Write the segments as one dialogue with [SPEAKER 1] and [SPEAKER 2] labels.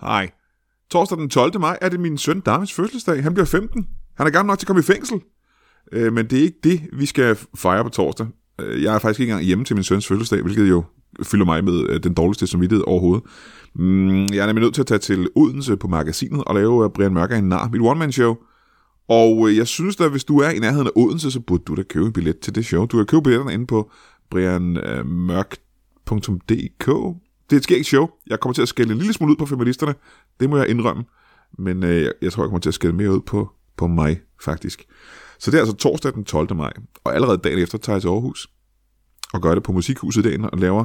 [SPEAKER 1] Hej. Torsdag den 12. maj er det min søn Davids fødselsdag. Han bliver 15. Han er gammel nok til at komme i fængsel. Øh, men det er ikke det, vi skal fejre på torsdag. Øh, jeg er faktisk ikke engang hjemme til min søns fødselsdag, hvilket jo fylder mig med øh, den dårligste samvittighed overhovedet. Mm, jeg er nemlig nødt til at tage til Odense på magasinet og lave øh, Brian Mørker en nar, mit one-man-show. Og øh, jeg synes da, hvis du er i nærheden af Odense, så burde du da købe en billet til det show. Du kan købe billetterne inde på øh, brianmørk.dk. Det er et skægt show. Jeg kommer til at skælde en lille smule ud på feministerne. Det må jeg indrømme. Men øh, jeg, jeg tror, jeg kommer til at skælde mere ud på, på mig, faktisk. Så det er altså torsdag den 12. maj. Og allerede dagen efter tager jeg til Aarhus og gør det på Musikhuset derinde og laver...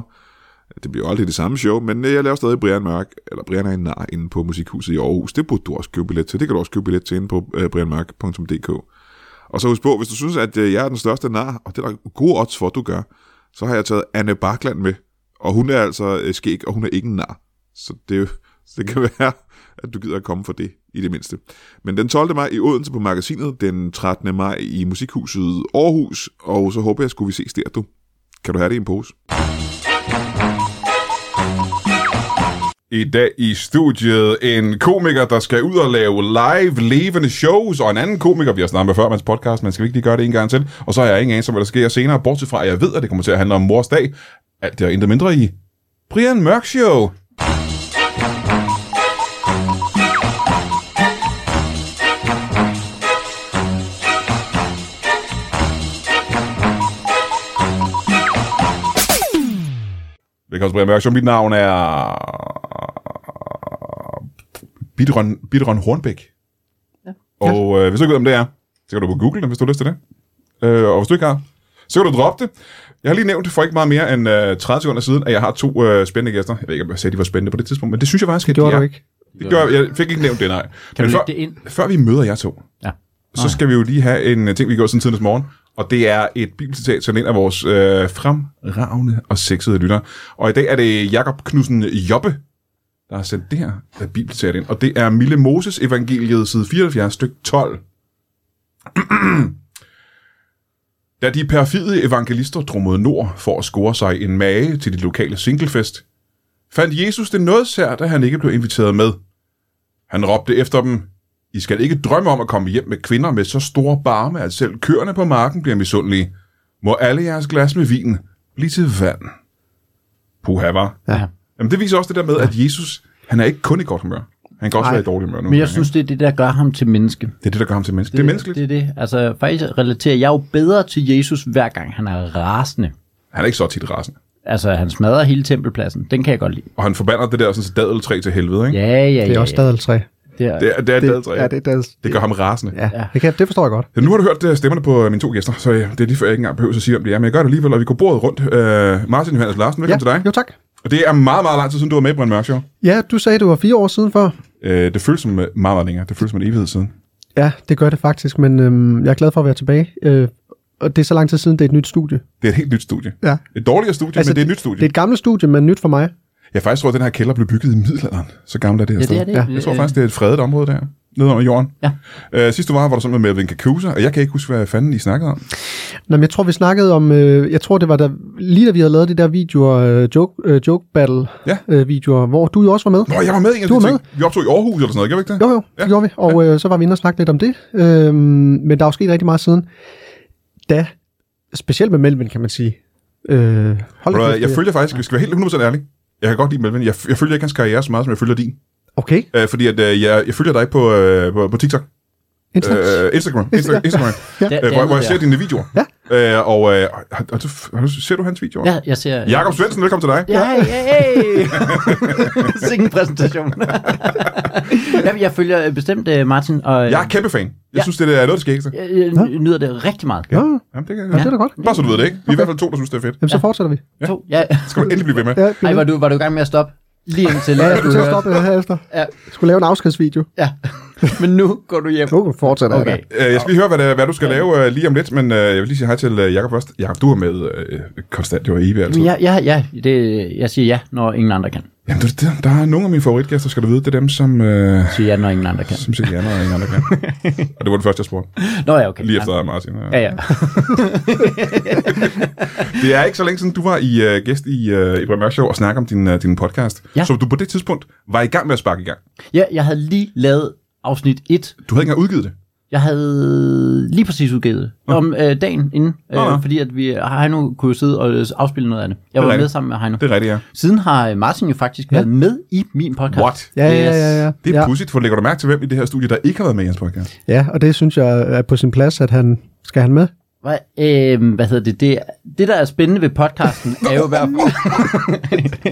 [SPEAKER 1] Det bliver jo aldrig det samme show, men øh, jeg laver stadig Brian Mørk, eller Brian er en nar, inde på Musikhuset i Aarhus. Det burde du også købe billet til. Det kan du også købe billet til inde på øh, brianmørk.dk. Og så husk på, hvis du synes, at øh, jeg er den største nar, og det er der gode odds for, at du gør, så har jeg taget Anne Bakland med. Og hun er altså øh, skæg, og hun er ikke en nar. Så det, er jo- så det kan være, at du gider at komme for det, i det mindste. Men den 12. maj i Odense på magasinet, den 13. maj i Musikhuset Aarhus, og så håber jeg, skulle vi ses der, du. Kan du have det i en pose? I dag i studiet en komiker, der skal ud og lave live, levende shows, og en anden komiker, vi har snakket med før, mens podcast, men skal vi ikke lige gøre det en gang til? Og så har jeg ingen anelse om, hvad der sker senere, bortset fra, at jeg ved, at det kommer til at handle om mors dag. Alt det og intet mindre i Brian Mørk Show. Velkommen til Brian Mørk Show. Mit navn er... Bidron, Bidron Hornbæk.
[SPEAKER 2] Ja.
[SPEAKER 1] Og øh, hvis du ikke ved, om det er, så kan du på Google det, hvis du har lyst til det. Øh, og hvis du ikke har, så kan du droppe det. Jeg har lige nævnt for ikke meget mere end øh, 30 sekunder siden, at jeg har to øh, spændende gæster. Jeg ved ikke, om jeg sagde, at de var spændende på det tidspunkt, men det synes jeg faktisk,
[SPEAKER 2] Det
[SPEAKER 1] at de
[SPEAKER 2] gjorde
[SPEAKER 1] er.
[SPEAKER 2] du ikke.
[SPEAKER 1] Det gør, jeg fik ikke nævnt det, nej.
[SPEAKER 3] Kan
[SPEAKER 1] Men
[SPEAKER 3] du
[SPEAKER 1] før,
[SPEAKER 3] lægge det ind?
[SPEAKER 1] før vi møder jer to,
[SPEAKER 3] Ja.
[SPEAKER 1] så skal vi jo lige have en øh, ting, vi gjorde siden tidens morgen. Og det er et bibelcitat til en af vores øh, fremragende og sexede lyttere. Og i dag er det Jakob Knudsen Jobbe, der har sendt det her øh, bibelcitat ind. Og det er Mille Moses evangeliet, side 74, stykke 12. Da de perfide evangelister drog mod nord for at score sig en mage til det lokale singlefest, fandt Jesus det noget sært, at han ikke blev inviteret med. Han råbte efter dem, I skal ikke drømme om at komme hjem med kvinder med så store barme, at selv køerne på marken bliver misundelige. Må alle jeres glas med vin blive til vand. Puha, var.
[SPEAKER 3] Ja.
[SPEAKER 1] Jamen, det viser også det der med, at Jesus, han er ikke kun i godt humør. Han kan også
[SPEAKER 3] Ej,
[SPEAKER 1] være i dårlig humør nu.
[SPEAKER 3] Men jeg synes, det er det, der gør ham til menneske.
[SPEAKER 1] det er det, der gør ham til menneske. Det, det er menneskeligt.
[SPEAKER 3] Det
[SPEAKER 1] Det.
[SPEAKER 3] er det. Altså, faktisk relaterer jeg jo bedre til Jesus, hver gang han er rasende.
[SPEAKER 1] Han er ikke så tit rasende.
[SPEAKER 3] Altså, han smadrer hele tempelpladsen. Den kan jeg godt lide.
[SPEAKER 1] Og han forbander det der sådan, dadeltræ til helvede, ikke?
[SPEAKER 3] Ja, ja, ja.
[SPEAKER 2] Det er også
[SPEAKER 3] ja.
[SPEAKER 2] dadeltræ.
[SPEAKER 3] Det er,
[SPEAKER 1] Det er, det er et
[SPEAKER 2] Det,
[SPEAKER 1] dadeltræ.
[SPEAKER 2] ja, det er dadel,
[SPEAKER 1] det gør ham rasende.
[SPEAKER 2] ja. Det, kan, det forstår jeg godt.
[SPEAKER 1] Ja, nu har du hørt øh, stemmerne på øh, mine to gæster, så øh, det er lige før, jeg ikke engang behøver at sige, om det er, men jeg gør det alligevel, og vi går bordet rundt. Øh, Martin Johannes Larsen,
[SPEAKER 2] Ja,
[SPEAKER 1] velkommen ja. til dig.
[SPEAKER 2] jo tak.
[SPEAKER 1] Og det er meget, meget lang tid siden, du var med i Brian Mørk Show.
[SPEAKER 2] Ja, du sagde, det var fire år siden før.
[SPEAKER 1] Øh, det føles som øh, meget, meget længere. Det føles som en evighed siden.
[SPEAKER 2] Ja, det gør det faktisk, men øhm, jeg er glad for at være tilbage. Øh, og det er så lang tid siden, det er et nyt studie.
[SPEAKER 1] Det er et helt nyt studie.
[SPEAKER 2] Ja.
[SPEAKER 1] Et dårligere studie, altså, men det er et nyt studie.
[SPEAKER 2] Det er
[SPEAKER 1] Det...
[SPEAKER 2] et gammelt studie, men nyt for mig.
[SPEAKER 1] Jeg faktisk tror, at den her kælder blev bygget i middelalderen. Så gammel er det her
[SPEAKER 3] ja,
[SPEAKER 1] sted.
[SPEAKER 3] det er det.
[SPEAKER 2] Ja,
[SPEAKER 1] Jeg tror faktisk, det er et fredet område der, nede under jorden.
[SPEAKER 3] Ja.
[SPEAKER 1] Øh, sidst du var, her, var du sammen med Melvin Kakusa, og jeg kan ikke huske, hvad fanden I snakkede om.
[SPEAKER 2] Nå, men jeg tror, vi snakkede om, øh, jeg tror, det var da, lige da vi havde lavet de der videoer, øh, joke, øh, joke battle
[SPEAKER 1] Ja.
[SPEAKER 2] øh, videoer, hvor du jo også var med.
[SPEAKER 1] Nå, jeg var med i en af
[SPEAKER 2] Du
[SPEAKER 1] de
[SPEAKER 2] var
[SPEAKER 1] ting. Vi optog i Aarhus eller sådan noget, gjorde vi ikke det?
[SPEAKER 2] Jo, jo, det
[SPEAKER 1] Ja.
[SPEAKER 2] ja. gjorde vi, og øh, så var vi inde og snakke lidt om det. Øh, men der er jo sket rigtig meget siden, da, specielt med Melvin, kan man sige. Øh, hold da
[SPEAKER 1] Ved du hvad,
[SPEAKER 2] kæft,
[SPEAKER 1] Jeg
[SPEAKER 2] det-
[SPEAKER 1] følger faktisk, vi skal være helt 100% ærlig. Jeg kan godt lide Melvin. Jeg, jeg følger ikke hans karriere så meget, som jeg følger din.
[SPEAKER 2] Okay,
[SPEAKER 1] Øh, fordi at, øh, jeg, jeg følger dig på, øh, på, på TikTok.
[SPEAKER 2] Instagram.
[SPEAKER 1] Øh, Instagram. Insta,
[SPEAKER 2] Ja.
[SPEAKER 1] Instagram.
[SPEAKER 2] Ja.
[SPEAKER 1] øh, hvor, hvor jeg ser dine videoer.
[SPEAKER 2] Ja.
[SPEAKER 1] Øh, og øh, har, har du, har du, ser du hans videoer?
[SPEAKER 3] Ja, jeg ser...
[SPEAKER 1] Jakob Svendsen, velkommen til dig.
[SPEAKER 3] Ja, ja, ja. Sikke en præsentation. Jamen, jeg følger øh, bestemt øh, Martin, og øh,
[SPEAKER 1] Jeg er kæmpe fan. Jeg
[SPEAKER 3] Ja.
[SPEAKER 1] synes, det er noget, der skal ikke.
[SPEAKER 3] jeg, jeg n- nyder det rigtig meget.
[SPEAKER 2] Ja.
[SPEAKER 1] Jamen, det kan
[SPEAKER 2] ja, det er da godt.
[SPEAKER 1] Bare så du ved det, ikke? Vi er i hvert fald to, der synes, det er fedt.
[SPEAKER 2] Jamen, så fortsætter vi.
[SPEAKER 3] Ja. To. Ja.
[SPEAKER 1] Skal du endelig blive ved med?
[SPEAKER 2] Ja,
[SPEAKER 3] Ej,
[SPEAKER 2] Ej,
[SPEAKER 3] var du, var du i gang med at stoppe? Lige indtil...
[SPEAKER 2] ja, jeg
[SPEAKER 3] at du
[SPEAKER 2] skulle til at
[SPEAKER 3] hørte-
[SPEAKER 2] stoppe herefter.
[SPEAKER 3] Ja.
[SPEAKER 2] Jeg skulle lave en afskedsvideo.
[SPEAKER 3] Ja, men nu går du hjem.
[SPEAKER 2] Nu fortsætter jeg
[SPEAKER 3] Okay.
[SPEAKER 2] da.
[SPEAKER 1] Øh, Jeg skal lige høre, hvad, det, er- hvad du skal lave øh, lige om lidt, men øh, jeg vil lige sige hej til øh, Jakob først. Jakob, du er med øh, konstant, jo i evig altid.
[SPEAKER 3] Men ja, ja, ja, det, jeg siger ja, når ingen andre kan.
[SPEAKER 1] Jamen, det, der, der er nogle af mine favoritgæster, skal du vide. Det er dem, som, øh,
[SPEAKER 3] Siger jeg, når ingen andre kan.
[SPEAKER 1] som siger de andre, og ingen andre kan. og det var det første, jeg spurgte.
[SPEAKER 3] Nå ja, okay.
[SPEAKER 1] Lige efter Martin. øh.
[SPEAKER 3] Ja, ja.
[SPEAKER 1] Det er ikke så længe siden, du var i øh, gæst i, øh, i Premier Show og snakkede om din, øh, din podcast,
[SPEAKER 3] Ja.
[SPEAKER 1] som du på det tidspunkt var i gang med at sparke i gang.
[SPEAKER 3] ja, jeg havde lige lavet afsnit 1
[SPEAKER 1] Du havde ikke engang udgivet det.
[SPEAKER 3] Jeg havde lige præcis udgivet det. om øh, dagen inden, øh,
[SPEAKER 1] Nå, nå.
[SPEAKER 3] fordi at vi, Heino kunne jo sidde og øh, afspille noget af det. Jeg
[SPEAKER 1] er
[SPEAKER 3] var med
[SPEAKER 1] rigtigt.
[SPEAKER 3] sammen med Heino.
[SPEAKER 1] Det er rigtigt, ja.
[SPEAKER 3] Siden har øh, Martin jo faktisk været med i min podcast.
[SPEAKER 1] What?
[SPEAKER 2] Ja, ja, ja. ja, ja.
[SPEAKER 1] Det er
[SPEAKER 2] ja.
[SPEAKER 1] ja. pudsigt, for lægger du mærke til, hvem i det her studie, der ikke har været med i hans podcast?
[SPEAKER 2] ja, og det synes jeg er på sin plads, at han skal han med.
[SPEAKER 3] Hvad, øh, hvad hedder det? det? Det, der er spændende ved podcasten, er jo i hvert fald...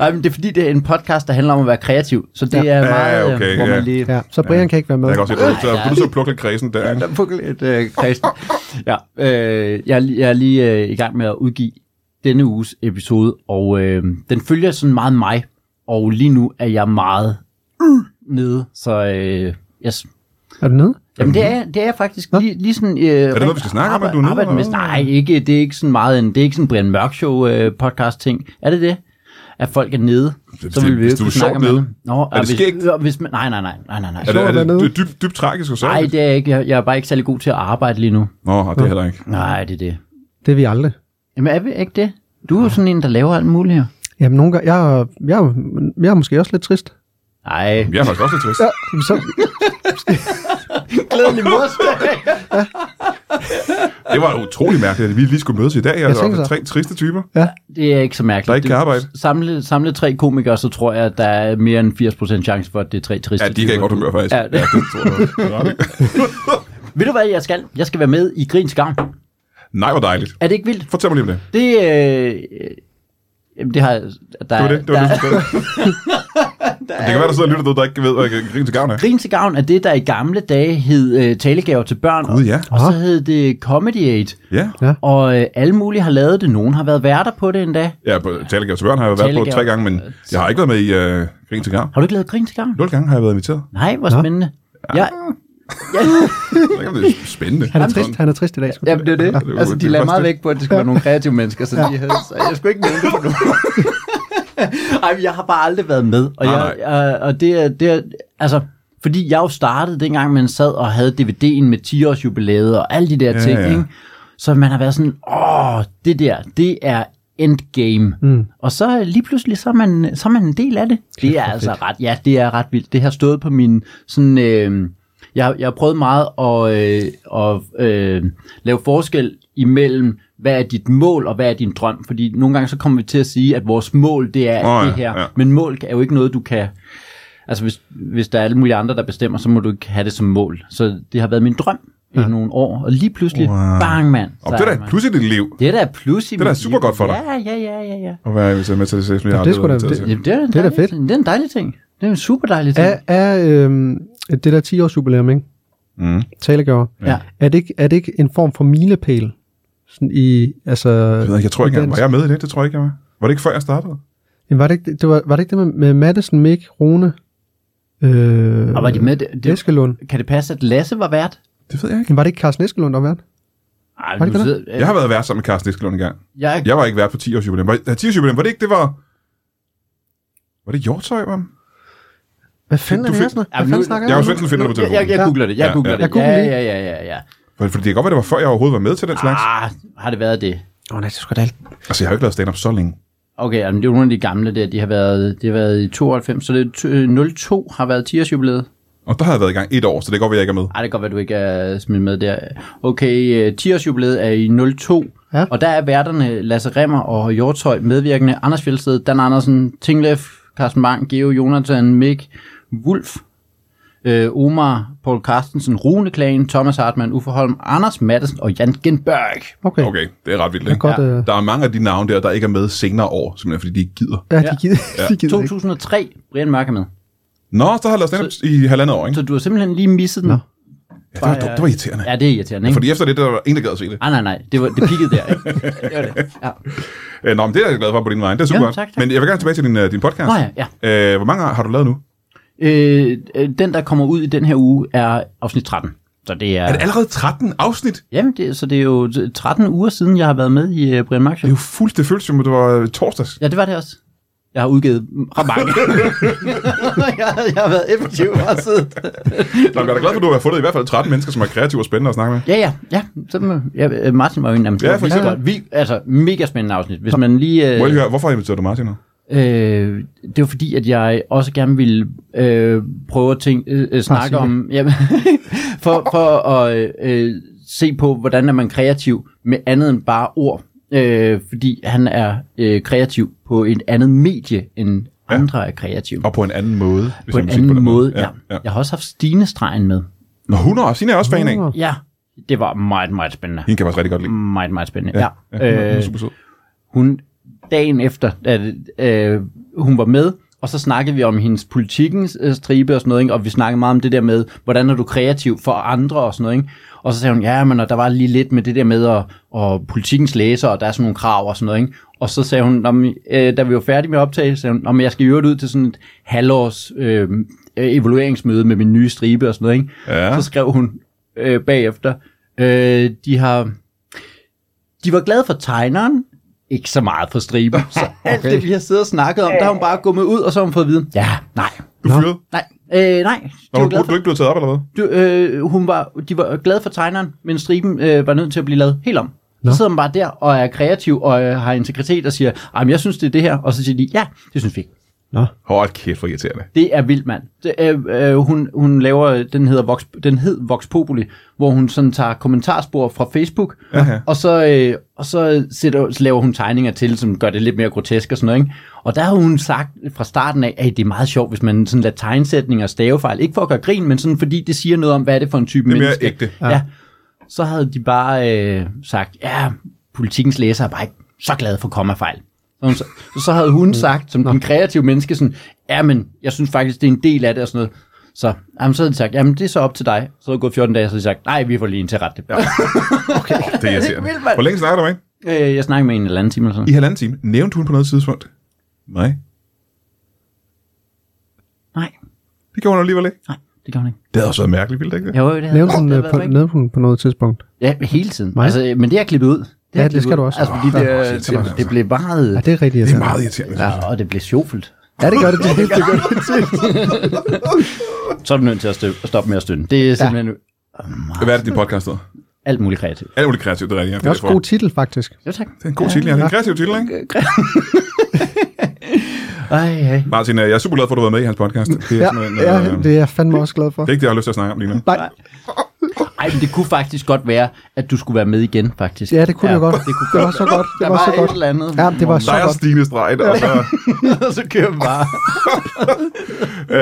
[SPEAKER 3] Ej, men det er fordi, det er en podcast, der handler om at være kreativ. Så det
[SPEAKER 2] Ja.
[SPEAKER 3] er
[SPEAKER 1] Ja,
[SPEAKER 3] meget, øh,
[SPEAKER 1] okay,
[SPEAKER 3] hvor
[SPEAKER 1] ja.
[SPEAKER 3] man lige...
[SPEAKER 2] Ja, så Brian ja. kan ikke være med.
[SPEAKER 1] Jeg kan også se, at du er nødt til at plukke lidt kredsen der. ikke?
[SPEAKER 3] Der er lidt øh, kristen. Ja, øh, jeg, er lige- jeg er lige øh, i gang med at udgive denne uges episode, og øh, den følger sådan meget mig, og lige nu er jeg meget øh, nede, så øh, yes.
[SPEAKER 2] Er du nede?
[SPEAKER 3] Jamen det er, det er jeg faktisk lige, lige sådan... Øh, er
[SPEAKER 1] noget, vi skal snakke om, at du er nede,
[SPEAKER 3] med,
[SPEAKER 1] eller
[SPEAKER 3] nej, ikke, det er ikke sådan meget en, det er ikke sådan en Brian Mørk Show øh, podcast ting. Er det det? At folk er nede,
[SPEAKER 1] Hvis
[SPEAKER 3] så
[SPEAKER 1] det-
[SPEAKER 3] vil vi jo
[SPEAKER 1] hvis du
[SPEAKER 3] ikke
[SPEAKER 1] er
[SPEAKER 3] snakke om
[SPEAKER 1] sjovt
[SPEAKER 3] det.
[SPEAKER 1] nede,
[SPEAKER 3] Nå,
[SPEAKER 1] er det
[SPEAKER 3] hvis,
[SPEAKER 1] skægt?
[SPEAKER 3] øh, hvis man, nej, nej, nej, nej, nej, nej.
[SPEAKER 1] Er det, er det,
[SPEAKER 2] dernede.
[SPEAKER 1] det er dybt, dybt tragisk og så?
[SPEAKER 3] Nej, det er jeg ikke. Jeg, jeg er bare ikke særlig god til at arbejde lige nu.
[SPEAKER 1] Nå, og det er heller ikke.
[SPEAKER 3] Nej, det er det.
[SPEAKER 2] Det er vi aldrig.
[SPEAKER 3] Jamen er vi ikke det? Du er jo sådan en, der laver alt muligt her.
[SPEAKER 2] Jamen, nogle gange, jeg, er- jeg, er- jeg er måske også lidt trist.
[SPEAKER 3] Nej.
[SPEAKER 1] Jeg er faktisk også lidt trist.
[SPEAKER 2] Ja, så,
[SPEAKER 3] Glædelig morsdag.
[SPEAKER 1] Det var utrolig mærkeligt, at vi lige skulle mødes i dag. Altså,
[SPEAKER 2] tænker
[SPEAKER 1] altså, tre triste typer.
[SPEAKER 3] Det er ikke så mærkeligt.
[SPEAKER 1] Der er ikke
[SPEAKER 3] Du-
[SPEAKER 1] arbejde.
[SPEAKER 3] Samle, samle tre komikere, så tror jeg, at der er mere end 80% chance for, at det er tre triste.
[SPEAKER 1] Ja, de kan ikke
[SPEAKER 3] typer.
[SPEAKER 1] godt humør, faktisk.
[SPEAKER 3] Ja, det.
[SPEAKER 1] det tror jeg. også. Det er ret, ikke?
[SPEAKER 3] Ved du hvad jeg skal? Jeg skal være med i Grins Gavn.
[SPEAKER 1] Nej, hvor dejligt.
[SPEAKER 3] Er det ikke vildt?
[SPEAKER 1] Fortæl mig lige om det.
[SPEAKER 3] Det, øh, øh, jamen det har... Der,
[SPEAKER 1] Det var det. Det var
[SPEAKER 3] der,
[SPEAKER 1] det, du det. Det kan være, der sidder og lytter derude, der ikke ved, hvad grin til gavn er.
[SPEAKER 3] Grin til gavn er det, der i gamle dage hed øh, talegaver til børn,
[SPEAKER 1] Gud, ja.
[SPEAKER 3] og, og så hed det Comedy Aid.
[SPEAKER 1] Ja.
[SPEAKER 2] ja.
[SPEAKER 3] Og øh, alle mulige har lavet det. Nogen har været værter på det endda.
[SPEAKER 1] Ja, på Talegave til børn har jeg været på
[SPEAKER 3] Talegave.
[SPEAKER 1] tre gange, men jeg har ikke været med i øh, grin til gavn.
[SPEAKER 3] Har du ikke lavet Grin til gavn?
[SPEAKER 1] Nul gange har jeg været inviteret.
[SPEAKER 3] Nej, hvor
[SPEAKER 2] Nå.
[SPEAKER 3] spændende. Ja. Ja,
[SPEAKER 1] Jeg ved ikke, om det er spændende.
[SPEAKER 2] han er trist, han er trist i dag. sgu.
[SPEAKER 3] ja, det er
[SPEAKER 1] det
[SPEAKER 3] det.
[SPEAKER 1] er
[SPEAKER 3] Altså,
[SPEAKER 1] jo-
[SPEAKER 3] de
[SPEAKER 1] det
[SPEAKER 3] lagde
[SPEAKER 1] er
[SPEAKER 3] meget
[SPEAKER 1] også det.
[SPEAKER 3] vægt på, at det skulle være nogle kreative mennesker, så de havde. Så jeg skulle ikke nævne det for nogen. Ej, men jeg har bare aldrig været med. Og,
[SPEAKER 1] Nej,
[SPEAKER 3] jeg, jeg, og det, er, det er, altså, fordi jeg jo startede dengang, man sad og havde DVD'en med 10-års jubilæet og alle de der ting,
[SPEAKER 1] ja.
[SPEAKER 3] Ikke? Så man har været sådan, åh, det der, det er endgame. Mm. Og så øh, lige pludselig, så er man, så er man en del af det. Det er altså ret, ja, det er ret vildt. Det har stået på min sådan, øh, jeg, jeg har prøvet meget at, øh, at øh, lave forskel imellem, hvad er dit mål og hvad er din drøm? Fordi nogle gange så kommer vi til at sige, at vores mål, det er
[SPEAKER 1] Åh,
[SPEAKER 3] oh,
[SPEAKER 1] ja,
[SPEAKER 3] det her.
[SPEAKER 1] ja.
[SPEAKER 3] Ja. Men mål er jo ikke noget, du kan... Altså hvis, hvis der er alle mulige andre, der bestemmer, så må du ikke have det som mål. Så det har været min drøm i nogle år, og lige pludselig,
[SPEAKER 1] Wow.
[SPEAKER 3] wow. bang mand.
[SPEAKER 1] Og det er da
[SPEAKER 3] man-
[SPEAKER 1] pludselig dit liv,
[SPEAKER 3] det er da plus i
[SPEAKER 1] Det er da
[SPEAKER 3] mit
[SPEAKER 1] super
[SPEAKER 3] liv.
[SPEAKER 1] godt for dig.
[SPEAKER 3] Ja, ja, ja, ja, ja.
[SPEAKER 1] at være inviteret med til det 6 milliarder.
[SPEAKER 2] det er sgu da- det-
[SPEAKER 3] Jamen, det er,
[SPEAKER 2] Det er da fedt.
[SPEAKER 3] Ting. Det er en dejlig ting. Det er en super dejlig ting.
[SPEAKER 2] Er, er øhm, det der 10-års jubilæum, ikke?
[SPEAKER 1] Mm.
[SPEAKER 2] Talegaver.
[SPEAKER 3] ja.
[SPEAKER 2] Er det, ikke, er det ikke en form for milepæl? Sådan i, altså,
[SPEAKER 1] Jeg, ved ikke, jeg tror ikke, jeg var jeg med i det. Det tror jeg ikke, jeg var. Var det ikke før, jeg startede?
[SPEAKER 2] jamen, var, det ikke, det var, var det ikke det med, med Madison, Mick, Rune, øh,
[SPEAKER 3] Og var de med? Det, det,
[SPEAKER 2] Eskelund?
[SPEAKER 3] kan det passe, at Lasse var vært?
[SPEAKER 1] Det ved jeg ikke.
[SPEAKER 2] Jamen, var det ikke Carsten Eskelund, der var vært?
[SPEAKER 3] Ej,
[SPEAKER 2] Var det
[SPEAKER 3] du
[SPEAKER 2] ikke
[SPEAKER 3] sidder,
[SPEAKER 1] Jeg har været vært sammen med Carsten Eskelund en gang.
[SPEAKER 3] jeg,
[SPEAKER 1] Jeg var ikke vært på 10 års jubilæum. Var, 10 års jubilæum, var det ikke, det var... Var det Hjortøj, var?
[SPEAKER 2] Hvad fanden er
[SPEAKER 1] Du
[SPEAKER 2] det
[SPEAKER 1] fik-
[SPEAKER 2] her sådan noget?
[SPEAKER 3] Jamen,
[SPEAKER 2] Hvad fanden
[SPEAKER 3] nu-
[SPEAKER 1] Jeg
[SPEAKER 2] snakker jeg
[SPEAKER 1] var
[SPEAKER 2] om?
[SPEAKER 1] Svendsen finder det på
[SPEAKER 3] jeg, jeg,
[SPEAKER 1] telefonen.
[SPEAKER 3] jeg googler det,
[SPEAKER 1] Ja,
[SPEAKER 3] jeg googler
[SPEAKER 1] ja.
[SPEAKER 2] Jeg
[SPEAKER 3] det.
[SPEAKER 2] googler
[SPEAKER 3] Ja,
[SPEAKER 2] lige.
[SPEAKER 3] ja, ja, ja, ja.
[SPEAKER 1] For- Fordi det kan godt være, det var før, jeg overhovedet var med til den slags.
[SPEAKER 3] Ah, har det været det?
[SPEAKER 2] Åh, nej, det er sgu da alt.
[SPEAKER 1] Altså, jeg har jo ikke lavet stand-up så længe.
[SPEAKER 3] Okay, jamen, det er jo nogle af de gamle der, de har været, de har været i 92, så det er t- øh, 02 har været 10 års jubilæet.
[SPEAKER 1] Og der har jeg været i gang et år, så det kan godt være, jeg ikke er med.
[SPEAKER 3] Ej, det kan godt være, du ikke er smidt med der. Okay, øh, 10 års jubilæet er i 02,
[SPEAKER 2] Ja.
[SPEAKER 3] og der er værterne Lasse Remmer og Hjortøj medvirkende, Anders Fjeldsted, Dan Andersen, Tinglef, Carsten Bang, Geo, Jonathan, Mik, Wulf, øh, Omar, Paul Carstensen, Rune Klagen, Thomas Hartmann, Uffe Holm, Anders Madsen og Jan Genberg.
[SPEAKER 2] Okay.
[SPEAKER 1] Okay, det er ret vildt,
[SPEAKER 2] Det er
[SPEAKER 1] ikke?
[SPEAKER 2] godt, øh,
[SPEAKER 1] Der er mange af de navne der, der ikke er med senere år, simpelthen fordi de ikke gider.
[SPEAKER 2] ja, de gider, de gider ikke.
[SPEAKER 3] 2003, Brian Mørk er med.
[SPEAKER 1] Nå, så har jeg lavet stand-up i halvandet år, ikke?
[SPEAKER 3] Så du har simpelthen lige misset den. Nå.
[SPEAKER 1] Ja, det var dumt, det var irriterende.
[SPEAKER 3] Ja, det er irriterende, ikke? Fordi...
[SPEAKER 1] Fordi efter det, der var ingen, der gad at se det.
[SPEAKER 3] Ah, nej, nej, det, var, det pikkede der, ikke? Det var det. Ja.
[SPEAKER 1] Øh, Nå, men det er jeg glad for på din vej. Det er super
[SPEAKER 3] Ja,
[SPEAKER 1] godt.
[SPEAKER 3] tak, tak.
[SPEAKER 1] Men jeg vil gerne tilbage til din, øh, din podcast.
[SPEAKER 3] Nå ja, ja.
[SPEAKER 1] Øh, hvor mange har du lavet nu?
[SPEAKER 3] Øh, øh, den, der kommer ud i den her uge, er afsnit 13. Så det er...
[SPEAKER 1] Er det allerede 13 afsnit?
[SPEAKER 3] Jamen, det, så det er jo 13 uger siden, jeg har været med i uh, Brian Mørk
[SPEAKER 1] Det
[SPEAKER 3] Show.
[SPEAKER 1] er jo fuldstændig føles som, at det var øh, torsdags.
[SPEAKER 3] Ja, det var det også. Jeg har udgivet ret mange. jeg, jeg har været effektiv og siddet.
[SPEAKER 1] Nå, men jeg er da glad for, at du har fundet i hvert fald 13 mennesker, som er kreative og spændende at snakke med.
[SPEAKER 3] Ja, ja, ja. Så, må- ja Martin var jo en af dem.
[SPEAKER 1] Ja, for eksempel.
[SPEAKER 3] Vi, altså, mega spændende afsnit. Hvis man lige...
[SPEAKER 1] Må jeg
[SPEAKER 3] Øh,
[SPEAKER 1] lige høre, hvorfor inviterer du Martin nu?
[SPEAKER 3] øh, det var fordi, at jeg også gerne ville øh, prøve at tænke, øh, øh, snakke
[SPEAKER 2] sig
[SPEAKER 3] om... Jamen, for, for at øh, øh, se på, hvordan er man kreativ med andet end bare ord. Øh, fordi han er øh, kreativ på et andet medie, end
[SPEAKER 1] Ja. ligesom
[SPEAKER 3] andre er kreative.
[SPEAKER 1] Og på en anden måde. Hvis
[SPEAKER 3] på
[SPEAKER 1] man
[SPEAKER 3] en
[SPEAKER 1] vil sige
[SPEAKER 3] anden
[SPEAKER 1] den
[SPEAKER 3] måde, ja.
[SPEAKER 1] ja.
[SPEAKER 3] ja. Jeg har også haft Stine-stregen med.
[SPEAKER 1] Nå, hun er også. Hende er jeg også fan af.
[SPEAKER 2] Nå.
[SPEAKER 3] Ja, det var meget, meget spændende.
[SPEAKER 1] Hende kan jeg faktisk rigtig godt lide.
[SPEAKER 3] Meget, meget spændende. Ja.
[SPEAKER 1] ja hun, er, hun
[SPEAKER 3] ja.
[SPEAKER 1] er
[SPEAKER 3] Øh,
[SPEAKER 1] super sød.
[SPEAKER 3] hun, dagen efter, at øh, hun var med, og så snakkede vi om hendes politikens øh, stribe og sådan noget, ikke? og vi snakkede meget om det der med, hvordan er du kreativ for andre og sådan noget. Ikke? Og så sagde hun, ja, men og der var lige lidt med det der med at, og politikens læser, og der er sådan nogle krav og sådan noget. Ikke? Og så sagde hun, Nå, men, øh, da vi var færdige med optagelsen, sagde hun, Nå, men jeg skal i øvrigt ud til sådan et halvårs øh, øh, evalueringsmøde med min nye stribe og sådan noget. Ikke?
[SPEAKER 1] Ja.
[SPEAKER 3] Så skrev hun øh, bagefter, øh, de har de var glade for tegneren, ikke så meget for striben. Så alt det, vi har siddet og snakket om, der har hun bare gået med ud, og så har hun fået at vide, ja, nej,
[SPEAKER 1] Du er fyret.
[SPEAKER 3] nej, øh, nej.
[SPEAKER 1] Nå,
[SPEAKER 3] De var
[SPEAKER 1] du,
[SPEAKER 3] glade
[SPEAKER 1] du
[SPEAKER 3] for,
[SPEAKER 1] er ikke blevet taget op, eller hvad?
[SPEAKER 3] du, øh, hun var, de var glade for tegneren, men striben øh, var nødt til at blive lavet helt om. Så sidder man bare der og er kreativ og øh, har integritet og siger, "Ej, men jeg synes, det er det her. Og så siger de, ja, det synes vi ikke.
[SPEAKER 2] Nå.
[SPEAKER 1] Hold kæft, hvor irriterende.
[SPEAKER 3] Det er vildt, mand. Det, øh, øh, hun, hun laver, øh, den hedder Vox, den hed Vox Populi, hvor hun sådan tager kommentarspor fra Facebook,
[SPEAKER 1] Aha.
[SPEAKER 3] og så, øh, og så, sætter, så laver hun tegninger til, som gør det lidt mere grotesk og sådan noget. Ikke? Og der har hun sagt fra starten af, at det er meget sjovt, hvis man sådan lader tegnsætninger og stavefejl. Ikke for at gøre grin, men sådan fordi det siger noget om, hvad er det for en type
[SPEAKER 1] Det er mere
[SPEAKER 3] menneske.
[SPEAKER 1] ægte.
[SPEAKER 3] Ja. ja. Så havde de bare øh, sagt, ja, politikens læser er bare ikke så glad for kommafejl. Så, hun, så, så havde
[SPEAKER 1] Mm.
[SPEAKER 3] hun sagt, som den kreative menneske, sådan, ja, men jeg synes faktisk, det er en del af det og sådan noget. Så, jamen, så havde de sagt, jamen det er så op til dig. Så er det gået 14 dage, så havde de sagt, nej, vi får lige en til at rette det. Ja.
[SPEAKER 1] Det er irriterende.
[SPEAKER 3] vildt, mand.
[SPEAKER 1] Hvor længe snakker du med? hende?
[SPEAKER 3] Øh, jeg snakker med en eller anden time eller
[SPEAKER 1] I
[SPEAKER 3] sådan.
[SPEAKER 1] halvanden time. Nævnte hun på noget tidspunkt? Nej.
[SPEAKER 3] Nej,
[SPEAKER 1] Det gjorde hun alligevel ikke.
[SPEAKER 3] nej, det gør hun ikke.
[SPEAKER 1] Det havde også været mærkeligt, ville det ikke det?
[SPEAKER 3] Jo, det havde-
[SPEAKER 2] Nævnte hun,
[SPEAKER 3] det
[SPEAKER 2] øh,
[SPEAKER 3] havde
[SPEAKER 2] på,
[SPEAKER 3] været
[SPEAKER 2] nævnte hun på noget tidspunkt.
[SPEAKER 3] Ja, hele tiden.
[SPEAKER 2] Mig?
[SPEAKER 3] Altså, men det er klippet ud. Det er
[SPEAKER 2] det
[SPEAKER 3] klippet
[SPEAKER 2] skal
[SPEAKER 3] ud.
[SPEAKER 2] du også.
[SPEAKER 3] Altså, fordi
[SPEAKER 1] Åh,
[SPEAKER 3] det,
[SPEAKER 1] der er
[SPEAKER 3] øh,
[SPEAKER 1] også
[SPEAKER 3] det,
[SPEAKER 1] irriterende, altså.
[SPEAKER 3] det, blev
[SPEAKER 2] Ja,
[SPEAKER 3] meget...
[SPEAKER 2] det er rigtigt. altså.
[SPEAKER 1] Det er meget irriterende. Ja.
[SPEAKER 3] Ja, og det blev sjovfuldt.
[SPEAKER 2] Ja, det gør det. det, det, gør det.
[SPEAKER 3] Så er du nødt til at stø- stoppe med at stønne. Det er simpelthen ja.
[SPEAKER 1] Hvad er det, din podcast hedder?
[SPEAKER 3] alt muligt kreativt.
[SPEAKER 1] Alt muligt kreativt, det er rigtigt. jeg
[SPEAKER 2] Det er
[SPEAKER 1] er
[SPEAKER 2] også
[SPEAKER 1] for.
[SPEAKER 2] en god titel, faktisk.
[SPEAKER 3] Jo tak.
[SPEAKER 1] Det er en god titel, ja. Det er en kreativ titel, ikke?
[SPEAKER 3] Ej, ej.
[SPEAKER 1] Martin, øh, jeg er super glad for, at du har været med i hans podcast. Det er
[SPEAKER 2] Ja,
[SPEAKER 1] simpelthen,
[SPEAKER 2] ja,
[SPEAKER 1] øh,
[SPEAKER 2] det er jeg fandme også glad for.
[SPEAKER 1] det er ikke det, jeg har lyst til at snakke om lige nu.
[SPEAKER 2] Nej,
[SPEAKER 3] ej, men det kunne faktisk godt være, at du skulle være med igen, faktisk.
[SPEAKER 2] ja, det kunne ja, det godt.
[SPEAKER 3] Det kunne
[SPEAKER 2] det
[SPEAKER 3] godt.
[SPEAKER 2] var så godt.
[SPEAKER 3] Der
[SPEAKER 2] Det var
[SPEAKER 3] var
[SPEAKER 2] så
[SPEAKER 3] et
[SPEAKER 2] godt.
[SPEAKER 3] eller andet.
[SPEAKER 2] Ja, det var
[SPEAKER 1] Der
[SPEAKER 2] så
[SPEAKER 1] er
[SPEAKER 2] godt.
[SPEAKER 1] Stine Streit, og så,
[SPEAKER 3] Og så kører vi bare.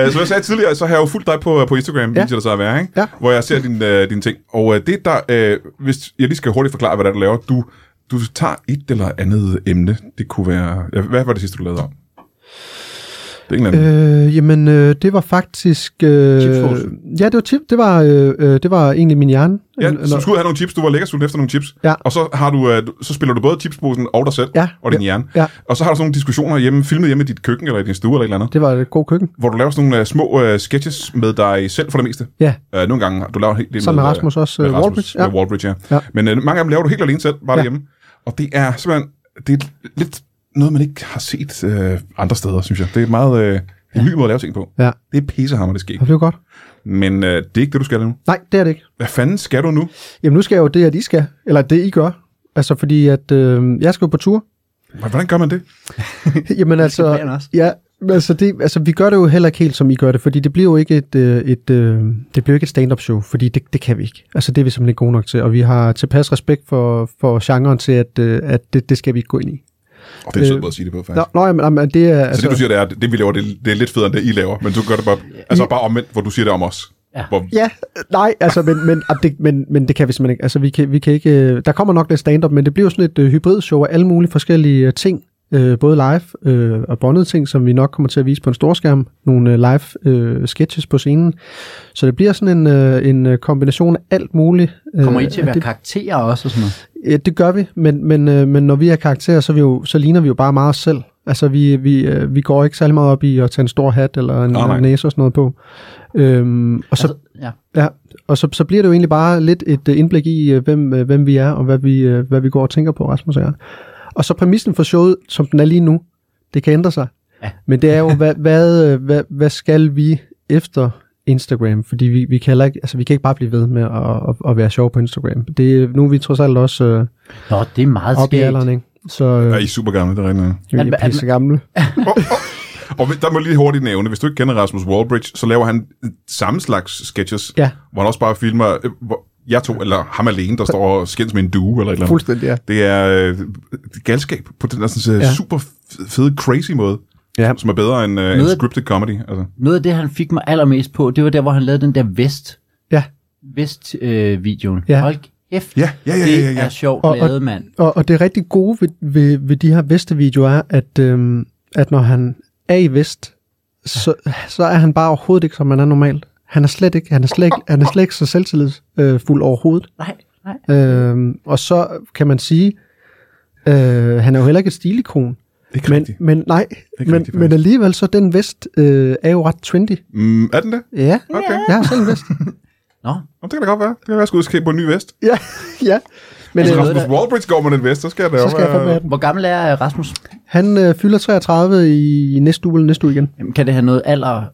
[SPEAKER 1] øh, som jeg sagde tidligere, så har jeg jo fulgt dig på, på Instagram, ja.
[SPEAKER 2] Ja.
[SPEAKER 1] der så er værre, ikke?
[SPEAKER 2] Ja.
[SPEAKER 1] hvor jeg ser din, øh, dine ting. Og øh, det der, øh, hvis jeg lige skal hurtigt forklare, hvad det er, du laver. Du, du tager et eller andet emne. Det kunne være, ja, hvad var det sidste, du lavede om? Det er ikke øh,
[SPEAKER 2] Øh, jamen, øh, det var faktisk... Øh,
[SPEAKER 1] Chipsposen.
[SPEAKER 2] ja, det var chip. Det var, øh, øh, det var egentlig min hjerne. Øh,
[SPEAKER 1] Ja, så du skulle have nogle chips, du var lækker sulten efter nogle chips,
[SPEAKER 2] Ja.
[SPEAKER 1] og så, har du, øh, du- så spiller du både chipsposen og dig selv
[SPEAKER 2] Ja.
[SPEAKER 1] og din hjerne.
[SPEAKER 2] Ja.
[SPEAKER 1] Og så har du sådan nogle diskussioner hjemme, filmet hjemme i dit køkken eller i din stue eller et eller andet.
[SPEAKER 2] Det var et godt køkken.
[SPEAKER 1] hvor du laver sådan nogle uh, små uh, sketches med dig selv for det meste.
[SPEAKER 2] Ja,
[SPEAKER 1] Uh, nogle gange har du laver en hel del
[SPEAKER 2] Sammen med
[SPEAKER 1] øh,
[SPEAKER 2] Rasmus også,
[SPEAKER 1] med
[SPEAKER 2] øh,
[SPEAKER 1] Rasmus,
[SPEAKER 2] Wallbridge,
[SPEAKER 1] ja.
[SPEAKER 2] ja.
[SPEAKER 1] Med Wallbridge, ja. ja.
[SPEAKER 2] Ja.
[SPEAKER 1] Men uh, mange af dem laver du helt alene selv, bare ja.
[SPEAKER 2] Ja.
[SPEAKER 1] derhjemme. Og det er simpelthen det er lidt noget, man ikke har set uh, andre steder, synes jeg. Det er meget uh, en ja. ny måde at lave ting på.
[SPEAKER 2] ja.
[SPEAKER 1] Det er pissehammer, det sker.
[SPEAKER 2] Og det var godt.
[SPEAKER 1] Men uh, det er ikke det, du skal nu.
[SPEAKER 2] Nej, det er det ikke.
[SPEAKER 1] Hvad fanden skal du nu?
[SPEAKER 2] Jamen, nu skal jeg jo det, at I skal. Eller det, I gør. Altså, fordi at øh, jeg skal jo på tur.
[SPEAKER 1] Hvordan gør man det?
[SPEAKER 2] Jamen altså,
[SPEAKER 3] planer også.
[SPEAKER 2] ja, men altså, det, altså, vi gør det jo heller ikke helt, som I gør det, fordi det bliver jo ikke et, øh, et, øh, det bliver jo ikke et stand-up show, fordi det, det kan vi ikke. Altså, det er vi simpelthen ikke gode nok til, og vi har tilpas respekt for, for genren til, at, øh, at det, det skal vi ikke gå ind i.
[SPEAKER 1] Oh, det er en sød
[SPEAKER 2] Øh,
[SPEAKER 1] måde at sige det på, faktisk.
[SPEAKER 2] Nå, nå jamen, jamen, det er...
[SPEAKER 1] Altså, så det, du siger, det er, at det vi laver, det, det er lidt federe, end det I laver, men du gør det bare, altså, bare omvendt, hvor du siger det om os.
[SPEAKER 3] Ja.
[SPEAKER 1] Hvor,
[SPEAKER 2] Ja, øh, nej, altså, men, men, ah, det, men, men det kan vi simpelthen ikke. Altså, vi kan, vi kan ikke øh, der kommer nok lidt stand-up, men det bliver jo sådan et øh, hybridshow af alle mulige forskellige øh, ting. Øh, både live øh, og båndede ting, som vi nok kommer til at vise på en storskærm. Nogle øh, live øh, sketches på scenen. Så det bliver sådan en, øh, en øh, kombination af alt muligt. Øh,
[SPEAKER 3] Kommer I til at være
[SPEAKER 2] det,
[SPEAKER 3] karakterer også og sådan noget?
[SPEAKER 2] ja, det gør vi, men, men, øh, men når vi er karakterer, så, er vi jo, så ligner vi jo bare meget os selv. Altså, vi, vi, øh, vi går ikke særlig meget op i at tage en stor hat eller en
[SPEAKER 1] Nej, nej.
[SPEAKER 2] oh, næse og sådan noget på. Øhm, og så
[SPEAKER 3] Altså, ja.
[SPEAKER 2] Ja, og så, så bliver det jo egentlig bare lidt et øh, indblik i, øh, hvem, øh, hvem vi er, og hvad vi, øh, hvad vi går og tænker på, Rasmus og jeg. Og så præmissen for showet, som den er lige nu, det kan ændre sig. Ja. Men det er jo, hvad, hvad, øh, hvad, hvad skal vi efter Instagram? Fordi vi, vi, kan, ikke, altså, vi kan ikke bare blive ved med at, at, at være sjov på Instagram. Det, nu er vi trods alt også øh,
[SPEAKER 3] Nå, det er meget
[SPEAKER 2] oppe i alderen,
[SPEAKER 3] skægt.
[SPEAKER 2] ikke? Så øh,
[SPEAKER 1] Ja, I er super gamle, det er rigtigt.
[SPEAKER 2] vi
[SPEAKER 3] Al-
[SPEAKER 2] er
[SPEAKER 3] al-
[SPEAKER 2] pisse gamle.
[SPEAKER 1] Og der må jeg lige hurtigt nævne, hvis du ikke kender Rasmus Wallbridge, så laver han øh, samme slags sketches,
[SPEAKER 2] Ja.
[SPEAKER 1] hvor han også bare filmer øh, hvor jeg to, eller ham alene, der står og skændes med en due eller et eller andet.
[SPEAKER 2] Fuldstændig, ja.
[SPEAKER 1] Det er øh, galskab på den der sådan,
[SPEAKER 2] Ja.
[SPEAKER 1] ja. super f- fede, crazy måde,
[SPEAKER 2] Ja.
[SPEAKER 1] som er bedre end øh, en
[SPEAKER 3] Noget-
[SPEAKER 1] scripted comedy. Altså.
[SPEAKER 3] Noget af det, han fik mig allermest på, det var der, hvor han lavede den der vest,
[SPEAKER 2] ja.
[SPEAKER 3] vest-videoen. Øh, videoen.
[SPEAKER 2] Ja.
[SPEAKER 3] Hold kæft,
[SPEAKER 1] Ja, ja, ja, ja, ja,
[SPEAKER 3] det
[SPEAKER 1] ja.
[SPEAKER 3] er sjovt
[SPEAKER 2] Og- og-
[SPEAKER 3] lavet, mand.
[SPEAKER 2] Og, og det rigtig gode ved, ved, ved de her Veste-videoer er, at, øhm, at når han er i Vest, så, så er han bare overhovedet ikke, som man er normalt. Han er slet ikke, han er slet ikke, han er slet ikke så selvtillidsfuld øh, fuld overhovedet.
[SPEAKER 3] Nej, nej.
[SPEAKER 2] Øhm, og så kan man sige, øh, han er jo heller ikke et stilikon.
[SPEAKER 1] Ikke
[SPEAKER 2] Men,
[SPEAKER 1] rigtigt.
[SPEAKER 2] men nej,
[SPEAKER 1] ikke
[SPEAKER 2] men,
[SPEAKER 1] rigtigt,
[SPEAKER 2] men alligevel så den vest øh, er jo ret trendy.
[SPEAKER 1] Mm, er den det?
[SPEAKER 2] Ja,
[SPEAKER 1] Okay.
[SPEAKER 2] jeg har selv en vest.
[SPEAKER 3] Nå,
[SPEAKER 1] Om det kan da godt være. Det kan være, at jeg skal ud og skænde på en ny vest.
[SPEAKER 2] ja, ja. Men
[SPEAKER 1] Hvis
[SPEAKER 3] Altså,
[SPEAKER 2] øh,
[SPEAKER 3] noget,
[SPEAKER 1] Rasmus
[SPEAKER 3] der-
[SPEAKER 1] Wallbridge går med den vest, så skal jeg da
[SPEAKER 2] så
[SPEAKER 1] op
[SPEAKER 2] skal jeg
[SPEAKER 1] og-
[SPEAKER 2] fandme have den.
[SPEAKER 3] hvor gammel er øh, Rasmus?
[SPEAKER 2] Han øh, fylder 33 i næste uge eller næste uge igen.
[SPEAKER 3] Jamen, kan det have noget alder, øh,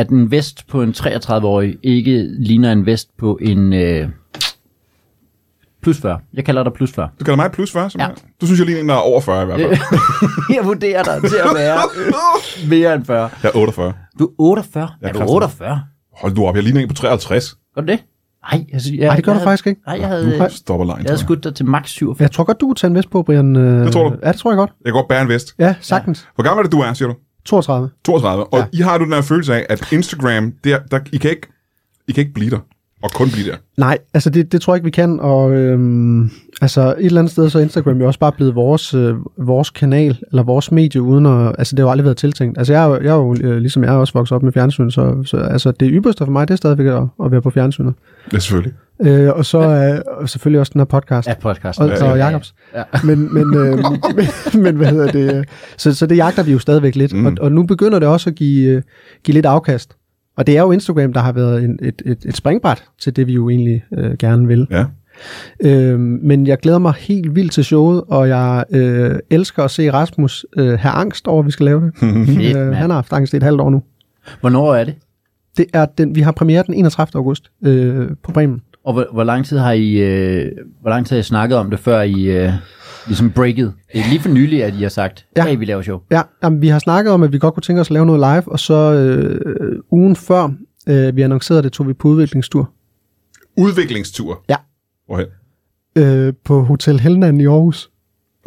[SPEAKER 3] at en vest på en 33-årig ikke ligner en vest på en øh, plus 40? Jeg kalder dig plus 40.
[SPEAKER 1] Du kalder mig plus 40, som
[SPEAKER 3] Ja.
[SPEAKER 1] ja. Du synes, jeg ligner en, der er over 40 i hvert fald.
[SPEAKER 3] Jeg vurderer dig til at være mere end 40.
[SPEAKER 1] jeg er 48.
[SPEAKER 3] Du er 48.
[SPEAKER 1] Jeg
[SPEAKER 3] er
[SPEAKER 1] er
[SPEAKER 3] du
[SPEAKER 1] kristen.
[SPEAKER 3] 48?
[SPEAKER 1] Hold du op, jeg ligner en på 53.
[SPEAKER 3] Gør du det? Nej, altså, jeg,
[SPEAKER 2] Nej, det gør du
[SPEAKER 3] jeg havde-
[SPEAKER 2] faktisk ikke.
[SPEAKER 3] Nej, jeg havde,
[SPEAKER 1] Nu
[SPEAKER 3] jeg
[SPEAKER 1] stopper lejen, tror
[SPEAKER 3] havde
[SPEAKER 1] Øh, jeg.
[SPEAKER 3] skudt dig til max 47.
[SPEAKER 2] Jeg tror godt, du kunne tage en vest på, Brian. Øh,
[SPEAKER 1] Det tror du?
[SPEAKER 2] Ja, det tror jeg godt.
[SPEAKER 1] Jeg kan godt bære en vest.
[SPEAKER 2] Ja, sagtens. Ja.
[SPEAKER 1] Hvor gammel er det, du er, siger du?
[SPEAKER 2] 32.
[SPEAKER 1] 32. Og I har du den her følelse af, at Instagram, der, der, I, kan ikke, I kan ikke blive der. Og kun blive der.
[SPEAKER 2] Nej, altså det, det tror jeg ikke, vi kan, og øhm, altså et eller andet sted, så er Instagram jo også bare blevet vores, øh, vores kanal, eller vores medie, uden at, altså det har jo aldrig været tiltænkt. Altså jeg er jo, jeg er jo øh, ligesom jeg er også vokset op med fjernsyn, så, så altså det ypperste for mig, det er stadigvæk at, at være på fjernsynet.
[SPEAKER 1] Ja, selvfølgelig.
[SPEAKER 2] Øh, og så øh, og selvfølgelig også den her podcast.
[SPEAKER 3] Ja,
[SPEAKER 2] Ja.
[SPEAKER 3] podcasten.
[SPEAKER 2] Og,
[SPEAKER 1] Ja, ja,
[SPEAKER 2] og
[SPEAKER 1] ja.
[SPEAKER 2] Jacobs.
[SPEAKER 3] Ja.
[SPEAKER 2] Men, men, øh, men, men hvad hedder det? øh, Så, så det jagter vi jo stadigvæk lidt. Mm. Og, og nu begynder det også at give, øh, give lidt afkast. Og det er jo Instagram, der har været en, et, et, et springbræt til det, vi jo egentlig øh, gerne vil.
[SPEAKER 1] Ja.
[SPEAKER 2] Øh, men jeg glæder mig helt vildt til showet, og jeg øh, elsker at se Rasmus øh, have angst over, at vi skal lave det.
[SPEAKER 3] Fedt,
[SPEAKER 2] øh,
[SPEAKER 3] mand.
[SPEAKER 2] han har haft angst i et halvt år nu.
[SPEAKER 3] Hvornår er det?
[SPEAKER 2] Det er den, vi har premiere den 31. august øh, på Bremen.
[SPEAKER 3] Og hvor, hvor lang tid har I, øh, hvor lang tid har I snakket om det, før I øh, ligesom breaket? Det er lige for nylig, at I har sagt, ja.
[SPEAKER 2] Ja.
[SPEAKER 3] hey, vi laver show.
[SPEAKER 2] Ja, jamen, vi har snakket om, at vi godt kunne tænke os at lave noget live, og så øh, ugen før øh, vi annoncerede det, tog vi på udviklingstur
[SPEAKER 1] Udviklingstur.
[SPEAKER 2] Ja.
[SPEAKER 1] Hvorhen?
[SPEAKER 2] øh, på Hotel Helnan i Aarhus.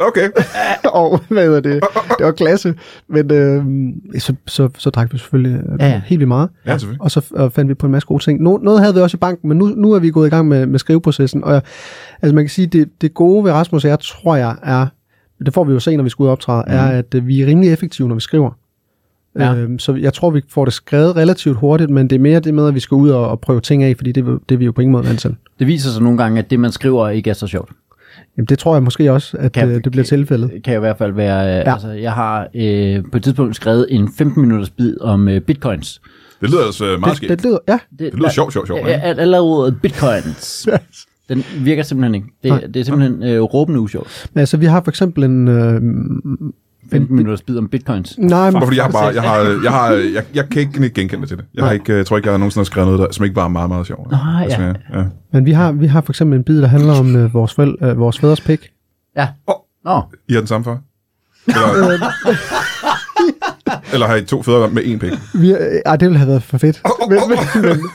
[SPEAKER 1] Okay.
[SPEAKER 2] og hvad hedder det? Det var klasse. Men øh, så, så, så drak vi selvfølgelig øh,
[SPEAKER 3] Ja, ja.
[SPEAKER 2] helt vildt meget.
[SPEAKER 1] Ja, selvfølgelig.
[SPEAKER 2] Og så og fandt vi på en masse gode ting. No, noget havde vi også i banken, men nu, nu er vi gået i gang med, med skriveprocessen. Og jeg, altså man kan sige, det, det gode ved Rasmus og jeg, tror jeg, er, det får vi jo se, når vi skal ud og optræde, mm. er, at øh, vi er rimelig effektive, når vi skriver.
[SPEAKER 3] Ja.
[SPEAKER 2] Ja. Øhm, så jeg tror, vi får det skrevet relativt hurtigt, men det er mere det med, at vi skal ud og, og prøve ting af, fordi det, vil- det er vi jo på ingen måde vant til.
[SPEAKER 3] Det viser sig nogle gange, at det, man skriver, ikke er så sjovt.
[SPEAKER 2] Jamen, det tror jeg måske også, at
[SPEAKER 3] Kan-
[SPEAKER 2] kan, øh, det bliver
[SPEAKER 3] kan-
[SPEAKER 2] tilfældet.
[SPEAKER 3] kan jeg i hvert fald være... Ja.
[SPEAKER 2] Ja.
[SPEAKER 3] Altså, jeg har øh, på et tidspunkt skrevet en 15-minutters bid om øh, bitcoins.
[SPEAKER 1] Det lyder altså øh, meget
[SPEAKER 2] Det,
[SPEAKER 1] skægt.
[SPEAKER 2] det lyder, ja.
[SPEAKER 1] Det lyder sjovt, sjovt, sjovt.
[SPEAKER 3] Ja,
[SPEAKER 1] ikke?
[SPEAKER 3] ja, Allerede ordet bitcoins. Den virker simpelthen ikke.
[SPEAKER 2] Nej.
[SPEAKER 3] Det, det er simpelthen øh, råbende usjovt.
[SPEAKER 2] Men altså, vi har for eksempel en... Øh,
[SPEAKER 3] 15 minutters bid om bitcoins.
[SPEAKER 2] nej,
[SPEAKER 1] Bare
[SPEAKER 2] men,
[SPEAKER 1] fordi jeg har bare, jeg har, jeg har, jeg, jeg kan ikke nikke genkende til det. Jeg, har ikke, øh, jeg tror ikke, jeg har nogensinde har skrevet noget, der, som ikke bare er meget, meget sjovt.
[SPEAKER 3] Nej, ja.
[SPEAKER 1] ja. ja.
[SPEAKER 2] men vi, har, vi har for eksempel en bid, der handler om øh, vores, fæl, øh, vores fædres pik.
[SPEAKER 3] Ja.
[SPEAKER 1] Åh.
[SPEAKER 3] Nå,
[SPEAKER 1] I har den samme far? Eller, eller har I to fædre med én pik?
[SPEAKER 2] Vi, øh, ej, det ville have været for fedt. Men, men, men,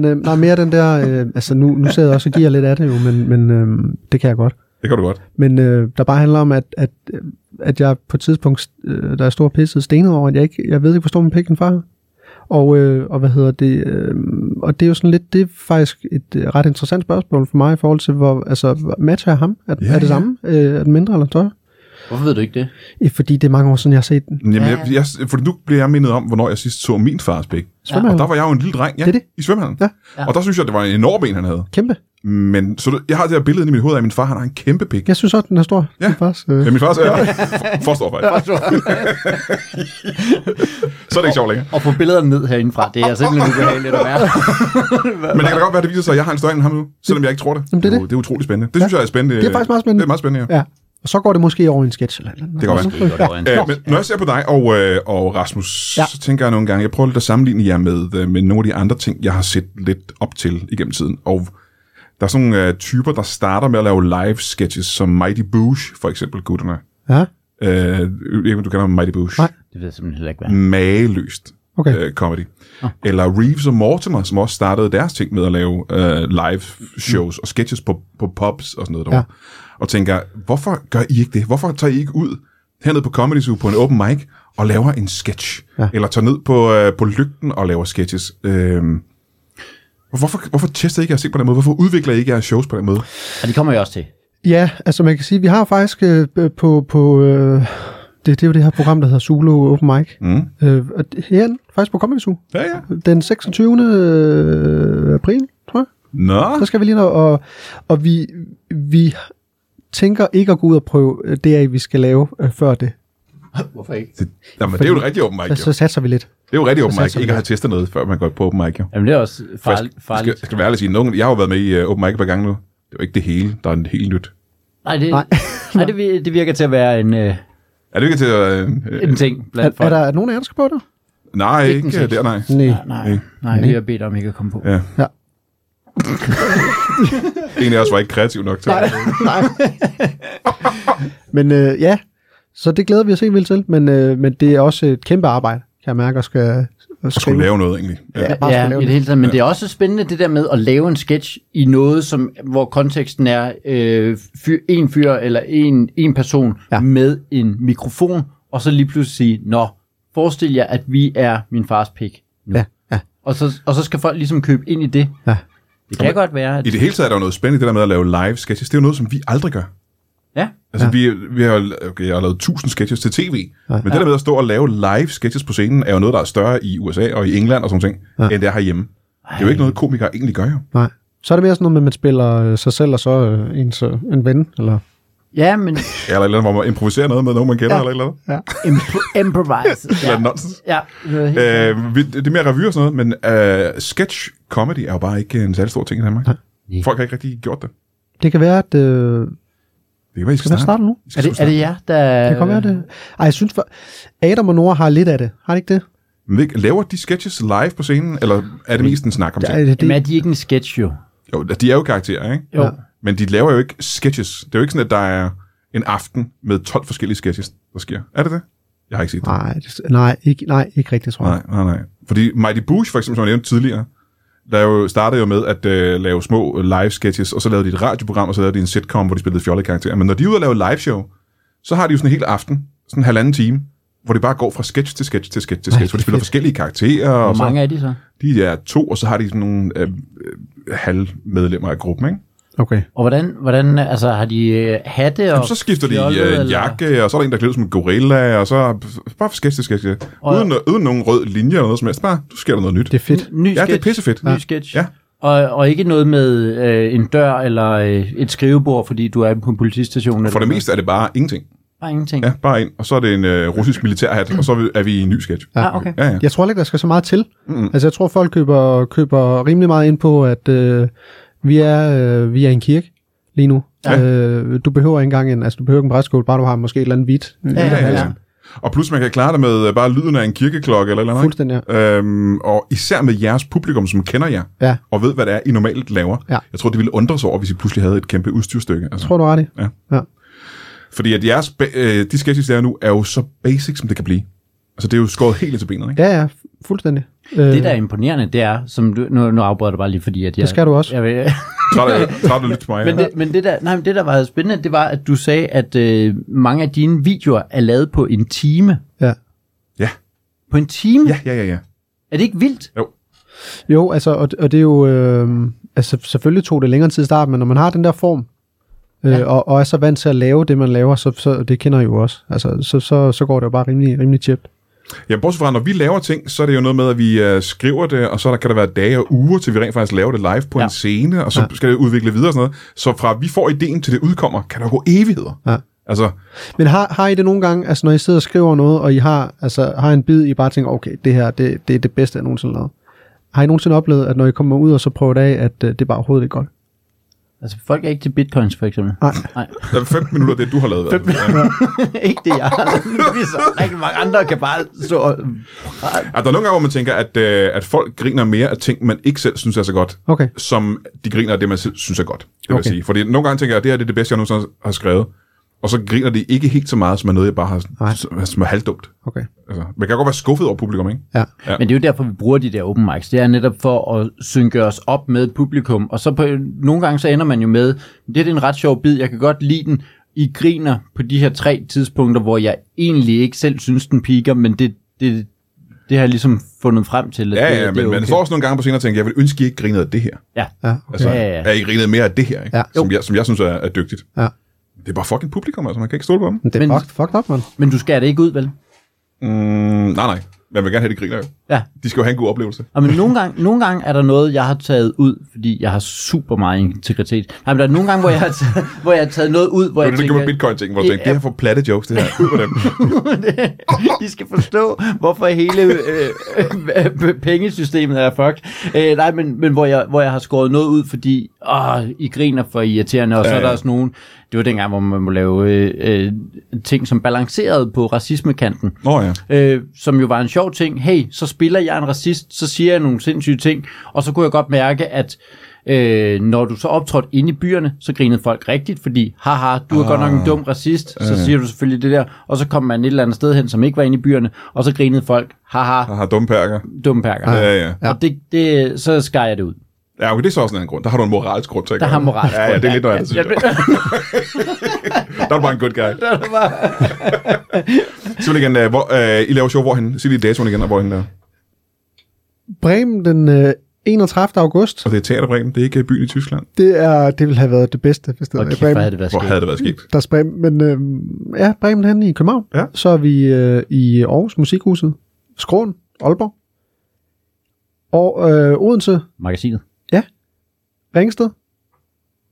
[SPEAKER 2] men øh, nej, mere den der... Øh, altså, nu, nu sidder jeg også og giver lidt af det jo, men, men øh, det kan jeg godt.
[SPEAKER 1] Det kan du godt.
[SPEAKER 2] Men øh, der bare handler om, at, at, øh, at jeg på et tidspunkt, øh, der er stor pisset stenet over, at jeg, ikke, jeg ved ikke, hvor stor min pikken far. Og, øh, og hvad hedder det? Øh, og det er jo sådan lidt, det er faktisk et øh, ret interessant spørgsmål for mig i forhold til, hvor, altså, matcher jeg ham? Er,
[SPEAKER 1] Ja,
[SPEAKER 2] ja, er
[SPEAKER 1] ja.
[SPEAKER 2] det samme? Øh, er den mindre eller større?
[SPEAKER 3] hvorfor ved du ikke det?
[SPEAKER 2] Eh, Fordi det er mange år siden, jeg har set den.
[SPEAKER 1] Jamen,
[SPEAKER 3] Ja.
[SPEAKER 1] jeg, jeg, for nu bliver jeg mindet om, hvornår jeg sidst så min fars pik.
[SPEAKER 2] Svømmehallen.
[SPEAKER 1] Og der var jeg jo en lille dreng, ja,
[SPEAKER 2] Det er det.
[SPEAKER 1] i svømmehallen.
[SPEAKER 2] Ja.
[SPEAKER 1] Og der synes jeg, det var en enorm en, han havde.
[SPEAKER 2] Kæmpe.
[SPEAKER 1] Men så du- jeg har det her billede inde i mit hoved af, at min far han har en kæmpe pik. Ja.
[SPEAKER 2] Jeg synes også, den er stor.
[SPEAKER 1] Ja.
[SPEAKER 2] Den er faktisk, øh,
[SPEAKER 1] Men min far så er forstår faktisk. så er det ikke sjovt længere.
[SPEAKER 3] Og få billederne ned herindefra, det er simpelthen ubehageligt at være.
[SPEAKER 1] Men det kan da godt være, at det viser sig, at jeg har en større en end ham nu, selvom jeg ikke tror det.
[SPEAKER 2] Jamen, det er det.
[SPEAKER 1] jo- det er utroligt spændende. Det synes jeg er spændende.
[SPEAKER 2] Det er faktisk meget spændende.
[SPEAKER 1] Det er meget spændende, ja.
[SPEAKER 2] ja. Og så går det måske over i en sketch eller, eller
[SPEAKER 1] Det kan godt være.
[SPEAKER 3] Det går over i en
[SPEAKER 1] Øh,
[SPEAKER 3] sketch,
[SPEAKER 1] men når jeg ser på dig og, øh, og Rasmus, ja.
[SPEAKER 2] Ja.
[SPEAKER 1] så tænker jeg nogle gange, jeg prøver lidt at sammenligne jer med, øh, med nogle af de andre ting, jeg har set lidt op til igennem tiden. Og der er sådan nogle øh, typer, der starter med at lave live sketches, som Mighty Boosh, for eksempel gutterne.
[SPEAKER 2] Ja,
[SPEAKER 1] Øh, jeg ved ikke, om du kender Mighty Boosh.
[SPEAKER 2] Nej.
[SPEAKER 3] Det ved jeg simpelthen heller ikke, hvad
[SPEAKER 1] Mageløst
[SPEAKER 2] Okay.
[SPEAKER 1] øh, comedy. Eller Reeves og Mortimer, som også startede deres ting med at lave øh, live
[SPEAKER 2] Mm.
[SPEAKER 1] shows og sketches på, på pubs og sådan noget derovre. Og tænker, hvorfor gør I ikke det? Hvorfor tager I ikke ud hernede på Comedy Zoo på en open mic og laver en sketch? Ja. Eller tager ned på, øh, på lygten og laver sketches? Øh, hvorfor, hvorfor tester I ikke jeres ting på den måde? Hvorfor udvikler I ikke jeres shows på den måde?
[SPEAKER 3] Og det kommer jeg også til.
[SPEAKER 2] ja altså man kan sige, vi har faktisk øh, øh, på, på øh, det, det er jo det her program, der hedder Zulu Open Mic. Mm. Øh, og det- herinde, faktisk på Comedy Zoo.
[SPEAKER 1] Ja, ja.
[SPEAKER 2] Den 26. april, tror jeg.
[SPEAKER 1] Nå,
[SPEAKER 2] Så skal vi lige nå, og, og vi, vi tænker ikke at gå ud og prøve øh, det, af, vi skal lave øh, før det.
[SPEAKER 3] Hvorfor ikke?
[SPEAKER 1] det, jamen, det er jo en rigtig open mic,
[SPEAKER 2] Så, så
[SPEAKER 1] jo.
[SPEAKER 2] satser vi lidt.
[SPEAKER 1] Det er jo en rigtig open mic,
[SPEAKER 2] satser vi
[SPEAKER 1] ikke at
[SPEAKER 2] lidt.
[SPEAKER 1] have testet noget, før man går på open mic, jo.
[SPEAKER 3] Jamen, det er også farligt.
[SPEAKER 1] Faktisk, jeg, skal,
[SPEAKER 3] farligt.
[SPEAKER 1] jeg skal være ærlig og sige, nogen, jeg har jo været med i uh, Open Mic et par gange nu. Det er jo ikke det hele, der er en helt nyt.
[SPEAKER 3] Nej, det, nej.
[SPEAKER 2] Nej.
[SPEAKER 3] nej det, vir- det virker til at være en, øh,
[SPEAKER 1] Er det ikke til at... Uh,
[SPEAKER 3] en ting
[SPEAKER 2] Er,
[SPEAKER 3] blandt folk.
[SPEAKER 2] er der nogen af jer, der skal på det?
[SPEAKER 1] nej, ikke
[SPEAKER 3] den
[SPEAKER 1] øh, der, nej.
[SPEAKER 2] Nej.
[SPEAKER 3] Nej, nej, vi har bedt om ikke at komme på.
[SPEAKER 1] Ja.
[SPEAKER 2] Ja.
[SPEAKER 1] En af os var ikke kreativ nok til.
[SPEAKER 2] Nej, nej. men øh, ja, så det glæder vi os helt vildt til, men, øh, men det er også et kæmpe arbejde, kan jeg mærke, at skal, at
[SPEAKER 1] at skulle lave noget, egentlig. Ja.
[SPEAKER 2] Ja, bare
[SPEAKER 3] Ja,
[SPEAKER 2] skulle lave
[SPEAKER 3] i det
[SPEAKER 2] det.
[SPEAKER 3] hele taget. Men det er også spændende det der med at lave en sketch i noget, som, hvor konteksten er øh, fyr, en fyr eller en, en person ja.
[SPEAKER 2] Ja.
[SPEAKER 3] med en mikrofon, og så lige pludselig sige, nå, forestil jer, at vi er min fars pik.
[SPEAKER 2] Ja, ja.
[SPEAKER 3] Og så, og så skal folk ligesom købe ind i det.
[SPEAKER 2] Ja.
[SPEAKER 3] Det kan godt være, at...
[SPEAKER 1] I det hele taget er der jo noget spændende, i det der med at lave live sketches. Det er jo noget, som vi aldrig gør.
[SPEAKER 3] Ja,
[SPEAKER 1] Altså, ja. vi, vi har, okay, jeg har lavet tusind sketches til tv, ja. men det der med at stå og lave live sketches på scenen, er jo noget, der er større i USA og i England og sådan ting, ja. end det er herhjemme. Det er jo ikke noget, komikere egentlig gør jo.
[SPEAKER 2] Nej. Så er det mere sådan noget med, at man spiller øh, sig selv og så øh, en, så, en ven. Eller...
[SPEAKER 3] ja men
[SPEAKER 1] Eller et eller andet, hvor man improviserer noget med nogen, man kender, ja. eller et eller andet.
[SPEAKER 2] Ja.
[SPEAKER 3] impro- improvise.
[SPEAKER 1] Ja. Eller nonsens.
[SPEAKER 3] ja. ja. Øh,
[SPEAKER 1] Øh, vi- det er mere revy og sådan noget, men øh, sketch comedy er jo bare ikke en særlig stor ting i Danmark. Nej. Folk har ikke rigtig gjort det.
[SPEAKER 2] Det kan være, at... Øh,
[SPEAKER 1] Det kan være, I skal
[SPEAKER 2] skal
[SPEAKER 1] starte.
[SPEAKER 2] vi starte nu?
[SPEAKER 1] I
[SPEAKER 3] er,
[SPEAKER 1] skal
[SPEAKER 3] det, er det jer, der...
[SPEAKER 2] Det kan godt være det. Ej, jeg synes, for Adam og Nora har lidt af det. Har de ikke det?
[SPEAKER 1] Men ikke- Laver de sketches live på scenen, eller er det mest en snak om
[SPEAKER 2] Ja,
[SPEAKER 1] ting?
[SPEAKER 2] det,
[SPEAKER 3] Jamen, er
[SPEAKER 2] det
[SPEAKER 3] de ikke en sketch, jo?
[SPEAKER 1] Jo, de er jo karakterer, ikke?
[SPEAKER 3] Jo. Ja.
[SPEAKER 1] Men de laver jo ikke sketches. Det er jo ikke sådan, at der er en aften med 12 forskellige sketches, der sker. Er det det? Jeg har ikke set det.
[SPEAKER 2] nej, det, nej, ikke, nej, ikke rigtigt, tror jeg.
[SPEAKER 1] Nej, nej, nej. Fordi Mighty Bush, for eksempel, som jeg nævnte tidligere, der jo startede jo med at øh, lave små live sketches, og så lavede de et radioprogram, og så lavede de en sitcom, hvor de spillede fjollede karakterer. Men når de er ude og lave live show, så har de jo sådan en hel aften, sådan en halvanden time, hvor de bare går fra sketch til sketch til sketch til sketch, hvor de spiller forskellige karakterer. Og
[SPEAKER 3] Hvor mange
[SPEAKER 1] så,
[SPEAKER 3] er de så?
[SPEAKER 1] de er to, og så har de sådan nogle øh, øh, halvmedlemmer af gruppen, ikke?
[SPEAKER 2] Okay.
[SPEAKER 3] Og hvordan, hvordan altså, har de øh, hatte og
[SPEAKER 1] Og så skifter de
[SPEAKER 3] fjollet,
[SPEAKER 1] øh,
[SPEAKER 3] eller-
[SPEAKER 1] jakke, og så er der en, der klæder som en gorilla, og så bare sketch til sketch. til- Uden, øh, uden nogen rød linje eller noget som helst. Bare, nu sker der noget nyt.
[SPEAKER 2] Det er fedt.
[SPEAKER 3] Ny
[SPEAKER 1] Ja,
[SPEAKER 3] sketch.
[SPEAKER 1] det er pissefedt.
[SPEAKER 3] Ny
[SPEAKER 1] Ja.
[SPEAKER 3] sketch.
[SPEAKER 1] Ja.
[SPEAKER 3] Og, og ikke noget med øh, en dør eller øh, et skrivebord, fordi du er på en politistation. Eller
[SPEAKER 1] For det
[SPEAKER 3] noget.
[SPEAKER 1] meste er det bare ingenting.
[SPEAKER 3] Bare ingenting.
[SPEAKER 1] Ja, bare ind. Og så er det en øh, russisk militærhat, og så er vi i en ny sketch.
[SPEAKER 3] Ah, okay.
[SPEAKER 1] Ja, ja.
[SPEAKER 2] Jeg tror heller ikke, der skal så meget til. Mm. Altså, jeg tror, folk køber, køber rimelig meget ind på, at øh, vi, er, øh, vi er en kirke lige nu.
[SPEAKER 1] Ja.
[SPEAKER 2] Ja. Øh, du behøver ikke engang en, altså, du behøver ikke en brætskål, bare du har måske et eller andet hvidt. Ja,
[SPEAKER 3] ja,
[SPEAKER 1] ja, ja. Og plus man kan klare det med øh, bare lyden af en kirkeklokke eller et eller andet. ikke?
[SPEAKER 2] Fuldstændig.
[SPEAKER 1] Øhm, og især med jeres publikum, som kender jer,
[SPEAKER 2] Ja.
[SPEAKER 1] og ved, hvad det er, I normalt laver.
[SPEAKER 2] Ja.
[SPEAKER 1] Jeg tror, det ville undre sig over, hvis I pludselig havde et kæmpe udstyrstykke. Altså.
[SPEAKER 2] Tror du ret i?
[SPEAKER 1] Ja.
[SPEAKER 2] ja.
[SPEAKER 1] Fordi at jeres, ba- øh, de sketches, der er nu, er jo så basic, som det kan blive. Altså, det er jo skåret helt ind til benet, ikke?
[SPEAKER 2] Ja, ja, fu- fuldstændig. Øh,
[SPEAKER 3] Det, der er imponerende, det er, som du, nu, nu afbryder du bare lige, fordi at jeg...
[SPEAKER 2] Det skal du også.
[SPEAKER 3] Jeg, vil,
[SPEAKER 1] Så er det, så er det lidt til mig.
[SPEAKER 3] men, det, men det, der, nej, men det, der var spændende, det var, at du sagde, at øh, mange af dine videoer er lavet på en time.
[SPEAKER 2] ja.
[SPEAKER 1] Ja,
[SPEAKER 3] På en time?
[SPEAKER 1] ja, ja, ja. ja.
[SPEAKER 3] Er det ikke vildt?
[SPEAKER 1] Jo.
[SPEAKER 2] Jo, altså, og, og det er jo, øh, altså selvfølgelig tog det længere tid i starten, men når man har den der form, øh, ja. og, og er så vant til at lave det, man laver, så, så det kender I jo også, altså, så, så, så går det jo bare rimelig, rimelig tjept.
[SPEAKER 1] Ja, bortset fra, når vi laver ting, så er det jo noget med, at vi øh, skriver det, og så der, kan der være dage og uger, til vi rent faktisk laver det live på ja.
[SPEAKER 3] Ja.
[SPEAKER 1] en scene, og så ja. skal det udvikle videre og sådan noget. Så fra vi får ideen til det udkommer, kan der gå evigheder.
[SPEAKER 2] Ja.
[SPEAKER 1] Altså,
[SPEAKER 2] Men har, har I det nogle gange, altså når I sidder og skriver noget, og I har, altså, har en bid, I bare tænker, okay, det her, det, det er det bedste, jeg nogensinde har lavet. Har I nogensinde oplevet, at når I kommer ud og så prøver det af, at øh, det er bare overhovedet ikke godt?
[SPEAKER 3] Altså, folk er ikke til bitcoins, for eksempel.
[SPEAKER 2] Nej.
[SPEAKER 3] Nej.
[SPEAKER 1] Der er 15 minutter af det, du har lavet. i hvert fald. Ja.
[SPEAKER 3] ikke det, jeg har. Vi så rigtig mange andre kan bare så...
[SPEAKER 1] Er Altså, der nogle gange, hvor man tænker, at, øh, at folk griner mere af ting, man ikke selv synes er så godt,
[SPEAKER 2] Okay.
[SPEAKER 1] som de griner af det, man selv synes er godt. Det vil okay.
[SPEAKER 2] Okay.
[SPEAKER 1] sige. Fordi nogle gange tænker jeg, at det her det er det bedste, jeg nogensinde har skrevet. Og så griner de ikke helt så meget, som er noget, jeg bare har,
[SPEAKER 2] Nej.
[SPEAKER 1] som, som er halvdumt.
[SPEAKER 2] Okay.
[SPEAKER 1] Altså, man kan godt være skuffet over publikum, ikke?
[SPEAKER 2] Ja.
[SPEAKER 3] Men det er jo derfor, vi bruger de der open mics. Det er netop for at synke os op med et publikum. Og så på, nogle gange så ender man jo med, det er en ret sjov bid, jeg kan godt lide den. I griner på de her tre tidspunkter, hvor jeg egentlig ikke selv synes, den piker, men det, det, det har jeg ligesom fundet frem til. at
[SPEAKER 1] Ja,
[SPEAKER 3] det,
[SPEAKER 1] ja,
[SPEAKER 3] det
[SPEAKER 1] men
[SPEAKER 3] er
[SPEAKER 1] man står også nogle gange på scenen og tænker, jeg vil ønske, I ikke grinede af det her.
[SPEAKER 3] Ja.
[SPEAKER 2] Ja.
[SPEAKER 1] Altså,
[SPEAKER 2] Okay.
[SPEAKER 1] ja,
[SPEAKER 3] Ja,
[SPEAKER 1] ja,
[SPEAKER 3] ja,
[SPEAKER 1] ja.
[SPEAKER 3] ja.
[SPEAKER 1] Er I grinet mere af det her, ikke?
[SPEAKER 2] Ja.
[SPEAKER 1] Som, jeg, som jeg synes er, er dygtigt.
[SPEAKER 2] Ja.
[SPEAKER 1] Det er bare fucking publikum, altså. Man kan ikke stole på dem.
[SPEAKER 2] Men det er
[SPEAKER 3] Men-
[SPEAKER 2] fucked, fucked up, mand.
[SPEAKER 3] Men du skærer det ikke ud, vel?
[SPEAKER 1] Mm, nej, nej. Man vil gerne have, de griner jo.
[SPEAKER 3] Ja.
[SPEAKER 1] De skal jo have en god oplevelse.
[SPEAKER 3] Og men nogle, gange, nogle gange er der noget, jeg har taget ud, fordi jeg har super meget integritet. Nej, men der er nogle gange, hvor jeg har taget, hvor jeg har taget noget ud, hvor
[SPEAKER 1] Det var
[SPEAKER 3] jeg
[SPEAKER 1] det, der gjorde med bitcoin-ting, hvor du
[SPEAKER 3] Ja.
[SPEAKER 1] tænkte, det her får platte jokes, det her. Ud med dem.
[SPEAKER 3] De skal forstå, hvorfor hele øh, øh, øh, pengesystemet er fucked. Øh, nej, men, men hvor, jeg, hvor jeg har skåret noget ud, fordi åh, I griner for irriterende, og så
[SPEAKER 1] Ja,
[SPEAKER 3] er der
[SPEAKER 1] ja.
[SPEAKER 3] også nogen... Det var dengang, hvor man må lave øh, øh, ting, som balancerede på racismekanten.
[SPEAKER 1] Nå ja.
[SPEAKER 3] Øh, som jo var en sjov ting. Hey, så spiller jeg en racist, så siger jeg nogle sindssyge ting, og så kunne jeg godt mærke, at øh, når du så optrådte inde i byerne, så grinede folk rigtigt, fordi haha, du er godt nok en dum racist, så siger du selvfølgelig det der, og så kom man et eller andet sted hen, som ikke var inde i byerne, og så grinede folk, haha,
[SPEAKER 1] Haha, dumme perker.
[SPEAKER 3] dumme perker.
[SPEAKER 1] Ja, ja.
[SPEAKER 3] Ja. Og det, det, så skar jeg det ud.
[SPEAKER 1] Ja, okay, det er så også en anden grund. Der har du en moralsk grund til at
[SPEAKER 3] Der
[SPEAKER 1] gøre
[SPEAKER 3] har
[SPEAKER 1] det.
[SPEAKER 3] moral.
[SPEAKER 1] Ja, ja, det er lidt noget andet, synes jeg. Der er du bare en good guy. Sig mig igen, øh, hvor, øh, I laver show hvorhen? Sig lige datoen igen, og hvorhen der.
[SPEAKER 2] Bremen den øh, 31.
[SPEAKER 1] Og
[SPEAKER 2] august.
[SPEAKER 1] Altså, det er teaterbremen, det er ikke øh, byen i Tyskland.
[SPEAKER 2] Det, er, det ville have været det bedste, hvis det
[SPEAKER 3] Og
[SPEAKER 2] havde
[SPEAKER 3] kæft,
[SPEAKER 2] været
[SPEAKER 3] hvor havde
[SPEAKER 2] Bremen.
[SPEAKER 3] det været
[SPEAKER 1] Hvor
[SPEAKER 3] sket.
[SPEAKER 1] havde det været sket?
[SPEAKER 2] Der er Bremen, men øh, ja, Bremen hen i København.
[SPEAKER 1] Ja.
[SPEAKER 2] Så er vi øh, i Aarhus Musikhuset, Skråen, Aalborg, og øh, Odense,
[SPEAKER 3] Magasinet.
[SPEAKER 2] Ringsted.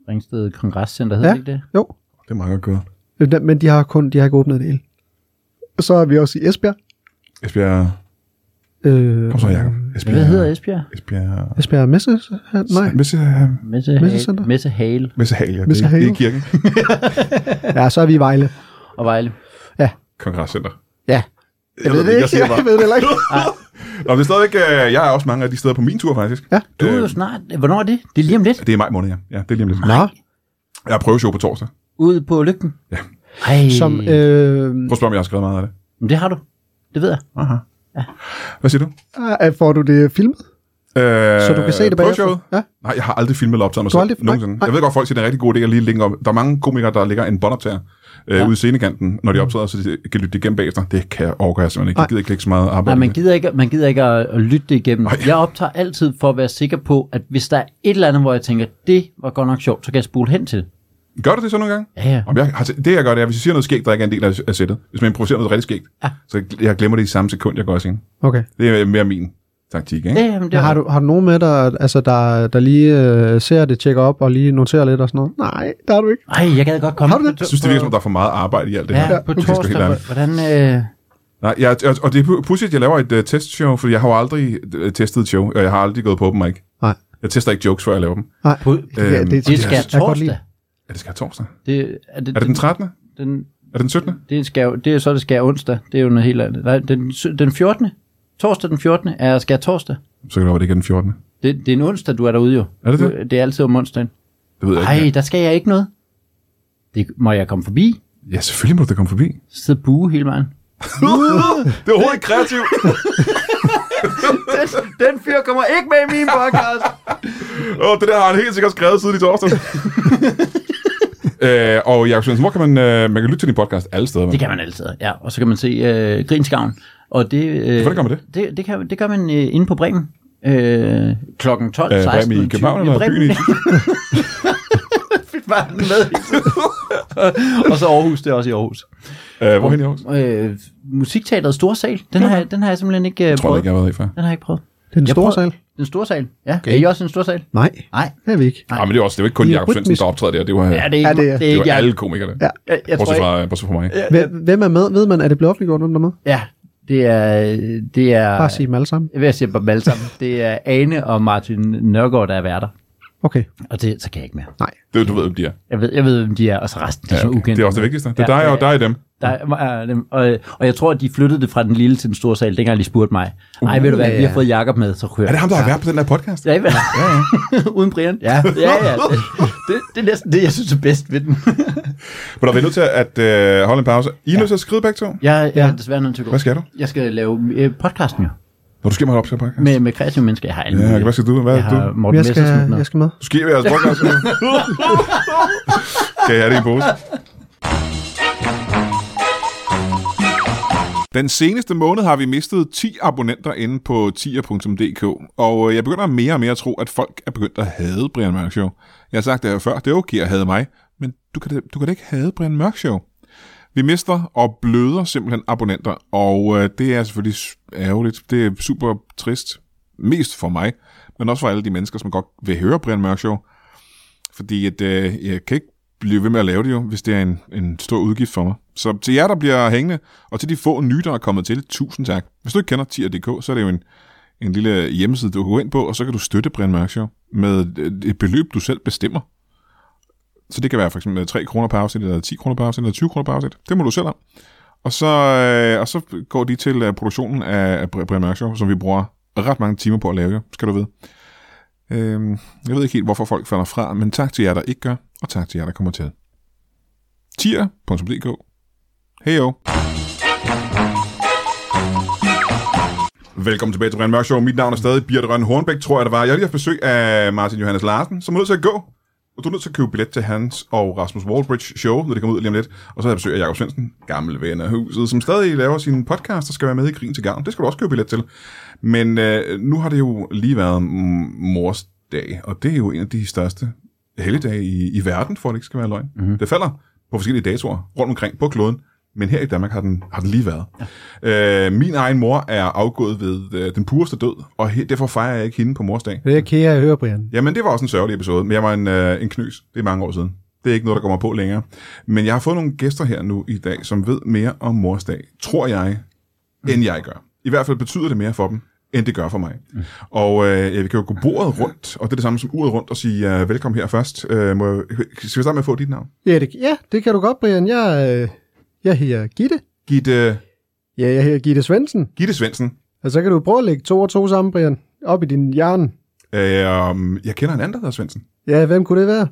[SPEAKER 3] Ringsted Kongresscenter hedder
[SPEAKER 2] Ja.
[SPEAKER 3] ja. det ikke det?
[SPEAKER 2] Jo,
[SPEAKER 1] Det er meget godt gået.
[SPEAKER 2] Øh, men de har kun de har ikke åbnet det hele. Så er vi også i Esbjerg.
[SPEAKER 1] Esbjerg...
[SPEAKER 2] Øh,
[SPEAKER 1] Kom så, Jacob. Esbjerg...
[SPEAKER 3] Hvad hedder Esbjerg?
[SPEAKER 1] Esbjerg...
[SPEAKER 2] Esbjerg Messe? Nej.
[SPEAKER 1] Messe,
[SPEAKER 3] Messehale.
[SPEAKER 2] Messecenter.
[SPEAKER 3] Messehale
[SPEAKER 1] Messehal, ja. Det, er-
[SPEAKER 2] Messehale.
[SPEAKER 1] det er kirken.
[SPEAKER 2] Ja, så er vi i Vejle.
[SPEAKER 3] og Vejle.
[SPEAKER 1] Kongresscenter.
[SPEAKER 2] Ja.
[SPEAKER 1] Jeg ved det ikke, jeg siger bare.
[SPEAKER 2] Jeg ved det heller ikke.
[SPEAKER 1] Nå, men det er stadigvæk... øh, Jeg er også mange af de steder på min tur, faktisk.
[SPEAKER 2] Ja.
[SPEAKER 3] Du er jo snart... Hvornår er det? Det er lige om lidt.
[SPEAKER 1] Det er i maj måned, ja. ja det er lige om lidt.
[SPEAKER 2] Nå,
[SPEAKER 1] Jeg har prøveshow på torsdag.
[SPEAKER 3] Ude på lygten?
[SPEAKER 1] Ja.
[SPEAKER 3] Ej,
[SPEAKER 2] som, øh,
[SPEAKER 1] Prøv at spørge, om jeg har skrevet meget af det.
[SPEAKER 3] men det har du. Det ved jeg.
[SPEAKER 1] Aha. Hvad siger du?
[SPEAKER 2] øh, får du det filmet?
[SPEAKER 1] Øh,
[SPEAKER 2] Så du kan se det bagefter?
[SPEAKER 1] prøveshowet?
[SPEAKER 2] Ja.
[SPEAKER 1] Nej, jeg har aldrig filmet eller optaget mig
[SPEAKER 2] Du har
[SPEAKER 1] selv.
[SPEAKER 2] aldrig- nej,
[SPEAKER 1] nogensinde.
[SPEAKER 2] nej.
[SPEAKER 1] Jeg ved godt, folk siger, det er en rigtig god idé at lige linke op. Der er mange komikere, der ligger en båndoptager øh, ja. ude i scenekanten, når de optræder, så de kan lytte det igennem bagefter. Det kan jeg overgøre simpelthen ikke. Jeg gider ikke lægge så meget
[SPEAKER 3] Nej,
[SPEAKER 1] arbejde. i
[SPEAKER 3] man
[SPEAKER 1] det.
[SPEAKER 3] gider ikke, man gider ikke at, at lytte det igennem. Ej. Jeg optager altid for at være sikker på, at hvis der er et eller andet, hvor jeg tænker, det var godt nok sjovt, så kan jeg spole hen til det.
[SPEAKER 1] Gør du det så nogle gange?
[SPEAKER 3] Ja, ja.
[SPEAKER 1] Om jeg har, det jeg gør, det er, hvis jeg siger noget skægt, der ikke er en del af, af sættet. Hvis man improviserer noget rigtig skægt, ja. så jeg- jeg glemmer det i samme sekund, jeg går også ind.
[SPEAKER 2] Okay.
[SPEAKER 1] Det er mere min taktik, ikke?
[SPEAKER 3] Ja, jamen, det
[SPEAKER 2] Ja.
[SPEAKER 3] er,
[SPEAKER 2] Har, du, har du nogen med, der, altså, der, der lige øh, ser det, tjekker op og lige noterer lidt og sådan noget? Nej, der har du ikke.
[SPEAKER 3] Ej, jeg gad godt komme.
[SPEAKER 2] Har du det?
[SPEAKER 1] Jeg synes, det virker som, der er for meget arbejde i alt det her.
[SPEAKER 3] Ja, på
[SPEAKER 1] Hvis jeg skal være helt
[SPEAKER 3] torsdag.
[SPEAKER 1] ærlig.
[SPEAKER 3] hvor- Hvordan... Øh,
[SPEAKER 1] Nej, jeg, jeg- og det er pudsigt, at jeg laver et uh, testshow, for jeg har jo aldrig uh, testet et show, og jeg har aldrig gået på open mic.
[SPEAKER 2] Nej.
[SPEAKER 1] Jeg tester ikke jokes, før jeg laver dem.
[SPEAKER 2] Nej.
[SPEAKER 3] på,
[SPEAKER 2] Ja,
[SPEAKER 1] Øhm,
[SPEAKER 2] det,
[SPEAKER 3] det
[SPEAKER 2] jeg
[SPEAKER 3] skal
[SPEAKER 2] kan godt lide.
[SPEAKER 3] torsdag.
[SPEAKER 1] Er det skal jeg torsdag?
[SPEAKER 3] Det, er det,
[SPEAKER 1] Er det den 13.
[SPEAKER 3] den,
[SPEAKER 1] Er det den 17.
[SPEAKER 3] det, skal, jo- det er så, det skal onsdag. Det er jo noget helt andet. Nej, den, sy- den 14. Torsdag den 14. er skal torsdag.
[SPEAKER 1] Så kan det være, det ikke er den 14.
[SPEAKER 3] Det, det er en onsdag, du er derude jo.
[SPEAKER 1] Er det det?
[SPEAKER 3] Du- Det er altid om onsdagen.
[SPEAKER 1] Det ved jeg
[SPEAKER 3] Nej,
[SPEAKER 1] ikke.
[SPEAKER 3] der skal jeg ikke noget. Det må jeg komme forbi.
[SPEAKER 1] Ja, selvfølgelig må du da komme forbi.
[SPEAKER 3] Sidde og bue hele vejen.
[SPEAKER 1] det er overhovedet ikke kreativt.
[SPEAKER 3] Den, den fyr kommer ikke med i min podcast.
[SPEAKER 1] Åh, det der har han helt sikkert skrevet siden i torsdag. øh, og Jacob Sørensen, hvor kan man, øh, man kan lytte til din podcast alle steder?
[SPEAKER 3] Det kan man altid, ja. Og så kan man se øh, Grinskavn. Og det, øh,
[SPEAKER 1] Hvordan gør man det?
[SPEAKER 3] Det, det, kan, det gør man øh, inde på Bremen. Øh, klokken 12,
[SPEAKER 1] Øh,
[SPEAKER 3] 16.
[SPEAKER 1] Bremen i København eller byen i...
[SPEAKER 3] Fik bare den med hele tiden. og så Aarhus, det er også i Aarhus.
[SPEAKER 1] Øh, hvorhen i Aarhus? Jeg
[SPEAKER 3] Øh, musikteateret Store Sal, den, har, jeg- den har jeg simpelthen ikke
[SPEAKER 1] tror
[SPEAKER 3] øh,
[SPEAKER 1] jeg
[SPEAKER 3] prøvet.
[SPEAKER 1] ikke, jeg har været i før.
[SPEAKER 3] Den har jeg ikke prøvet.
[SPEAKER 2] Det er en
[SPEAKER 3] Jeg
[SPEAKER 2] stor
[SPEAKER 3] prøver-
[SPEAKER 2] sal.
[SPEAKER 3] Den store sal, ja. Okay. Er I også en stor sal?
[SPEAKER 2] Nej,
[SPEAKER 3] Nej.
[SPEAKER 2] det er vi ikke.
[SPEAKER 1] Nej, Ah, men det er også det er jo ikke kun
[SPEAKER 2] I er
[SPEAKER 1] Jacob Sørensen,
[SPEAKER 2] rytmisk.
[SPEAKER 1] der optræder der. Det var,
[SPEAKER 3] Ja, det er
[SPEAKER 2] Ja,
[SPEAKER 3] ikke,
[SPEAKER 2] det er-
[SPEAKER 3] det,
[SPEAKER 1] det
[SPEAKER 3] er
[SPEAKER 1] var
[SPEAKER 3] ikke
[SPEAKER 1] alle komikere.
[SPEAKER 2] Ja.
[SPEAKER 3] Jeg, jeg tror
[SPEAKER 1] Bortset
[SPEAKER 3] ikke,
[SPEAKER 1] fra, bortset fra mig.
[SPEAKER 2] Hvem, hvem er med? Ved man, er det blevet offentliggjort, hvem der er med?
[SPEAKER 3] ja, det er, det er,
[SPEAKER 2] Bare sig dem alle sammen.
[SPEAKER 3] jeg vil sige dem alle sammen, det er Ane og Martin Nørgaard, der er værter.
[SPEAKER 2] Okay.
[SPEAKER 3] Og det, så kan jeg ikke mere.
[SPEAKER 2] Nej.
[SPEAKER 1] Det er du ved, hvem de er.
[SPEAKER 3] Jeg ved, jeg ved, hvem de er, og så resten de er
[SPEAKER 1] Ja,
[SPEAKER 3] ja,
[SPEAKER 1] okay.
[SPEAKER 3] ukendte.
[SPEAKER 1] Det er også det vigtigste. Det er dig og dig og dem.
[SPEAKER 3] Der er, er dem. Og, og jeg tror, at de flyttede det fra den lille til den store sal, dengang de spurgte mig. Nej, ved du hvad,
[SPEAKER 2] ja,
[SPEAKER 3] vi har
[SPEAKER 2] Uh, ja.
[SPEAKER 3] fået Jakob med, så kører
[SPEAKER 1] Er det ham, der har været på den der podcast?
[SPEAKER 3] Ja, ja, ja. Uden Brian. Ja, ja, ja. Det, det, det er næsten det, jeg synes er bedst ved den.
[SPEAKER 1] Men der er vi nødt til at øh, holde en pause. I er nødt til at skride begge to.
[SPEAKER 3] Jeg, jeg
[SPEAKER 2] Ja.
[SPEAKER 3] er desværre nødt til at gå.
[SPEAKER 1] Hvad skal du?
[SPEAKER 3] Jeg skal lave øh, podcasten jo.
[SPEAKER 1] Når du skal mig op til en podcast.
[SPEAKER 3] Med, med kreative mennesker. Jeg har alle
[SPEAKER 1] Ja,
[SPEAKER 3] mulige.
[SPEAKER 1] hvad skal du? Hvad
[SPEAKER 3] Jeg
[SPEAKER 1] er du?
[SPEAKER 3] har Morten
[SPEAKER 2] Jeg skal,
[SPEAKER 3] Messerschmidt med.
[SPEAKER 2] jeg skal med.
[SPEAKER 1] Du skriver jeres podcast nu. Skal jeg have det i en pose? Den seneste måned har vi mistet 10 abonnenter inde på tier.dk, og øh, jeg begynder mere og mere at tro, at folk er begyndt at hade Brian Mørk Show. Jeg har sagt det her før, det er okay at hade mig, men du kan, da- du kan da ikke hade Brian Mørk Show. Vi mister og bløder simpelthen abonnenter, og øh, det er selvfølgelig s- ærgerligt. Det er super trist. Mest for mig, men også for alle de mennesker, som godt vil høre Brian Mørk Show. Fordi at, øh, jeg kan ikke blive ved med at lave det jo, hvis det er en, en stor udgift for mig. Så til jer, der bliver hængende, og til de få nye, der er kommet til, tusind tak. Hvis du ikke kender tier.dk, så er det jo en, en lille hjemmeside, du kan gå ind på, og så kan du støtte Brian Mørk Show med et- et beløb, du selv bestemmer. Så det kan være for eksempel 3 kroner per afsnit, eller 10 kroner per afsnit, eller 20 kroner per afsnit. Det må du selv om. Og så, øh, og så går de til øh, produktionen af af Brian Mørk Show, som vi bruger ret mange timer på at lave, jo, skal du vide. Øhm, jeg ved ikke helt, hvorfor folk falder fra, men tak til jer, der ikke gør, og tak til jer, der kommer til. tier.dk Hej jo. Velkommen tilbage til Brian Mørk Show. Mit navn er stadig Birte Rønne Hornbæk, tror jeg det var. Jeg har lige haft besøg af Martin Johannes Larsen, som er nødt til at gå. Og du er nødt til at købe billet til hans og Rasmus Wallbridge show, når det kommer ud lige om lidt. Og så har jeg besøg af Jakob Svendsen, gammel ven af huset, som stadig laver sin podcast og skal være med i Krigen til Gavn. Det skal du også købe billet til. Men øh, nu har det jo lige været mm, mors dag, og det er jo en af de største helligdage i, i verden, for at det ikke skal være løgn. Mm-hmm. Det falder på forskellige datoer rundt omkring på kloden, men her i Danmark har den, har den lige været. Ja. Øh, min egen mor er afgået ved øh, den pureste død, og he, derfor fejrer jeg ikke hende på mors dag.
[SPEAKER 2] Det er kære at høre, Brian.
[SPEAKER 1] Jamen, det var også en sørgelig episode, men jeg var en, øh, en knys. Det er mange år siden. Det er ikke noget, der kommer på længere. Men jeg har fået nogle gæster her nu i dag, som ved mere om morsdag, tror jeg, end jeg gør. I hvert fald betyder det mere for dem, end det gør for mig. Mm. Og øh, ja, vi kan jo gå bordet rundt, og det er det samme som uret rundt, og sige øh, velkommen her først. Øh, må jeg, skal vi starte med at få dit navn?
[SPEAKER 2] Ja, det, ja, det kan du godt, Brian. Jeg, øh, jeg hedder Gitte.
[SPEAKER 1] Gitte,
[SPEAKER 2] Ja, jeg hedder Gitte Svendsen.
[SPEAKER 1] Gitte Svendsen.
[SPEAKER 2] Og så kan du prøve at lægge to og to sammen, Brian. Op i din hjerne.
[SPEAKER 1] Øh, jeg kender en anden, der hedder Svendsen.
[SPEAKER 2] Ja, hvem kunne det være?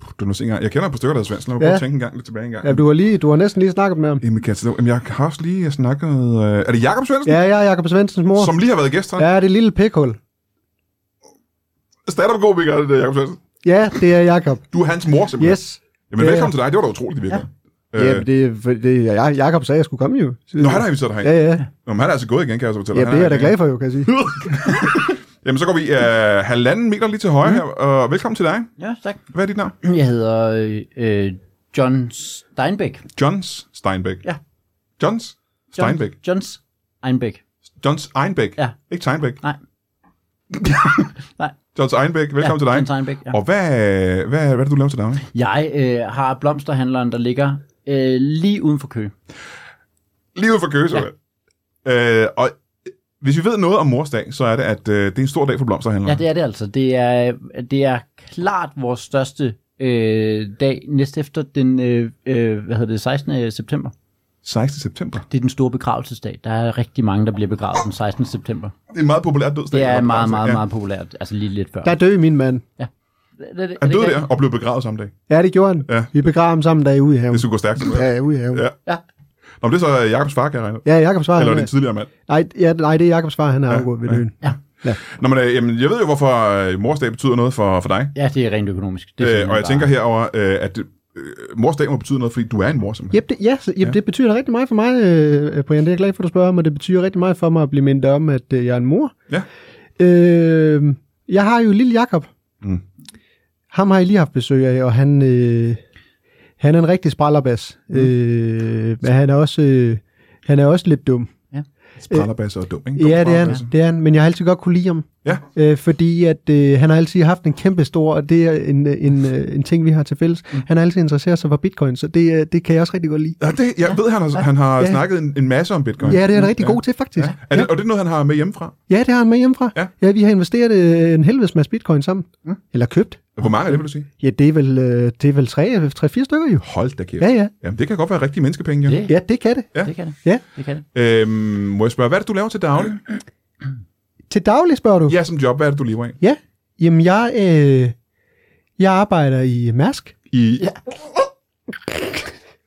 [SPEAKER 1] Puh, Du er nu sikkert- jeg kender et par stykker, der hedder Svendsen. Lad mig ja. prøve
[SPEAKER 2] Ja.
[SPEAKER 1] at tænke en gang lidt tilbage en gang.
[SPEAKER 2] Ja, du har, lige, du har næsten lige snakket med ham.
[SPEAKER 1] Jamen, kan jeg, tage- jamen, jeg har også lige snakket med... Øh, er det Jakob Svendsen?
[SPEAKER 2] Ja, jeg er Jakob Svendsens mor.
[SPEAKER 1] Som lige har været gæst her.
[SPEAKER 2] Ja, det lille pikhul.
[SPEAKER 1] Stand-up-komiker, det der, øh, Jacob Svendsen.
[SPEAKER 2] Ja, det er Jakob.
[SPEAKER 1] Du er hans mor, simpelthen.
[SPEAKER 2] Yes.
[SPEAKER 1] Jamen,
[SPEAKER 2] det er
[SPEAKER 1] velkommen til dig. Det var da utroligt, det virkelig. Ja.
[SPEAKER 2] Øh. Ja, det, er- det, er- jeg, Jakob sagde, at jeg skulle komme jo.
[SPEAKER 1] Nå, han har inviteret dig herind.
[SPEAKER 2] Ja,
[SPEAKER 1] Ja.
[SPEAKER 2] ja.
[SPEAKER 1] Nå, men han er altså gået igen, kan jeg så fortælle
[SPEAKER 2] Ja,
[SPEAKER 1] dig.
[SPEAKER 2] det er jeg da
[SPEAKER 1] Han
[SPEAKER 2] glad for jo, kan jeg sige.
[SPEAKER 1] Jamen, så går vi øh, halvanden meter lige til højre
[SPEAKER 2] Mhm.
[SPEAKER 1] her, og velkommen til dig.
[SPEAKER 3] Ja, tak.
[SPEAKER 1] Hvad er dit navn?
[SPEAKER 3] Jeg hedder øh, øh, John Steinbeck. John-
[SPEAKER 1] Johns Steinbeck.
[SPEAKER 3] Ja.
[SPEAKER 1] Johns Steinbeck.
[SPEAKER 3] John Steinbeck.
[SPEAKER 1] Johns Einbeck.
[SPEAKER 3] Ja.
[SPEAKER 1] Ikke Steinbeck.
[SPEAKER 3] Nej. Nej.
[SPEAKER 1] Johns Einbeck, velkommen
[SPEAKER 3] ja,
[SPEAKER 1] til dig.
[SPEAKER 3] John Steinbeck, ja.
[SPEAKER 1] Og hvad, hvad, hvad er det, du laver til daglig?
[SPEAKER 3] Jeg øh, har blomsterhandleren, der ligger øh, lige uden for kø.
[SPEAKER 1] Lige ud for Køge, ja. øh, Og hvis vi ved noget om morsdag, så er det, at øh, det er en stor dag for blomsterhandlere.
[SPEAKER 3] Ja, det er det altså. Det er, det er klart vores største øh, dag næst efter den øh, øh, hvad hedder det, 16. september.
[SPEAKER 1] 16. september.
[SPEAKER 3] Det er den store begravelsesdag. Der er rigtig mange, der bliver begravet den 16. september.
[SPEAKER 1] Det er en meget populær dødsdag.
[SPEAKER 3] Det er
[SPEAKER 1] Eller
[SPEAKER 3] meget, meget,
[SPEAKER 1] ja.
[SPEAKER 3] meget populært. Altså lige lidt før.
[SPEAKER 2] Der døde min mand.
[SPEAKER 3] Det- det- det-
[SPEAKER 1] Han døde
[SPEAKER 3] det-
[SPEAKER 1] der og blev begravet samme dag.
[SPEAKER 2] Ja, det gjorde han.
[SPEAKER 1] Ja.
[SPEAKER 2] Vi begrav ham sammen, da jeg ude i haven.
[SPEAKER 1] Det skulle gå stærkt. Ja.
[SPEAKER 2] Ja, ude i haven.
[SPEAKER 1] Ja.
[SPEAKER 2] Ja,
[SPEAKER 3] Ja.
[SPEAKER 1] Nå, men det er så øh, Jakobs far, kan jeg regne ud.
[SPEAKER 2] ja Jakobs far.
[SPEAKER 1] Eller
[SPEAKER 2] han
[SPEAKER 1] din
[SPEAKER 2] er-
[SPEAKER 1] tidligere mand.
[SPEAKER 2] Nej, ja, nej, det er Jakobs far, han er afgået ved døden.
[SPEAKER 3] Ja.
[SPEAKER 1] Nå, men øh, jamen, jeg ved jo, hvorfor øh, morsdag betyder noget for, for dig.
[SPEAKER 3] ja, det er rent økonomisk. Det er
[SPEAKER 1] Øh,
[SPEAKER 3] simpelthen
[SPEAKER 1] og jeg
[SPEAKER 3] bare-
[SPEAKER 1] tænker herover, øh, at øh, morsdag må betyde noget, fordi du er en mor, simpelthen.
[SPEAKER 2] Jep, det, ja, så, jep,
[SPEAKER 1] Ja.
[SPEAKER 2] ja, det betyder rigtig meget for mig, øh, Brian. Det er jeg glad for, at du spørger om, og det betyder rigtig meget for mig at blive mindet om, at øh, jeg er en mor.
[SPEAKER 1] Ja.
[SPEAKER 2] Øh, jeg har jo lille Jakob.
[SPEAKER 1] Mm.
[SPEAKER 2] Ham har jeg lige haft besøg af, og han, øh, han er en rigtig sprallerbas. Mm. Øh, men han er, også, øh, han er også lidt dum.
[SPEAKER 1] Sprallerbasser og dum, ikke? Dum
[SPEAKER 2] ja, det er, han,
[SPEAKER 1] sprallerbasser.
[SPEAKER 2] det er han, men jeg har altid godt kunne lide ham.
[SPEAKER 1] Ja.
[SPEAKER 2] Øh, fordi at øh, han har altid haft en kæmpe stor, og det er en, øh, en, øh, en ting, vi har til fælles. Mm. Han har altid interesseret sig for bitcoin, så det, øh, det kan jeg også rigtig godt lide.
[SPEAKER 1] Ja, det, jeg ved, han har, han har
[SPEAKER 2] Ja.
[SPEAKER 1] snakket en, en masse om bitcoin.
[SPEAKER 2] Ja, det er han rigtig
[SPEAKER 1] Mm. Ja.
[SPEAKER 2] god til, faktisk.
[SPEAKER 1] Ja. Er det, og det er noget, han har med hjemmefra?
[SPEAKER 2] Ja, det har han med hjemmefra.
[SPEAKER 1] Ja.
[SPEAKER 2] ja vi har investeret øh, en helvedes masse bitcoin sammen. Mm. Eller købt.
[SPEAKER 1] Hvor mange er det, vil du sige?
[SPEAKER 2] Ja, det er vel, øh, det er vel 3-4 stykker jo.
[SPEAKER 1] Hold da kæft.
[SPEAKER 2] Ja, ja.
[SPEAKER 1] Jamen, det kan godt være rigtige menneskepenge, jo.
[SPEAKER 3] Det,
[SPEAKER 2] Ja, det kan det.
[SPEAKER 1] Ja.
[SPEAKER 3] det kan det.
[SPEAKER 2] Ja.
[SPEAKER 3] Det kan det.
[SPEAKER 1] Øhm, må jeg spørge, hvad er det, du laver til daglig?
[SPEAKER 2] Til daglig spørger du?
[SPEAKER 1] Ja, som job, hvad er det, du lever af?
[SPEAKER 2] ja. Jamen, jeg, øh, jeg arbejder i Mærsk.
[SPEAKER 1] I...
[SPEAKER 3] Ja.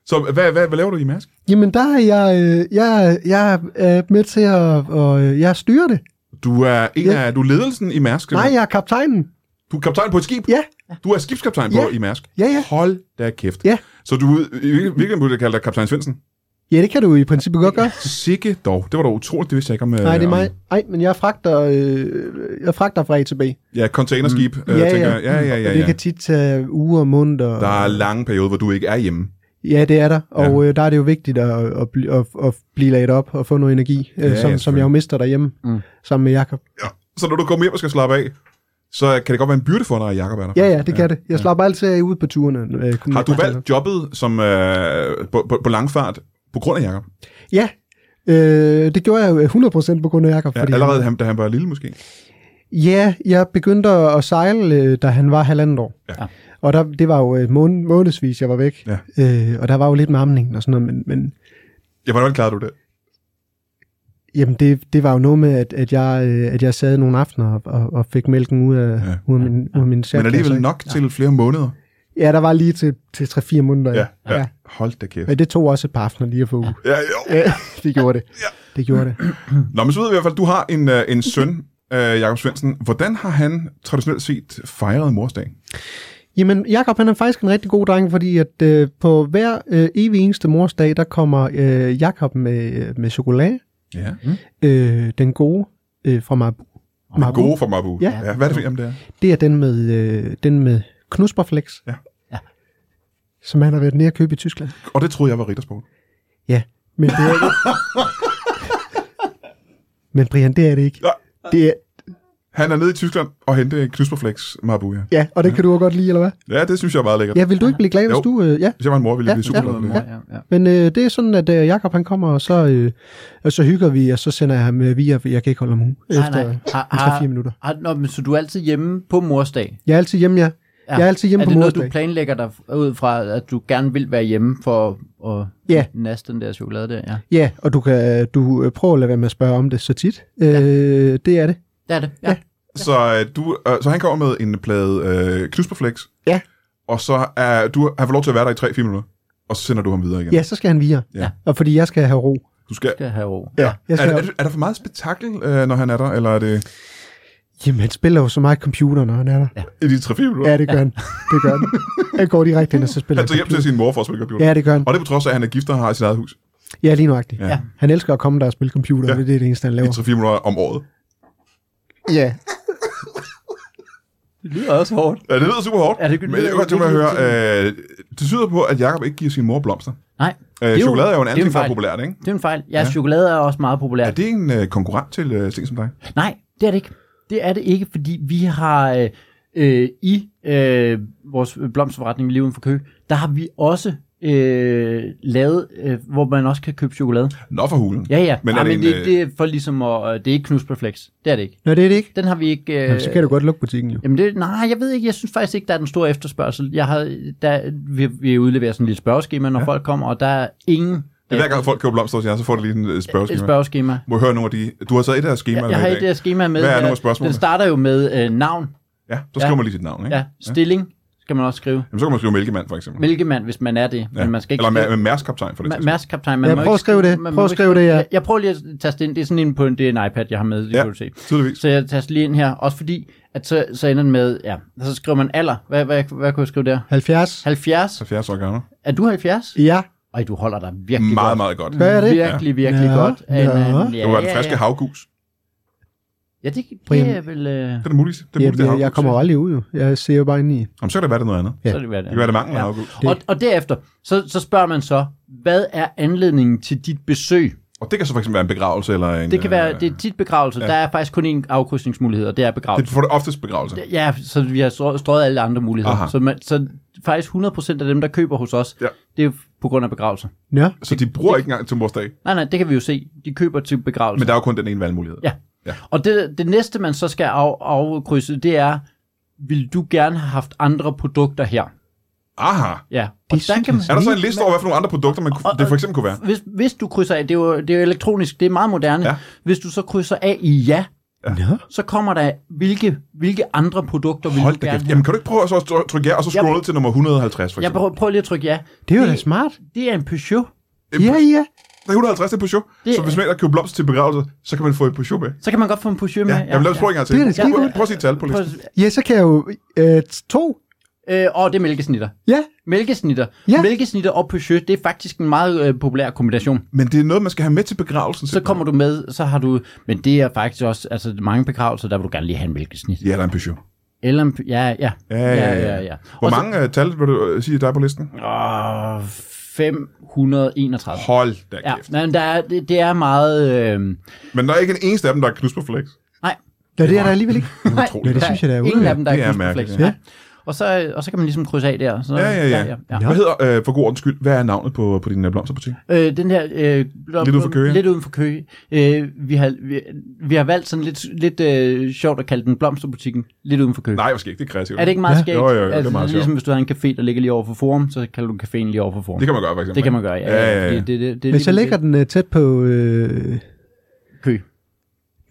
[SPEAKER 1] Så hvad, hvad, hvad laver du i Mærsk?
[SPEAKER 2] Jamen, der er jeg, øh, jeg, jeg er med til at og, øh, jeg styrer det.
[SPEAKER 1] Du er en
[SPEAKER 2] Ja.
[SPEAKER 1] af... Du er ledelsen i Mærsk? eller
[SPEAKER 2] Nej,
[SPEAKER 1] hvad?
[SPEAKER 2] jeg er kaptajnen.
[SPEAKER 1] Du er kaptajn på et skib?
[SPEAKER 2] Ja,
[SPEAKER 1] Du er skibskaptajn på
[SPEAKER 2] Ja.
[SPEAKER 1] i Mærsk?
[SPEAKER 2] Ja, ja.
[SPEAKER 1] Hold da kæft.
[SPEAKER 2] Ja.
[SPEAKER 1] Så du i vir- virkeligheden burde jeg kalde dig kaptajn Svendsen?
[SPEAKER 2] ja det kan du i princippet godt gøre.
[SPEAKER 1] Sikke dog. Det var da utroligt, det vidste jeg ikke om... øh,
[SPEAKER 2] Nej, det er
[SPEAKER 1] om-
[SPEAKER 2] mig. Nej, men jeg fragter, øh, jeg fragter fra A til B.
[SPEAKER 1] Ja, containerskib, mm. øh,
[SPEAKER 2] Ja,
[SPEAKER 1] ja, tænker
[SPEAKER 2] ja.
[SPEAKER 1] jeg. Ja, ja, ja,
[SPEAKER 2] Og det
[SPEAKER 1] ja.
[SPEAKER 2] kan tit tage uger og måneder.
[SPEAKER 1] Der er lange perioder, hvor du ikke er hjemme.
[SPEAKER 2] Ja, det er der. Og ja. øh, der er det jo vigtigt at, at, bli- at, at blive ladt op og få noget energi,
[SPEAKER 1] Ja,
[SPEAKER 2] øh, som,
[SPEAKER 1] ja,
[SPEAKER 2] som jeg jo mister derhjemme mm. sammen med Jakob.
[SPEAKER 1] Ja. Så når du kommer hjem og skal slappe af, så kan det godt være en byrde for dig, at Jacob er der.
[SPEAKER 2] Ja, ja, det kan det. Jeg slapper altid af ude på turene. Øh, kunne
[SPEAKER 1] Har
[SPEAKER 2] jeg
[SPEAKER 1] du
[SPEAKER 2] godt kalde
[SPEAKER 1] valgt jobbet som, øh, på, på, på langfart på grund af Jacob?
[SPEAKER 2] det. Ja, øh, det gjorde jeg jo 100% på grund af Jakob.
[SPEAKER 1] Ja, allerede han, da han var lille måske?
[SPEAKER 2] Ja, jeg begyndte at sejle, øh, da han var halvandet år.
[SPEAKER 1] Ja.
[SPEAKER 2] Og der, det var jo øh, måned, månedsvis, jeg var væk.
[SPEAKER 1] Ja.
[SPEAKER 2] Øh, og der var jo lidt med amningen og sådan noget, men, men
[SPEAKER 1] Ja, hvordan klarede du det?
[SPEAKER 2] Jamen, det, det var jo noget med, at, at, jeg, øh, at jeg sad nogle aftener og, og, og fik mælken ud af,
[SPEAKER 1] Ja.
[SPEAKER 2] ja. ud af min, ud af min
[SPEAKER 1] Men
[SPEAKER 2] særkasse,
[SPEAKER 1] alligevel
[SPEAKER 2] ikke?
[SPEAKER 1] nok til flere måneder.
[SPEAKER 2] Ja, der var lige til, til 3-4 måneder.
[SPEAKER 1] Ja, ja. Hold da kæft.
[SPEAKER 2] Men det tog også et par aftener lige at få ud.
[SPEAKER 1] Ja, jo.
[SPEAKER 2] Ja, det gjorde det. Det gjorde det.
[SPEAKER 1] Nå, men så ved vi i hvert fald, du har en, øh, en søn, øh, Jakob Svendsen. Hvordan har han traditionelt set fejret morsdag?
[SPEAKER 2] Jamen, Jakob han er faktisk en rigtig god dreng, fordi at øh, på hver øh, evig eneste morsdag, der kommer øh, Jakob med, med chokolade,
[SPEAKER 1] Ja. Mm.
[SPEAKER 2] øh, den gode øh, fra Mabu. Mabu.
[SPEAKER 1] Gode for Mabu.
[SPEAKER 2] Ja.
[SPEAKER 1] ja. Hvad er det for en, om det er?
[SPEAKER 2] Det er den med, øh, den med knusperflex,
[SPEAKER 1] Ja.
[SPEAKER 3] Ja.
[SPEAKER 2] som han har været nede at købe i Tyskland.
[SPEAKER 1] Og det troede jeg var riddersport.
[SPEAKER 2] Ja, men det er det. men Brian, det er det ikke.
[SPEAKER 1] Nej.
[SPEAKER 2] Det er,
[SPEAKER 1] Han er nede i Tyskland og hente knusperflex Mabu, ja.
[SPEAKER 2] ja, og det kan du jo godt lide, eller hvad?
[SPEAKER 1] Ja, det synes jeg er meget lækkert.
[SPEAKER 2] Ja, vil du ikke blive glad,
[SPEAKER 1] Jo.
[SPEAKER 2] hvis du... Øh, ja,
[SPEAKER 1] Hvis jeg var en mor, ville jeg
[SPEAKER 2] Ja,
[SPEAKER 1] blive super glad.
[SPEAKER 2] ja.
[SPEAKER 1] over det.
[SPEAKER 3] Ja, ja.
[SPEAKER 2] men øh, det er sådan, at øh, Jakob han kommer, og så, øh, og så hygger vi, og så sender jeg ham øh, via, for jeg kan ikke holde ham ud
[SPEAKER 3] Nej,
[SPEAKER 2] efter
[SPEAKER 3] nej. Har,
[SPEAKER 2] øh, 3-4
[SPEAKER 3] har,
[SPEAKER 2] minutter.
[SPEAKER 3] har, nå, men så du er altid hjemme på morsdag?
[SPEAKER 2] Jeg er altid hjemme, ja.
[SPEAKER 3] Ja.
[SPEAKER 2] Jeg er altid hjemme
[SPEAKER 3] er
[SPEAKER 2] på
[SPEAKER 3] det noget, du
[SPEAKER 2] morsdag.
[SPEAKER 3] planlægger dig ud fra, at du gerne vil være hjemme for at
[SPEAKER 2] Ja.
[SPEAKER 3] naste den der chokolade der? Ja,
[SPEAKER 2] Ja, og du kan du øh, prøver at lade være med at spørge om det så tit. Øh, Det er det.
[SPEAKER 3] det er det. Ja. ja.
[SPEAKER 1] Så, øh, du, øh, så han kommer med en plade øh, knusperflex,
[SPEAKER 2] Ja.
[SPEAKER 1] og så er du har fået lov til at være der i 3-4 minutter, og så sender du ham videre igen.
[SPEAKER 2] Ja, så skal han via.
[SPEAKER 1] Ja.
[SPEAKER 2] Og fordi jeg skal have ro.
[SPEAKER 1] Du skal,
[SPEAKER 3] Det her år.
[SPEAKER 2] Ja. Jeg
[SPEAKER 1] er,
[SPEAKER 2] skal,
[SPEAKER 1] er, er, der for meget spektakel, øh, når han er der, eller er det
[SPEAKER 2] Jamen, han spiller jo så meget computer, når han er der.
[SPEAKER 1] i de 3-4 minutter?
[SPEAKER 2] Ja, det gør han. Det gør han. Han går direkte ind, og så spiller
[SPEAKER 1] han tager hjem til sin mor for at spille computer.
[SPEAKER 2] Ja, det gør han.
[SPEAKER 1] Og det er på trods af, at han er gift og har sit eget hus
[SPEAKER 2] Ja, lige nøjagtigt.
[SPEAKER 1] Ja.
[SPEAKER 2] Ja. Han elsker at komme der og spille computer,
[SPEAKER 1] Ja.
[SPEAKER 2] ja. det er det eneste, han
[SPEAKER 1] i
[SPEAKER 2] laver.
[SPEAKER 1] 3-4 minutter om året.
[SPEAKER 2] Ja.
[SPEAKER 3] Det lyder også hårdt.
[SPEAKER 1] Ja, det lyder super hårdt,
[SPEAKER 3] Ja, det-
[SPEAKER 1] men jeg kan godt tænke mig at høre, øh, det tyder på, at Jacob ikke giver sin mor blomster.
[SPEAKER 3] Nej,
[SPEAKER 1] Øh,
[SPEAKER 3] er jo-
[SPEAKER 1] chokolade er jo en
[SPEAKER 3] det
[SPEAKER 1] anden
[SPEAKER 3] er
[SPEAKER 1] ting, der er
[SPEAKER 3] fejl.
[SPEAKER 1] populært, ikke?
[SPEAKER 3] det er en fejl. Ja, ja. chokolade er også meget populært.
[SPEAKER 1] Er det en øh, konkurrent til øh, ting som dig?
[SPEAKER 3] Nej, det er det ikke. Det er det ikke, fordi vi har øh, øh, i øh, vores blomsterforretning Liv Uden for Køge, der har vi også øh, lavet, øh, hvor man også kan købe chokolade.
[SPEAKER 1] Nå for hulen.
[SPEAKER 3] Ja, ja.
[SPEAKER 1] Men
[SPEAKER 3] Men,
[SPEAKER 1] er
[SPEAKER 3] Ej,
[SPEAKER 1] det
[SPEAKER 3] men
[SPEAKER 1] en,
[SPEAKER 3] det,
[SPEAKER 1] øh,
[SPEAKER 3] det er for ligesom at, det er ikke knusperflex. Det er det ikke.
[SPEAKER 2] Nå, det er det ikke.
[SPEAKER 3] Den har vi ikke... Øh,
[SPEAKER 2] Jamen, så kan du godt lukke butikken jo.
[SPEAKER 3] Jamen det, nej, jeg ved ikke. Jeg synes faktisk ikke, der er den store efterspørgsel. Jeg har, der, vi, vi udleverer sådan et lille spørgeskema, når ja. folk kommer, og der er ingen
[SPEAKER 1] Det er hver gang folk køber blomster hos jer, så får du lige en øh,
[SPEAKER 3] et
[SPEAKER 1] spørgeskema.
[SPEAKER 3] spørgeskema.
[SPEAKER 1] Må jeg høre nogle af de... Du har taget et af skemaerne
[SPEAKER 3] Jeg, jeg har
[SPEAKER 1] med i
[SPEAKER 3] et
[SPEAKER 1] dag.
[SPEAKER 3] det her schema med.
[SPEAKER 1] Hvad er
[SPEAKER 3] her.
[SPEAKER 1] nogle af spørgsmålene?
[SPEAKER 3] Den starter jo med øh, navn.
[SPEAKER 1] Ja, så skriver
[SPEAKER 3] Ja.
[SPEAKER 1] man lige sit navn, ikke?
[SPEAKER 3] Ja, stilling skal man også skrive.
[SPEAKER 1] Jamen, så kan man skrive mælkemand, for eksempel.
[SPEAKER 3] Mælkemand, hvis man er det, ja. men man skal ikke
[SPEAKER 1] Eller
[SPEAKER 3] skrive...
[SPEAKER 1] ma- mærskaptajn, for det.
[SPEAKER 3] Ma-
[SPEAKER 1] Ma-
[SPEAKER 3] Mærskaptajn, man
[SPEAKER 2] Ja,
[SPEAKER 3] må
[SPEAKER 2] prøv
[SPEAKER 3] ikke
[SPEAKER 2] at skrive det. Prøv
[SPEAKER 3] man må
[SPEAKER 2] at
[SPEAKER 3] ikke
[SPEAKER 2] skrive det, ja.
[SPEAKER 3] Jeg, jeg prøver lige at taste det ind. Det er sådan en på en, det er en iPad, jeg har med, det
[SPEAKER 1] Ja.
[SPEAKER 3] ja. kan du se.
[SPEAKER 1] tydeligvis.
[SPEAKER 3] Så jeg taster lige ind her, også fordi, at så, så ender den med, ja, og så skriver man alder. Hvad, hvad, hvad kunne jeg skrive der?
[SPEAKER 2] 70?
[SPEAKER 3] 70?
[SPEAKER 1] 70 år gammel.
[SPEAKER 3] Er du 70?
[SPEAKER 2] Ja.
[SPEAKER 3] Ej, du holder dig virkelig
[SPEAKER 1] Meget,
[SPEAKER 3] godt. Mm.
[SPEAKER 1] meget godt.
[SPEAKER 2] Hvad er det?
[SPEAKER 3] Virkelig, virkelig
[SPEAKER 2] Ja.
[SPEAKER 3] godt.
[SPEAKER 2] Ja.
[SPEAKER 1] Det var den friske havgus.
[SPEAKER 3] Ja, det, det er
[SPEAKER 2] Brian.
[SPEAKER 3] vel... Øh,
[SPEAKER 1] Det er det muligt. Det er muligt,
[SPEAKER 2] Jamen,
[SPEAKER 1] det er
[SPEAKER 2] jeg, jeg
[SPEAKER 1] havgus.
[SPEAKER 2] kommer jo aldrig ud jo. Jeg ser jo bare ind i.
[SPEAKER 1] Jamen, så kan det være, det er noget andet.
[SPEAKER 2] Ja.
[SPEAKER 3] så er det, hvad det
[SPEAKER 1] Det kan
[SPEAKER 3] er.
[SPEAKER 1] være, det mangler ja. havgus.
[SPEAKER 3] Og, og derefter, så, så spørger man så, hvad er anledningen til dit besøg?
[SPEAKER 1] Og det kan så fx være en begravelse eller en...
[SPEAKER 3] Det kan være,
[SPEAKER 1] øh,
[SPEAKER 3] det er tit begravelse. Ja. Der er faktisk kun én afkrydsningsmulighed, og det er
[SPEAKER 1] Det
[SPEAKER 3] begravelse.
[SPEAKER 1] får det oftest begravelse.
[SPEAKER 3] Det, ja, så vi har strø- strøget alle andre muligheder.
[SPEAKER 1] Aha.
[SPEAKER 3] Så, man, så faktisk 100% af dem, der køber hos os,
[SPEAKER 1] Ja.
[SPEAKER 3] det er på grund af begravelse.
[SPEAKER 2] Ja.
[SPEAKER 1] Så de bruger ikke engang til morsdag,
[SPEAKER 3] Nej, nej, det kan vi jo se. De køber til begravelse.
[SPEAKER 1] men der er jo kun den ene valgmulighed.
[SPEAKER 3] Ja.
[SPEAKER 1] Ja.
[SPEAKER 3] ja. Og det, det næste, man så skal af, afkrydse, det er, vil du gerne have haft andre produkter her?
[SPEAKER 1] Aha.
[SPEAKER 3] Ja.
[SPEAKER 2] Det
[SPEAKER 3] Og
[SPEAKER 2] er
[SPEAKER 3] der kan man,
[SPEAKER 1] Er der så en liste over, hvad for nogle andre produkter, man, kunne-
[SPEAKER 3] Og- og-
[SPEAKER 1] det for eksempel kunne være?
[SPEAKER 3] hvis, hvis du krydser af, det er, jo, det er jo elektronisk, det er meget moderne.
[SPEAKER 1] Ja.
[SPEAKER 3] Ja. Hvis du så krydser af i ja,
[SPEAKER 2] ja.
[SPEAKER 3] så kommer der, hvilke, hvilke andre produkter vil
[SPEAKER 1] Hold
[SPEAKER 3] du
[SPEAKER 1] da
[SPEAKER 3] gerne
[SPEAKER 1] kæft.
[SPEAKER 3] have?
[SPEAKER 1] Jamen, kan du ikke prøve at så at trykke ja, og så
[SPEAKER 3] Jeg-
[SPEAKER 1] scrolle til nummer 150, for
[SPEAKER 3] Jeg
[SPEAKER 1] eksempel?
[SPEAKER 3] prøver, prøver lige at trykke ja.
[SPEAKER 2] Det er jo
[SPEAKER 3] Det-
[SPEAKER 2] da smart.
[SPEAKER 3] Det er en Peugeot.
[SPEAKER 2] Ja, ja.
[SPEAKER 1] Der er 150 til Peugeot.
[SPEAKER 3] Det-
[SPEAKER 1] Så hvis man ikke køber blomster til begravelse, så kan man få et Peugeot med.
[SPEAKER 3] Så kan man godt få en Peugeot
[SPEAKER 1] Ja,
[SPEAKER 3] med.
[SPEAKER 1] jamen lad os prøve en gang til.
[SPEAKER 2] Det er da
[SPEAKER 1] Prøv-
[SPEAKER 2] skidegodt.
[SPEAKER 1] Prøv at sige et tal på listen.
[SPEAKER 3] Prøv-
[SPEAKER 2] Ja, så kan jeg jo... Øh, to.
[SPEAKER 3] Øh, og det er mælkesnitter.
[SPEAKER 2] Ja.
[SPEAKER 3] Mælkesnitter.
[SPEAKER 2] Ja.
[SPEAKER 3] Mælkesnitter og Peugeot, det er faktisk en meget øh, populær kombination.
[SPEAKER 1] Men det er noget, man skal have med til begravelsen.
[SPEAKER 3] Så kommer du med, så har du... Men det er faktisk også... Altså, mange begravelser, der vil du gerne lige have en mælkesnit.
[SPEAKER 1] Ja, der er en Peugeot.
[SPEAKER 3] Eller en... Ja, ja.
[SPEAKER 1] Ja, ja, ja. Hvor
[SPEAKER 3] Og så-
[SPEAKER 1] mange øh, tal vil du øh, sige, der er på listen?
[SPEAKER 3] Åh, 531.
[SPEAKER 1] Hold da
[SPEAKER 3] Ja,
[SPEAKER 1] kæft.
[SPEAKER 3] men der er, det, det er meget... Øh,
[SPEAKER 1] Men der er ikke en eneste af dem, der er knus på flex.
[SPEAKER 3] nej,
[SPEAKER 2] Ja, det er der alligevel ikke.
[SPEAKER 3] nej,
[SPEAKER 1] utroligt.
[SPEAKER 2] Ja, det synes jeg, der er
[SPEAKER 3] ingen
[SPEAKER 2] ude.
[SPEAKER 3] af dem, der
[SPEAKER 1] Det er
[SPEAKER 3] er, er
[SPEAKER 1] mærkeligt,
[SPEAKER 3] flex.
[SPEAKER 1] ja.
[SPEAKER 3] Ja. Og, så, og så kan man ligesom krydse af der. Så,
[SPEAKER 1] Ja, ja, ja.
[SPEAKER 3] ja.
[SPEAKER 1] Hvad hedder, øh, for god ordens skyld, hvad er navnet på, på din øh, blomsterbutik?
[SPEAKER 3] Øh, den her... Øh, blå-
[SPEAKER 1] Lidt uden for Køge.
[SPEAKER 3] Lidt uden for køge. Øh, vi, har, vi, vi har valgt sådan lidt, lidt øh, sjovt at kalde den blomsterbutikken lidt uden for køge.
[SPEAKER 1] Nej, måske ikke. Det er kreativt.
[SPEAKER 3] Er det ikke meget
[SPEAKER 2] Ja.
[SPEAKER 3] ja. skægt?
[SPEAKER 1] Jo, jo, jo, det er
[SPEAKER 3] altså,
[SPEAKER 1] meget
[SPEAKER 3] ligesom hvis du har en café, der ligger lige over for forum, så kalder du caféen lige over for forum.
[SPEAKER 1] Det kan man gøre, for eksempel.
[SPEAKER 3] det kan man gøre, ja.
[SPEAKER 1] Ja, ja, ja.
[SPEAKER 3] Det, det, det, det,
[SPEAKER 2] Men så
[SPEAKER 3] det-
[SPEAKER 2] ligger den øh, tæt på... Øh,
[SPEAKER 3] kø.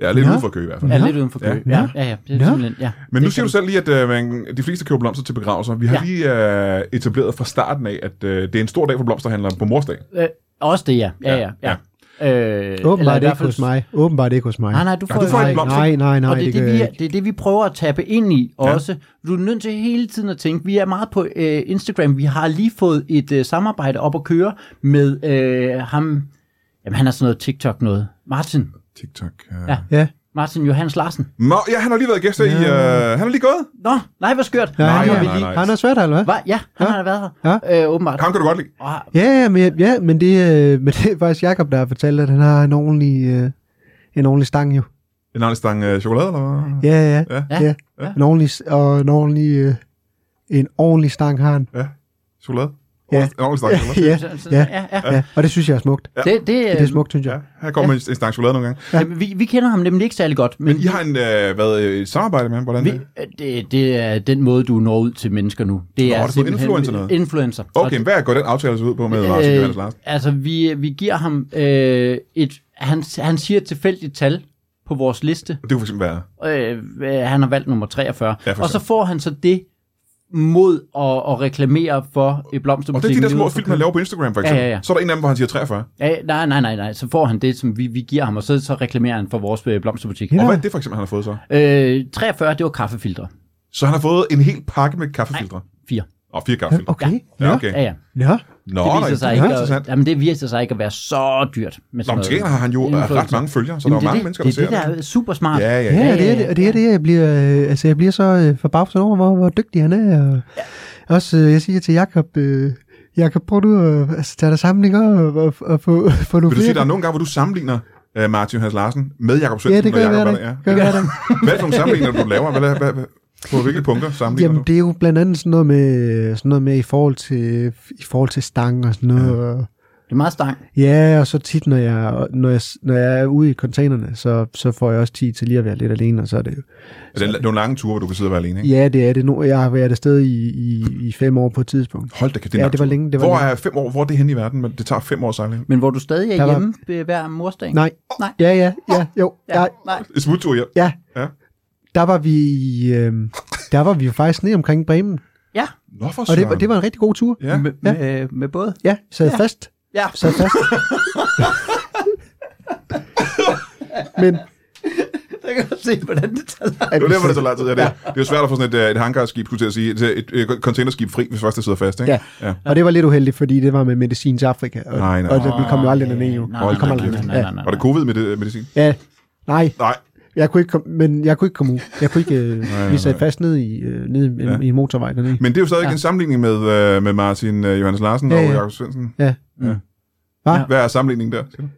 [SPEAKER 1] Ja, lidt
[SPEAKER 2] Nå.
[SPEAKER 1] ude for kø i hvert fald.
[SPEAKER 3] Ja,
[SPEAKER 2] Nå.
[SPEAKER 3] lidt uden for kø.
[SPEAKER 2] Ja.
[SPEAKER 3] Ja, ja, ja. ja. Det
[SPEAKER 2] Nå.
[SPEAKER 3] er simpelthen, ja.
[SPEAKER 1] Men nu
[SPEAKER 3] Det
[SPEAKER 1] siger
[SPEAKER 3] kan-
[SPEAKER 1] du selv lige, at øh, man, de fleste køber blomster til begravelser. Vi har ja. lige
[SPEAKER 3] Ja.
[SPEAKER 1] øh, etableret fra starten af, at øh, det er en stor dag for blomsterhandlere på morsdag.
[SPEAKER 3] Øh, også det, ja. Ja, ja,
[SPEAKER 1] Ja.
[SPEAKER 3] ja. ja. Øh,
[SPEAKER 2] åbenbart
[SPEAKER 3] i
[SPEAKER 2] ikke
[SPEAKER 3] hvert fald-
[SPEAKER 2] hos mig. Åbenbart ikke hos mig.
[SPEAKER 3] Nej, nej, du får,
[SPEAKER 1] du får
[SPEAKER 3] nej,
[SPEAKER 1] en blomst.
[SPEAKER 2] nej, nej, nej.
[SPEAKER 3] og det er,
[SPEAKER 2] gør
[SPEAKER 3] det, vi,
[SPEAKER 2] jeg
[SPEAKER 3] er- det er det, vi prøver at tappe ind i også. Du er nødt til hele tiden at tænke, vi er meget på øh, Instagram. Vi har lige fået et øh, samarbejde op at køre med øh, ham, jamen han er sådan noget TikTok noget. Martin.
[SPEAKER 1] TikTok. Øh. Ja.
[SPEAKER 3] Ja.
[SPEAKER 2] Ja.
[SPEAKER 3] Martin Johans Larsen.
[SPEAKER 1] Nå, ja, han har lige været gæst her i... Øh, han er lige gået.
[SPEAKER 3] Nå, nej, hvor skørt.
[SPEAKER 1] nej,
[SPEAKER 2] Nej, nej,
[SPEAKER 1] nej,
[SPEAKER 2] nej,
[SPEAKER 1] nej.
[SPEAKER 2] nej. Har han også været der, eller hvad?
[SPEAKER 3] Hva? Ja, han har da været her. Øh, åbenbart.
[SPEAKER 1] Ham kan du godt lide.
[SPEAKER 3] Og,
[SPEAKER 2] Ja, ja, men, ja, men, det, øh, men det er faktisk Jacob, der har fortalt, at han har en ordentlig, øh, en ordentlig stang jo.
[SPEAKER 1] En anden stang øh, chokolade, eller hvad?
[SPEAKER 2] Ja, ja,
[SPEAKER 1] Ja.
[SPEAKER 2] ja.
[SPEAKER 3] Ja.
[SPEAKER 2] ja. ja. En ordentlig, s- og en ordentlig, øh, en ordentlig stang har han.
[SPEAKER 1] Ja, chokolade.
[SPEAKER 2] Ja.
[SPEAKER 1] En ordentlig stang chokolade.
[SPEAKER 2] ja,
[SPEAKER 3] så- så-
[SPEAKER 2] ja,
[SPEAKER 3] ja, ja.
[SPEAKER 2] ja. Og det synes jeg er smukt.
[SPEAKER 3] Det, det, det,
[SPEAKER 2] Det er smukt, synes jeg.
[SPEAKER 1] Ja, her kommer en, en stang chokolade nogle gange.
[SPEAKER 3] Ja, vi, vi kender ham nemlig ikke særlig godt, men,
[SPEAKER 1] Men I har en, øh, været øh, et samarbejde med ham, hvordan?
[SPEAKER 3] Vi, øh,
[SPEAKER 1] det?
[SPEAKER 3] det, det er den måde, du når ud til mennesker nu. Det
[SPEAKER 1] Nå,
[SPEAKER 3] er
[SPEAKER 1] har du fået influencer noget?
[SPEAKER 3] Influencer.
[SPEAKER 1] Okay, hvad går den aftale så ud på med Lars
[SPEAKER 3] øh,
[SPEAKER 1] Johannes Larsen?
[SPEAKER 3] Altså, vi, vi giver ham øh, et... Han, han siger et tilfældigt tal på vores liste.
[SPEAKER 1] Det kunne for eksempel være...
[SPEAKER 3] Øh, øh, han har valgt nummer 43.
[SPEAKER 1] Ja, for
[SPEAKER 3] og så
[SPEAKER 1] eksempel.
[SPEAKER 3] får han så det mod at, at reklamere for et
[SPEAKER 1] Og det er
[SPEAKER 3] blomsterbutik.
[SPEAKER 1] de der små film, han laver på Instagram, for
[SPEAKER 3] Ja,
[SPEAKER 1] eksempel.
[SPEAKER 3] ja, ja.
[SPEAKER 1] Så er der en af dem, hvor han siger 43.
[SPEAKER 3] Ja, nej, nej, nej, nej. Så får han det, som vi, vi giver ham, og så, så reklamerer han for vores øh, blomsterbutik.
[SPEAKER 1] Og
[SPEAKER 2] Ja.
[SPEAKER 1] hvad er det for eksempel, han har fået så?
[SPEAKER 3] Øh, 43, det var kaffefiltre.
[SPEAKER 1] Så han har fået en hel pakke med kaffefiltre.
[SPEAKER 3] 4.
[SPEAKER 1] Og fire kaffefiltre.
[SPEAKER 2] Okay.
[SPEAKER 1] Ja, okay.
[SPEAKER 3] Ja, ja.
[SPEAKER 2] Ja.
[SPEAKER 1] Nå,
[SPEAKER 3] det
[SPEAKER 1] nej,
[SPEAKER 3] viser sig
[SPEAKER 1] er
[SPEAKER 3] ikke
[SPEAKER 1] interessant.
[SPEAKER 3] at, jamen, det viser sig ikke at være så dyrt.
[SPEAKER 1] Nå,
[SPEAKER 3] Med sådan
[SPEAKER 1] men til
[SPEAKER 3] noget
[SPEAKER 1] gengæld har han jo øh,
[SPEAKER 3] influencer.
[SPEAKER 1] ret mange følgere, så
[SPEAKER 3] Jamen,
[SPEAKER 1] der er jo mange
[SPEAKER 3] det,
[SPEAKER 1] mennesker, der
[SPEAKER 3] det,
[SPEAKER 1] ser
[SPEAKER 3] det. er det, der er super smart.
[SPEAKER 1] Ja, ja,
[SPEAKER 2] Ja,
[SPEAKER 1] ja.
[SPEAKER 2] ja, det er det, og det er det, jeg bliver, øh, altså jeg bliver så øh, forbavset over, hvor, hvor dygtig han er. Og ja. Også, øh, jeg siger til Jakob, øh, Jakob, prøv du at altså, tage dig sammen, ikke? Og, og, og få, få nogle
[SPEAKER 1] Vil du sige,
[SPEAKER 2] flere.
[SPEAKER 1] der er nogle gange, hvor du sammenligner øh, Martin Hans Larsen med Jakob
[SPEAKER 2] ja,
[SPEAKER 1] Svendsen?
[SPEAKER 2] det gør
[SPEAKER 1] når
[SPEAKER 2] jeg hver
[SPEAKER 1] Jakob
[SPEAKER 2] dag.
[SPEAKER 1] er der?
[SPEAKER 2] Gør jeg hver dag.
[SPEAKER 1] Ja. Hvad er det for nogle sammenligninger, du laver? Hvad, hvad, hvad, på hvilke punkter sammenligner
[SPEAKER 2] Jamen,
[SPEAKER 1] du?
[SPEAKER 2] det er jo blandt andet sådan noget med, sådan noget med i, forhold til, i forhold til stang og sådan noget. Ja. Og,
[SPEAKER 3] Det er meget stang.
[SPEAKER 2] ja, og så tit, når jeg, når jeg, når jeg er ude i containerne, så, så får jeg også tid til lige at være lidt alene, og så er det jo...
[SPEAKER 1] Er det er nogle lange ture, hvor du kan sidde og være alene, ikke?
[SPEAKER 2] Ja, det er det nu. Jeg har været afsted i, i, i fem år på et tidspunkt.
[SPEAKER 1] Hold da, kæft, det er en
[SPEAKER 2] Ja,
[SPEAKER 1] lang
[SPEAKER 2] det var
[SPEAKER 1] tur.
[SPEAKER 2] længe, det var
[SPEAKER 1] hvor
[SPEAKER 2] længe.
[SPEAKER 1] er fem år, hvor er det henne i verden? Men det tager fem år at sejle. hen.
[SPEAKER 3] Men hvor du stadig er
[SPEAKER 2] Der var-
[SPEAKER 3] hjemme ved hver morsdag?
[SPEAKER 2] Nej.
[SPEAKER 3] Nej.
[SPEAKER 2] Ja, ja, ja, jo.
[SPEAKER 3] Ja,
[SPEAKER 2] Ja,
[SPEAKER 3] nej.
[SPEAKER 1] Et smuttur hjem.
[SPEAKER 2] ja.
[SPEAKER 1] Ja.
[SPEAKER 2] Der var vi, i, øh, der var vi jo faktisk ned omkring Bremen,
[SPEAKER 3] Ja,
[SPEAKER 1] Nå, for
[SPEAKER 2] og det,
[SPEAKER 1] søren.
[SPEAKER 2] var- det var en rigtig god tur.
[SPEAKER 1] Ja.
[SPEAKER 3] Med,
[SPEAKER 2] Ja.
[SPEAKER 1] øh,
[SPEAKER 3] med, med både.
[SPEAKER 2] Ja, sad ja. fast.
[SPEAKER 3] Ja.
[SPEAKER 2] Sad fast. Men
[SPEAKER 3] Jeg kan godt se, hvordan det tager.
[SPEAKER 1] Det var derfor, det tog lang tid. Ja, det, er- det er jo svært at få sådan et, øh, et hangarskib, skulle jeg til at sige, et, et, et containerskib fri, hvis først det sidder fast, ikke?
[SPEAKER 2] Ja.
[SPEAKER 1] ja.
[SPEAKER 2] Og det var lidt uheldigt, fordi det var med medicin til Afrika, og,
[SPEAKER 1] Nej, nej.
[SPEAKER 2] og det, vi kom jo aldrig derned. Jo.
[SPEAKER 3] Nej,
[SPEAKER 1] Hold
[SPEAKER 3] nej,
[SPEAKER 1] da
[SPEAKER 3] nej, nej,
[SPEAKER 1] kæft.
[SPEAKER 3] nej, nej, nej, nej.
[SPEAKER 1] Var det covid-medicin?
[SPEAKER 2] Ja, nej,
[SPEAKER 1] Nej.
[SPEAKER 2] jeg kunne ikke komme, men jeg kunne ikke komme ud. Jeg kunne ikke, øh, vi sad fast ned i, øh, ned i, ja. i en motorvej dernede.
[SPEAKER 1] Men det er jo stadig ja. en sammenligning med, øh, med Martin øh, Johannes Larsen ja,
[SPEAKER 2] Ja,
[SPEAKER 1] ja. og
[SPEAKER 2] ja.
[SPEAKER 1] Jakob Svendsen.
[SPEAKER 2] Ja.
[SPEAKER 1] Ja.
[SPEAKER 2] Hva?
[SPEAKER 1] Hvad er sammenligningen der? siger du?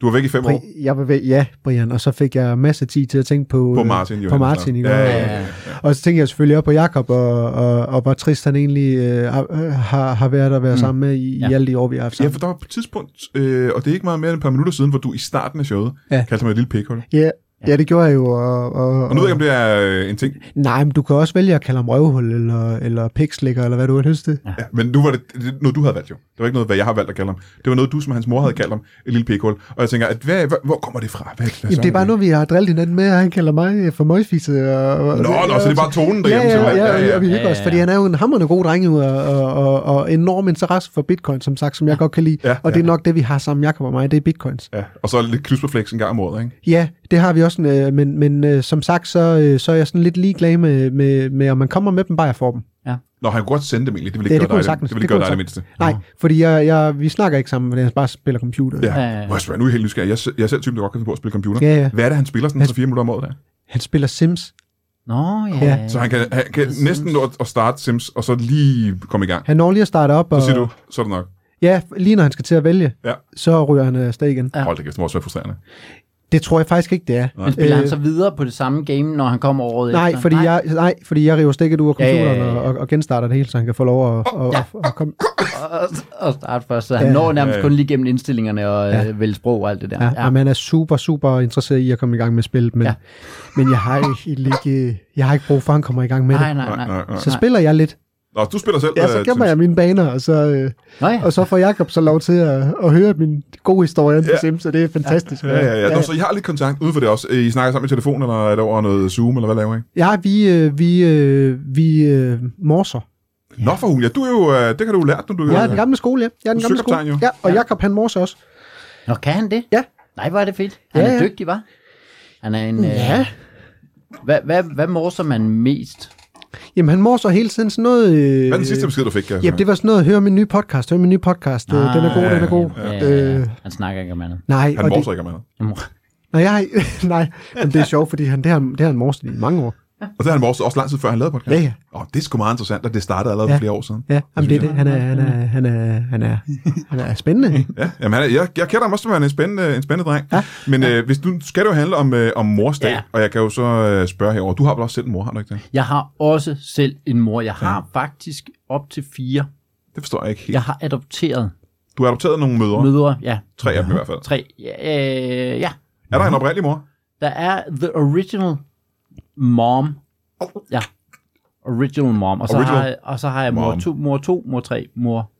[SPEAKER 1] Du var væk i fem år.
[SPEAKER 2] Bri- jeg var væk, ja, Brian, og så fik jeg masser af tid til at tænke på, øh,
[SPEAKER 1] På Martin
[SPEAKER 2] på
[SPEAKER 1] Johansen.
[SPEAKER 2] Martin ikke?
[SPEAKER 1] Ja, ja,
[SPEAKER 2] Og-
[SPEAKER 1] ja, ja.
[SPEAKER 2] Og så tænkte jeg selvfølgelig også på Jakob og, og, og hvor trist han egentlig øh, har- har, har været at være mm. sammen med i, ja.
[SPEAKER 3] Ja.
[SPEAKER 2] i alle de år, vi har haft
[SPEAKER 1] Ja,
[SPEAKER 2] sammen.
[SPEAKER 1] for der var på et tidspunkt, øh, og det er ikke meget mere end et par minutter siden, hvor du i starten af showet
[SPEAKER 2] Ja.
[SPEAKER 1] kaldte mig et lille pikhul.
[SPEAKER 2] Ja, ja, det gjorde jeg jo. Og, og,
[SPEAKER 1] Og nu ved jeg ikke, om det er øh, en ting,
[SPEAKER 2] Nej, men du kan også vælge at kalde ham røvhul, eller, eller pikslikker, eller hvad du har lyst til. Ja.
[SPEAKER 1] ja, men nu var det, det noget, du havde valgt jo. Det var ikke noget, hvad jeg har valgt at kalde ham. Det var noget, du som hans mor havde kaldt ham, et lille pikhul. Og jeg tænker, at hvad, hvor, hvor kommer det fra? Hvad, hvad
[SPEAKER 2] Jamen, det er bare
[SPEAKER 1] nu.
[SPEAKER 2] noget, vi har drillet hinanden med, og han kalder mig øh, for møgfisse. Og, og,
[SPEAKER 1] Nå, nå, så det er bare tonen
[SPEAKER 2] Ja,
[SPEAKER 1] derhjemme.
[SPEAKER 2] ja, ja,
[SPEAKER 1] simpelthen.
[SPEAKER 2] ja, ja, ja. vi
[SPEAKER 3] ja,
[SPEAKER 2] hygger os,
[SPEAKER 3] ja.
[SPEAKER 2] fordi han er jo en hammerende god dreng, jo, og, og, og, og enorm interesse for bitcoin, som sagt, som jeg godt kan lide.
[SPEAKER 1] Ja,
[SPEAKER 2] og det er
[SPEAKER 1] ja.
[SPEAKER 2] nok det, vi har sammen, Jakob og mig, det er bitcoins.
[SPEAKER 1] ja. Og så lidt klysperflex en gang om året, ikke?
[SPEAKER 2] Ja, det har vi også, øh, men, men øh, som sagt, så, øh, så er jeg sådan lidt ligeglad med, med, med, om man kommer med dem, bare jeg får dem.
[SPEAKER 1] Nå, han kunne godt sende dem egentlig. Det ville
[SPEAKER 2] Ja,
[SPEAKER 1] ikke
[SPEAKER 2] det
[SPEAKER 1] gøre
[SPEAKER 2] kunne
[SPEAKER 1] dig
[SPEAKER 2] sagtens.
[SPEAKER 1] det. Det ville
[SPEAKER 2] Det
[SPEAKER 1] ikke gøre
[SPEAKER 2] kunne
[SPEAKER 1] dig det
[SPEAKER 2] sagtens.
[SPEAKER 1] mindste.
[SPEAKER 2] Nej, fordi jeg, jeg, vi snakker ikke sammen, fordi jeg bare spiller computer.
[SPEAKER 1] Ja.
[SPEAKER 3] Ja, ja, ja.
[SPEAKER 1] Må jeg spørge, nu er jeg helt nysgerrig. Jeg, er s- jeg er selv typen, der godt kan finde på at spille computer.
[SPEAKER 2] Ja, ja.
[SPEAKER 1] Hvad er det, han spiller sådan
[SPEAKER 2] Han-
[SPEAKER 1] så fire minutter om året der?
[SPEAKER 2] Han spiller Sims.
[SPEAKER 3] Nå, ja.
[SPEAKER 2] Ja.
[SPEAKER 3] ja.
[SPEAKER 1] Så han kan, han kan
[SPEAKER 3] Sims.
[SPEAKER 1] næsten nå at- at starte Sims, og så lige komme i gang.
[SPEAKER 2] Han når lige at starte op, og
[SPEAKER 1] Så siger du, så er det nok.
[SPEAKER 2] ja, lige når han skal til at vælge,
[SPEAKER 1] Ja.
[SPEAKER 2] så ryger han afsted igen.
[SPEAKER 3] Ja.
[SPEAKER 1] Hold da kæft, det må også være frustrerende.
[SPEAKER 2] Det tror jeg faktisk ikke, det er.
[SPEAKER 3] Men spiller
[SPEAKER 2] Øh,
[SPEAKER 3] han så videre på det samme game, når han kommer året
[SPEAKER 2] Nej,
[SPEAKER 3] efter?
[SPEAKER 2] fordi jeg, nej, fordi jeg river stikket ud af
[SPEAKER 3] Ja, ja, ja,
[SPEAKER 2] computeren ja, ja, ja. Og, og genstarter det hele, så han kan få lov at, at, at, at komme.
[SPEAKER 3] Og, og starte først, så han
[SPEAKER 2] Ja.
[SPEAKER 3] når nærmest
[SPEAKER 1] Ja, ja.
[SPEAKER 3] kun lige gennem indstillingerne og øh, vælge sprog og alt det der.
[SPEAKER 2] Ja, ja. Og man er super, super interesseret i at komme i gang med spillet, men, ja.
[SPEAKER 3] Ja.
[SPEAKER 2] men jeg, har ikke, ikke, jeg har ikke brug for, at han kommer i gang med
[SPEAKER 3] Nej,
[SPEAKER 2] det.
[SPEAKER 3] nej, nej.
[SPEAKER 1] Nej, nej, nej.
[SPEAKER 2] Så spiller jeg lidt.
[SPEAKER 1] Nå, du spiller selv.
[SPEAKER 2] Ja, så
[SPEAKER 1] øh,
[SPEAKER 2] gemmer
[SPEAKER 1] Sims.
[SPEAKER 2] jeg mine baner, og så, øh,
[SPEAKER 3] Nå ja.
[SPEAKER 2] og så får Jakob så lov til at, at høre min gode historie
[SPEAKER 1] Ja.
[SPEAKER 2] ja. Sims, og det er fantastisk.
[SPEAKER 1] Ja, ja, ja. Nå, så I har lidt kontakt uden for det også. Øh, I snakker sammen i telefon, eller er det over noget Zoom, eller hvad laver I?
[SPEAKER 2] Ja, vi, øh, vi, øh, vi øh, morser.
[SPEAKER 1] Ja. Nå for hun, ja, du er jo, øh, det kan du jo lært, når du
[SPEAKER 2] Jeg er den gamle skole, ja. Jeg er den
[SPEAKER 1] Du er
[SPEAKER 2] gamle skole.
[SPEAKER 1] søkaptajn jo.
[SPEAKER 2] Ja, og Jakob, han morser også.
[SPEAKER 3] Nå, kan han det?
[SPEAKER 2] Ja.
[SPEAKER 3] Nej, hvor er det fedt. Han
[SPEAKER 2] Ja,
[SPEAKER 3] ja, ja.
[SPEAKER 2] ja.
[SPEAKER 3] er dygtig, var? Han er en...
[SPEAKER 2] Ja.
[SPEAKER 3] Øh, hvad, hvad, hvad morser man mest?
[SPEAKER 2] Jamen, han morser hele tiden sådan noget... Øh,
[SPEAKER 1] Hvad er den sidste besked, du fik? Altså?
[SPEAKER 2] Jamen, det var sådan noget, hør min nye podcast, hør min nye podcast, øh, den er
[SPEAKER 1] Ah,
[SPEAKER 2] god, den er god.
[SPEAKER 3] Ja, ja, ja.
[SPEAKER 2] Øh,
[SPEAKER 3] Han snakker ikke om andet.
[SPEAKER 2] nej,
[SPEAKER 1] Han
[SPEAKER 2] og det,
[SPEAKER 1] morser ikke om andet.
[SPEAKER 2] nej, jeg, nej, men det er sjovt, fordi han, det har, det har han morset i mange år.
[SPEAKER 1] Og det har han morset også lang tid før, han lavede podcast.
[SPEAKER 2] Ja, ja.
[SPEAKER 1] Åh, det er sgu meget interessant, og det startede allerede
[SPEAKER 2] Ja.
[SPEAKER 1] for flere år siden.
[SPEAKER 2] Ja, jamen, det er det. Han er, han er, han er, han er, han er spændende.
[SPEAKER 1] Ja, jamen, han er, jeg, jeg kender ham også som værende en spændende, en spændende dreng. Ja. Men øh, hvis du skal det jo handle om, øh, om morsdag, ja.
[SPEAKER 3] Ja.
[SPEAKER 1] og jeg kan jo så øh, spørge herover. Du har vel også selv en mor, har du ikke det?
[SPEAKER 3] Jeg har også selv en mor. Jeg har ja. faktisk op til fire.
[SPEAKER 1] Det forstår jeg ikke helt.
[SPEAKER 3] Jeg
[SPEAKER 1] Ja.
[SPEAKER 3] har adopteret
[SPEAKER 1] Du har adopteret nogle mødre,
[SPEAKER 3] mødre. Ja,
[SPEAKER 1] tre af dem i hvert fald.
[SPEAKER 3] tre. Ja, øh, ja.
[SPEAKER 1] Er der en oprindelig mor?
[SPEAKER 3] Der er The Original Mom. Ja. Original Mom. Og så,
[SPEAKER 1] Original
[SPEAKER 3] har, jeg- og så har jeg mor
[SPEAKER 1] Mom.
[SPEAKER 3] 2, mor 2, mor 3, mor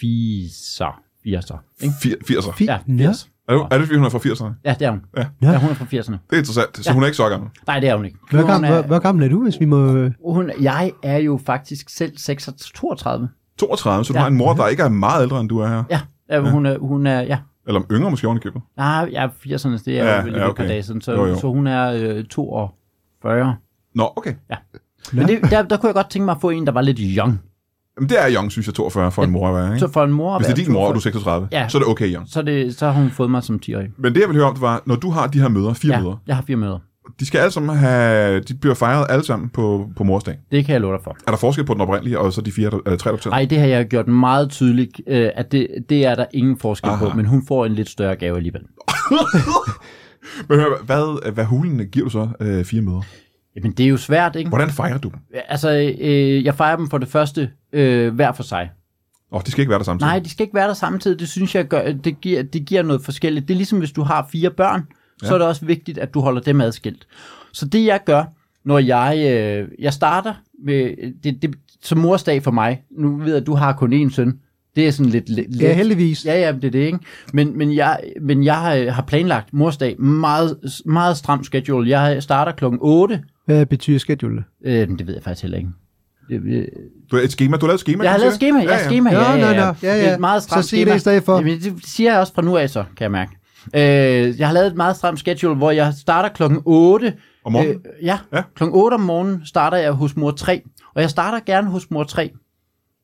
[SPEAKER 3] 4. så. Fire så. Ikke?
[SPEAKER 1] 80'er.
[SPEAKER 2] Fint.
[SPEAKER 3] Ja,
[SPEAKER 2] Ja.
[SPEAKER 3] 80.
[SPEAKER 1] Er, du, er det, fordi hun er fra 80'erne?
[SPEAKER 3] Ja, det er hun.
[SPEAKER 1] Ja.
[SPEAKER 3] Ja. ja, hun er fra 80'erne.
[SPEAKER 1] Det er interessant, så ja. hun er ikke så gammel.
[SPEAKER 3] Nej, det er hun ikke.
[SPEAKER 2] Hvor
[SPEAKER 3] hun
[SPEAKER 2] gammel, hvor, hvor
[SPEAKER 3] er,
[SPEAKER 2] gammel er du, hvis vi må...
[SPEAKER 3] hun, jeg er jo faktisk selv 36, 32.
[SPEAKER 1] 32, så du ja.
[SPEAKER 3] Ja.
[SPEAKER 1] har en mor, der ikke er meget ældre, end du er her.
[SPEAKER 3] Ja, ja, hun er, hun er ja.
[SPEAKER 1] Eller yngre måske oven i købet.
[SPEAKER 3] Nej, jeg er 80'erne, det er
[SPEAKER 1] Ja,
[SPEAKER 3] ja, jo vel
[SPEAKER 1] ja,
[SPEAKER 3] ja,
[SPEAKER 1] okay.
[SPEAKER 3] okay. et par dage siden, så,
[SPEAKER 1] Jo, jo.
[SPEAKER 3] så hun er øh, 42.
[SPEAKER 1] Nå, okay.
[SPEAKER 3] Men det, der, der kunne jeg godt tænke mig at få en, der var lidt young.
[SPEAKER 1] Men det er young, synes jeg, 42 for en mor at være, ikke?
[SPEAKER 3] Så for en mor... at
[SPEAKER 1] Hvis det er
[SPEAKER 3] være
[SPEAKER 1] din mor, og du er
[SPEAKER 3] 42,
[SPEAKER 1] 36, ja.
[SPEAKER 3] Ja.
[SPEAKER 1] så er det okay young.
[SPEAKER 3] så, er det, så har hun fået mig som 10-årig.
[SPEAKER 1] Men det, jeg vil høre om, det var, når du har de her møder, fire
[SPEAKER 3] Ja,
[SPEAKER 1] møder,
[SPEAKER 3] jeg har fire møder.
[SPEAKER 1] de skal alle sammen have, de bliver fejret alle sammen på, på morsdag.
[SPEAKER 3] Det kan jeg love dig for.
[SPEAKER 1] Er der forskel på den oprindelige, og så de fire, der- øh, tre, der til?
[SPEAKER 3] Nej, det har jeg gjort meget tydeligt, øh, at det, det er der ingen forskel Aha.
[SPEAKER 1] Aha.
[SPEAKER 3] på, men hun får en lidt større gave alligevel.
[SPEAKER 1] Men hør, hvad, hvad hulen giver du så øh, fire møder?
[SPEAKER 3] Mm. Jamen, det er jo svært, ikke?
[SPEAKER 1] Hvordan fejrer du dem?
[SPEAKER 3] Altså, øh, jeg fejrer dem for det første øh, hver for sig.
[SPEAKER 1] Åh, oh, de skal ikke være der samtidig.
[SPEAKER 3] Nej, de skal ikke være der samtidig. Det synes jeg, gør, det, giver, det giver noget forskelligt. Det er ligesom, hvis du har fire børn, ja. så er det også vigtigt, at du holder dem adskilt. Så det jeg gør, når jeg, øh, jeg starter med, det, det, som morsdag for mig, nu ved jeg, at du har kun én søn, det er sådan lidt... lidt
[SPEAKER 2] Ja, heldigvis.
[SPEAKER 3] Ja, ja, men det er det, ikke? Men, men jeg, men jeg har, øh, har planlagt morsdag meget, meget stram schedule. Jeg starter klokken 8.
[SPEAKER 2] Hvad betyder schedule?
[SPEAKER 3] Øh, men det ved jeg faktisk heller ikke. Det, øh,
[SPEAKER 1] Du har et schema, du har lavet et schema.
[SPEAKER 3] jeg har
[SPEAKER 1] kan du
[SPEAKER 3] lavet
[SPEAKER 1] sige
[SPEAKER 3] skema,
[SPEAKER 1] det?
[SPEAKER 3] ja, ja. skema, ja,
[SPEAKER 2] Nå,
[SPEAKER 3] ja,
[SPEAKER 2] nå,
[SPEAKER 3] ja.
[SPEAKER 2] nå. Ja, ja.
[SPEAKER 3] Et meget stramt
[SPEAKER 2] Så sig det
[SPEAKER 3] skema.
[SPEAKER 2] i stedet for.
[SPEAKER 3] Jamen, det siger jeg også fra nu af så, kan jeg mærke. Øh, jeg har lavet et meget stramt schedule, hvor jeg starter klokken 8.
[SPEAKER 1] Om morgenen?
[SPEAKER 3] Øh, ja,
[SPEAKER 1] Ja.
[SPEAKER 3] ja. klokken 8 om morgenen starter jeg hos mor 3. Og jeg starter gerne hos mor 3,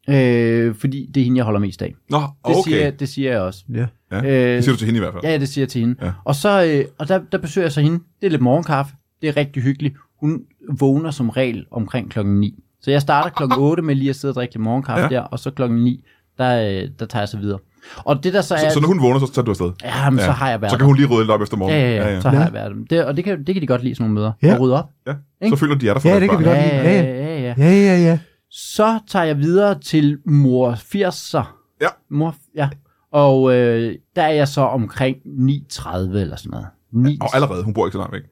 [SPEAKER 3] øh, fordi det er hende, jeg holder mest af. Det,
[SPEAKER 1] Nå,
[SPEAKER 3] siger,
[SPEAKER 1] okay.
[SPEAKER 3] jeg, det siger jeg også.
[SPEAKER 2] Ja.
[SPEAKER 1] Ja.
[SPEAKER 3] Øh,
[SPEAKER 1] Det siger du til hende i hvert fald.
[SPEAKER 3] Ja, det siger jeg til hende.
[SPEAKER 1] Ja.
[SPEAKER 3] Ja. Og, så, øh, og der, der besøger jeg så hende. Det er lidt morgenkaffe. Det er rigtig hyggeligt. Hun vågner som regel omkring klokken 9. Så jeg starter klokken 8 med lige at sidde og drikke lidt morgenkaffe
[SPEAKER 1] Ja.
[SPEAKER 3] ja. der, og så klokken 9, der, øh, der tager jeg så videre. Og det der så er...
[SPEAKER 1] Så, så når hun vågner, så tager du afsted.
[SPEAKER 3] Ja, men så har jeg været
[SPEAKER 1] Så kan hun lige rydde lidt op efter morgen.
[SPEAKER 3] Ja, ja, ja. Så har
[SPEAKER 2] Ja.
[SPEAKER 3] jeg været dem. Det, og det kan, det kan de godt lide, sådan nogle møder.
[SPEAKER 2] Ja.
[SPEAKER 3] Ja. At rydde op.
[SPEAKER 1] ja. Så
[SPEAKER 3] Ikke?
[SPEAKER 1] føler de, at de er der for
[SPEAKER 2] Ja,
[SPEAKER 1] deres
[SPEAKER 2] det kan vi
[SPEAKER 1] barn.
[SPEAKER 2] godt lide. Ja, ja.
[SPEAKER 3] ja, ja.
[SPEAKER 2] Ja, ja, ja.
[SPEAKER 3] Så tager jeg videre til mor 80'er.
[SPEAKER 1] Ja.
[SPEAKER 3] Mor, ja. Og øh, der er jeg så omkring 9.30 eller sådan noget. 9.
[SPEAKER 1] Og allerede, hun bor ikke så langt væk.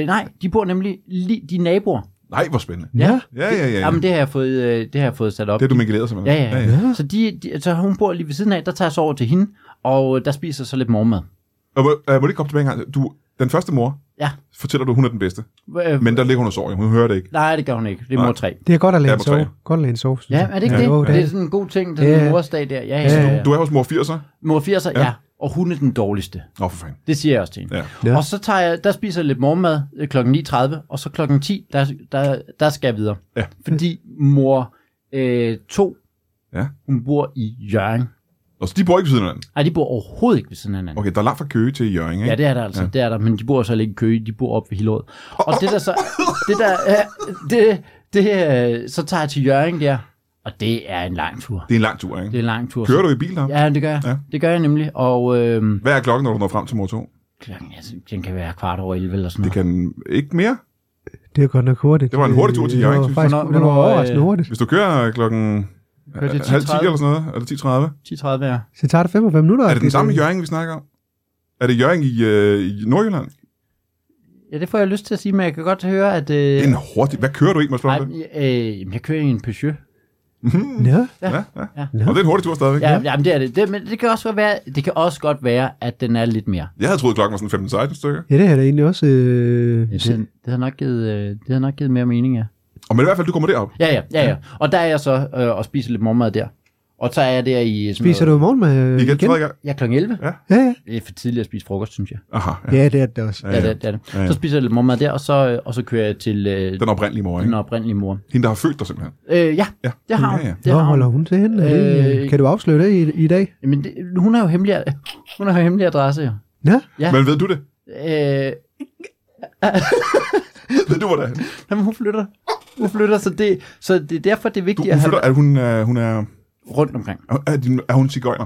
[SPEAKER 3] øh, nej, de bor nemlig lige de naboer.
[SPEAKER 1] Nej, hvor spændende.
[SPEAKER 2] Ja.
[SPEAKER 1] Ja, ja, ja.
[SPEAKER 3] Jamen, det har jeg fået, øh, det har jeg fået sat op.
[SPEAKER 1] Det er du mingeleret simpelthen.
[SPEAKER 3] Ja, ja. ja.
[SPEAKER 2] Ja.
[SPEAKER 3] Så, de, de, så hun bor lige ved siden af, der tager jeg så over til hende, og øh, der spiser jeg så lidt morgenmad.
[SPEAKER 1] Og må, øh, må det ikke komme tilbage en gang? Du, den første mor,
[SPEAKER 3] Ja.
[SPEAKER 1] fortæller du, hun er den bedste.
[SPEAKER 3] Øh,
[SPEAKER 1] Men der ligger hun og sover, jo. hun hører det ikke.
[SPEAKER 3] nej, det gør hun ikke. Det er
[SPEAKER 1] Nej.
[SPEAKER 3] mor 3.
[SPEAKER 2] Det er godt at lade
[SPEAKER 1] Ja,
[SPEAKER 2] en
[SPEAKER 1] på
[SPEAKER 2] sove.
[SPEAKER 1] tre.
[SPEAKER 2] Godt at lade en sove, synes
[SPEAKER 3] Ja,
[SPEAKER 2] jeg.
[SPEAKER 3] er det ikke
[SPEAKER 2] Jo,
[SPEAKER 3] det?
[SPEAKER 2] er
[SPEAKER 3] Det er sådan en god ting, den
[SPEAKER 2] Ja.
[SPEAKER 3] yeah. morsdag der. Ja,
[SPEAKER 2] Ja,
[SPEAKER 3] ja, ja.
[SPEAKER 1] Du er hos mor 80'er.
[SPEAKER 3] Mor 80'er, ja.
[SPEAKER 1] Ja.
[SPEAKER 3] ja. Og hun er den dårligste.
[SPEAKER 1] Åh, for fanden.
[SPEAKER 3] Det siger jeg også til hende.
[SPEAKER 1] Ja.
[SPEAKER 2] Ja.
[SPEAKER 3] Ja. Og så tager jeg, der spiser jeg lidt morgenmad øh, kl. 9.30, og så kl. 10, der, der, der skal jeg videre.
[SPEAKER 1] Ja.
[SPEAKER 3] Fordi mor 2, øh, to,
[SPEAKER 1] Ja.
[SPEAKER 3] hun bor i Jørgen.
[SPEAKER 1] Og så de bor ikke ved siden af hinanden.
[SPEAKER 3] Nej, de bor overhovedet ikke ved siden af hinanden.
[SPEAKER 1] Okay, der er langt fra Køge til Jørgen, ikke?
[SPEAKER 3] Ja, det er der altså.
[SPEAKER 1] Ja.
[SPEAKER 3] Ja. Det er der, men de bor så ikke i Køge, de bor oppe ved Hillerød. Og det der så, det der, øh, det, det, øh, så tager jeg til Jørgen der, og det er en lang tur.
[SPEAKER 1] det er en lang tur, ikke?
[SPEAKER 3] Det er en lang tur.
[SPEAKER 1] Kører du i bil der?
[SPEAKER 3] Ja, det gør jeg.
[SPEAKER 1] Ja.
[SPEAKER 3] Ja. Det gør jeg nemlig, og øh,
[SPEAKER 1] Hvad er klokken, når du når frem til mor 2?
[SPEAKER 3] klokken, altså, den kan være kvart over 11 eller sådan
[SPEAKER 1] Det
[SPEAKER 3] noget.
[SPEAKER 1] kan ikke mere.
[SPEAKER 2] Det er godt nok hurtigt.
[SPEAKER 1] Det var en hurtig tur til Hjørring,
[SPEAKER 2] Det var
[SPEAKER 1] synes
[SPEAKER 2] faktisk
[SPEAKER 3] jeg.
[SPEAKER 2] det var
[SPEAKER 3] Hvornår-
[SPEAKER 2] overraskende
[SPEAKER 3] hvornår, øh,
[SPEAKER 2] hurtigt.
[SPEAKER 1] Hvis du kører klokken
[SPEAKER 3] Kører det
[SPEAKER 1] øh, halv 10
[SPEAKER 3] 10.30?
[SPEAKER 1] eller sådan noget, eller 10.30.
[SPEAKER 3] 10.30 er.
[SPEAKER 2] Så tager det 55 minutter.
[SPEAKER 1] Er det den samme Jørgen, vi snakker om? Er det Jørgen i, øh, i Nordjylland?
[SPEAKER 3] Ja, det får jeg lyst til at sige, men jeg kan godt høre, at... Øh,
[SPEAKER 1] En hurtig... Hvad kører du i, må jeg
[SPEAKER 3] nej,
[SPEAKER 1] spørge om det?
[SPEAKER 3] øh, jamen, jeg kører i en Peugeot.
[SPEAKER 2] Ja.
[SPEAKER 1] Ja, ja.
[SPEAKER 3] Ja.
[SPEAKER 1] Og det er en hurtig tur stadigvæk.
[SPEAKER 3] Ja, jamen, det er det. det. Men det kan, også godt være, det kan også godt være, at den er lidt mere.
[SPEAKER 1] Jeg havde troet, klokken var sådan 15-16 stykker.
[SPEAKER 2] ja, det er da egentlig også... Øh...
[SPEAKER 3] Ja, det, det, har nok givet, øh, det har nok givet mere mening, ja.
[SPEAKER 1] Og men i hvert fald, du kommer derop.
[SPEAKER 3] Ja, ja, ja, ja. Og der er jeg så øh, og spiser lidt morgenmad der. Og så er jeg der i... sådan
[SPEAKER 2] Spiser du
[SPEAKER 3] noget-
[SPEAKER 2] morgen med
[SPEAKER 1] Igen, igen. tredje gang.
[SPEAKER 3] Ja, kl. 11.
[SPEAKER 1] Ja.
[SPEAKER 2] Ja, ja.
[SPEAKER 3] Det er for tidligt at spise frokost, synes jeg.
[SPEAKER 1] Aha, ja.
[SPEAKER 2] Ja, det er det også.
[SPEAKER 3] Ja, ja. Det, det er det. Ja, ja. Så spiser jeg lidt morgenmad der, og så, øh, og så kører jeg til øh,
[SPEAKER 1] Den oprindelige mor,
[SPEAKER 3] den
[SPEAKER 1] ikke?
[SPEAKER 3] oprindelige mor.
[SPEAKER 1] Hende, der har født dig simpelthen.
[SPEAKER 3] Øh, ja,
[SPEAKER 1] Ja.
[SPEAKER 3] det har hun.
[SPEAKER 1] Ja, ja.
[SPEAKER 3] Det
[SPEAKER 2] Hvor
[SPEAKER 3] har hun.
[SPEAKER 2] holder hun til henne? Er det, øh,
[SPEAKER 3] Øh,
[SPEAKER 2] kan du afsløre det i, i dag?
[SPEAKER 3] Men det, hun har jo hemmelig, hun har jo hemmelig adresse, jo.
[SPEAKER 2] Ja,
[SPEAKER 3] Ja.
[SPEAKER 1] Men ved du det?
[SPEAKER 3] Øh,
[SPEAKER 1] Ved du, hvor det er?
[SPEAKER 3] jamen, hun flytter. Hun flytter, så det, så det er derfor, det er
[SPEAKER 1] Du,
[SPEAKER 3] vigtigt
[SPEAKER 1] hun
[SPEAKER 3] at have
[SPEAKER 1] flytter, at hun, øh, hun er,
[SPEAKER 3] rundt omkring.
[SPEAKER 1] er, din- er hun cigøjner?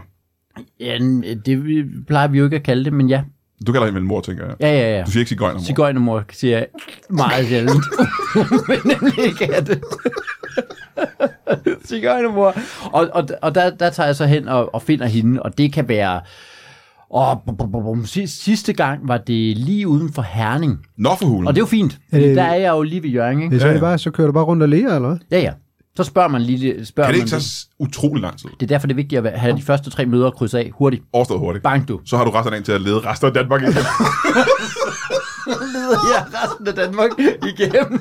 [SPEAKER 3] Ja, det vi- plejer vi jo ikke at kalde det, men ja.
[SPEAKER 1] Du kalder hende vel mor, tænker jeg.
[SPEAKER 3] Ja, ja, ja.
[SPEAKER 1] Du siger ikke cigøjner, mor.
[SPEAKER 3] Cigøjnermor siger jeg meget sjældent. men nemlig ikke er det. Cigøjnermor. Og, og, og der, der tager jeg så hen og, og finder hende, og det kan være... Og bum, bum, bum, bum. Si- sidste gang var det lige uden for Herning.
[SPEAKER 1] Nå for hulen.
[SPEAKER 3] Og det er jo fint,
[SPEAKER 2] Er
[SPEAKER 3] fordi
[SPEAKER 2] det-
[SPEAKER 3] der er jeg jo lige ved Jørgen,
[SPEAKER 2] det
[SPEAKER 3] ikke?
[SPEAKER 2] er så,
[SPEAKER 1] Ja,
[SPEAKER 2] ja,
[SPEAKER 1] ja.
[SPEAKER 2] ja. Bare, så kører du bare rundt og læger, eller hvad?
[SPEAKER 3] Ja, ja. Så spørger man lige... Spørger
[SPEAKER 1] kan det
[SPEAKER 3] man
[SPEAKER 1] ikke tage s- utrolig lang tid?
[SPEAKER 3] det er derfor, det er vigtigt at være- have de første tre møder krydset af hurtigt.
[SPEAKER 1] Overstået hurtigt.
[SPEAKER 3] Bang du.
[SPEAKER 1] Så har du resten af dagen til at lede resten af Danmark igen.
[SPEAKER 3] leder jeg resten af Danmark igennem.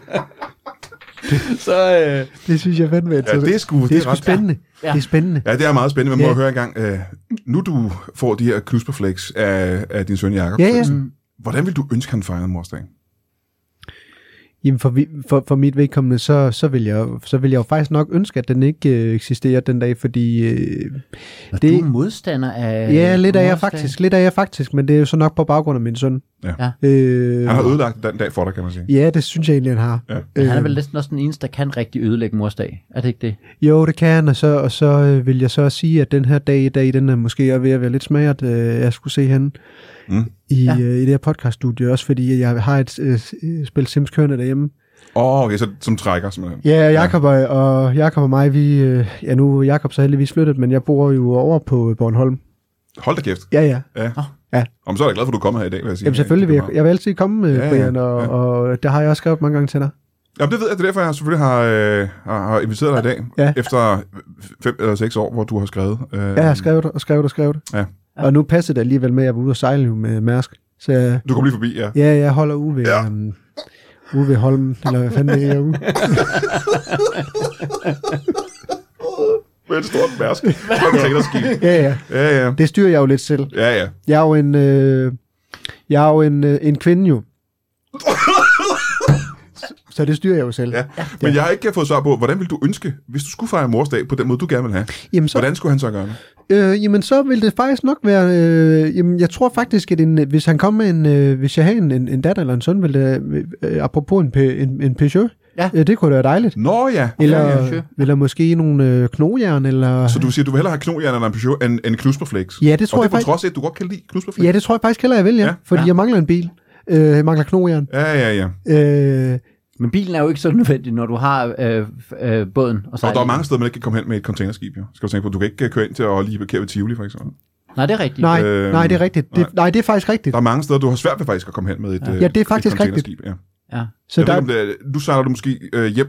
[SPEAKER 3] så, øh,
[SPEAKER 2] Det synes jeg fandme er
[SPEAKER 1] ja, det er sgu,
[SPEAKER 2] det er sgu
[SPEAKER 1] ret-
[SPEAKER 2] spændende. Ja. Det er spændende.
[SPEAKER 1] Ja, det er meget spændende, men må
[SPEAKER 2] Ja.
[SPEAKER 1] jeg høre engang. Øh, nu du får de her knusperflakes af, af din søn Jacob,
[SPEAKER 2] Ja, ja.
[SPEAKER 1] Sørensen, hvordan vil du ønske, han fejrede morsdagen?
[SPEAKER 2] Jamen for, vi- for, for mit vedkommende, så, så, vil jeg, så vil jeg jo faktisk nok ønske, at den ikke øh, eksisterer den dag, fordi øh,
[SPEAKER 3] det,
[SPEAKER 2] det,
[SPEAKER 3] du er modstander af...
[SPEAKER 2] ja, lidt er jeg
[SPEAKER 3] morsdag.
[SPEAKER 2] faktisk, lidt er jeg faktisk, men det er jo så nok på baggrund af min søn.
[SPEAKER 1] Ja.
[SPEAKER 3] Ja.
[SPEAKER 2] Øh,
[SPEAKER 1] Han har ødelagt den dag for dig, kan man sige.
[SPEAKER 2] ja, det synes jeg egentlig, han har. Øh,
[SPEAKER 1] Ja.
[SPEAKER 3] Men han er vel næsten også den eneste, der kan rigtig ødelægge morsdag. Er det ikke det?
[SPEAKER 2] Jo, det kan han, og så, og så øh, vil jeg så også sige, at den her dag i dag, den er måske er ved at være lidt smagret, øh, jeg skulle se hende
[SPEAKER 1] Mm.
[SPEAKER 2] i,
[SPEAKER 3] Ja.
[SPEAKER 2] ja. øh, i det her podcaststudie, også fordi jeg har et øh, s- øh, spil Sims kørende derhjemme.
[SPEAKER 1] Åh, okay, så som trækker simpelthen.
[SPEAKER 2] Ja, og Jakob og, og, Jakob og mig, vi, øh, ja nu er Jakob så heldigvis flyttet, men jeg bor jo over på Bornholm.
[SPEAKER 1] Hold da kæft.
[SPEAKER 2] Ja, ja.
[SPEAKER 1] Ja.
[SPEAKER 3] Nå.
[SPEAKER 2] Ja.
[SPEAKER 1] Om så er jeg glad for, at du er kommet her i dag, vil jeg sige.
[SPEAKER 2] Jamen selvfølgelig vil jeg, jeg vil altid komme, ja,
[SPEAKER 1] Ja, ja,
[SPEAKER 2] Brian, og,
[SPEAKER 1] ja.
[SPEAKER 2] ja. og det har jeg også skrevet mange gange til dig.
[SPEAKER 1] Jamen, det ved jeg, det er derfor, jeg selvfølgelig har, øh, har, har inviteret dig i dag,
[SPEAKER 2] Ja.
[SPEAKER 1] efter fem eller seks år, hvor du har skrevet. Øh,
[SPEAKER 2] Ja, jeg har skrevet det, og skrevet det, og skrevet det.
[SPEAKER 1] Ja.
[SPEAKER 2] Og nu passer det alligevel med, at jeg var ude og sejle jo med Mærsk. Så jeg-
[SPEAKER 1] Du kom lige forbi, ja.
[SPEAKER 2] ja, jeg holder ude ved,
[SPEAKER 1] Ja.
[SPEAKER 2] ja. um, ude ved Holmen, eller hvad fanden det er ude.
[SPEAKER 1] Med et stort mærsk. Containerskib.
[SPEAKER 2] Ja, ja.
[SPEAKER 1] Ja, ja.
[SPEAKER 2] Det styrer jeg jo lidt selv.
[SPEAKER 1] Ja, ja.
[SPEAKER 2] Jeg er jo en, øh, jeg er jo en, øh, en kvinde jo. Så- Så det styrer jeg jo selv.
[SPEAKER 1] ja. Men jeg har ikke fået svar på, hvordan vil du ønske, hvis du skulle fejre morsdag på den måde, du gerne vil have?
[SPEAKER 2] Jamen, så,
[SPEAKER 1] Hvordan skulle han så gøre det?
[SPEAKER 2] Øh, jamen, så vil det faktisk nok være... Øh, jamen, jeg tror faktisk, at en, øh, hvis han kom med en... Øh, hvis jeg havde en, en, en datter eller en søn, ville det... Øh, apropos en, Pe- en, en Peugeot, Ja. Øh, det kunne da være dejligt.
[SPEAKER 1] Nå ja.
[SPEAKER 2] Eller,
[SPEAKER 1] ja, ja.
[SPEAKER 2] ja, ja. eller måske nogle øh, knogjern, eller...
[SPEAKER 1] Så du vil sige, at du vil hellere have knogjern end, Peugeot, end, end knusperflakes?
[SPEAKER 2] Ja, det tror
[SPEAKER 1] og det er på
[SPEAKER 2] jeg faktisk-
[SPEAKER 1] trods af, at du godt kan lide knusperflakes?
[SPEAKER 2] Ja, det tror jeg faktisk heller, jeg vil, ja.
[SPEAKER 1] Ja.
[SPEAKER 2] ja. Fordi
[SPEAKER 3] Ja.
[SPEAKER 2] ja. jeg mangler en bil. Øh, jeg mangler knogjern.
[SPEAKER 1] Ja, ja, ja.
[SPEAKER 2] Øh,
[SPEAKER 3] Men bilen er jo ikke så nødvendig, når du har øh, øh, båden. Og,
[SPEAKER 1] Og der er
[SPEAKER 3] sejlene.
[SPEAKER 1] mange steder, man ikke kan komme hen med et containerskib, jo. Skal du tænke på, du kan ikke øh, køre ind til at lige parkere ved Tivoli, for eksempel.
[SPEAKER 3] Nej, det er rigtigt.
[SPEAKER 2] nej,
[SPEAKER 1] Øhm,
[SPEAKER 2] øh, nej, det er rigtigt. Det,
[SPEAKER 1] nej.
[SPEAKER 2] nej. nej, det er faktisk rigtigt.
[SPEAKER 1] Der er mange steder, du har svært ved faktisk at komme hen med et, øh,
[SPEAKER 2] Ja, det er faktisk
[SPEAKER 1] et containerskib. Ja.
[SPEAKER 3] Ja.
[SPEAKER 2] Så
[SPEAKER 1] jeg
[SPEAKER 2] der,
[SPEAKER 1] ved, ikke, om det er, nu sejler du måske øh, hjem.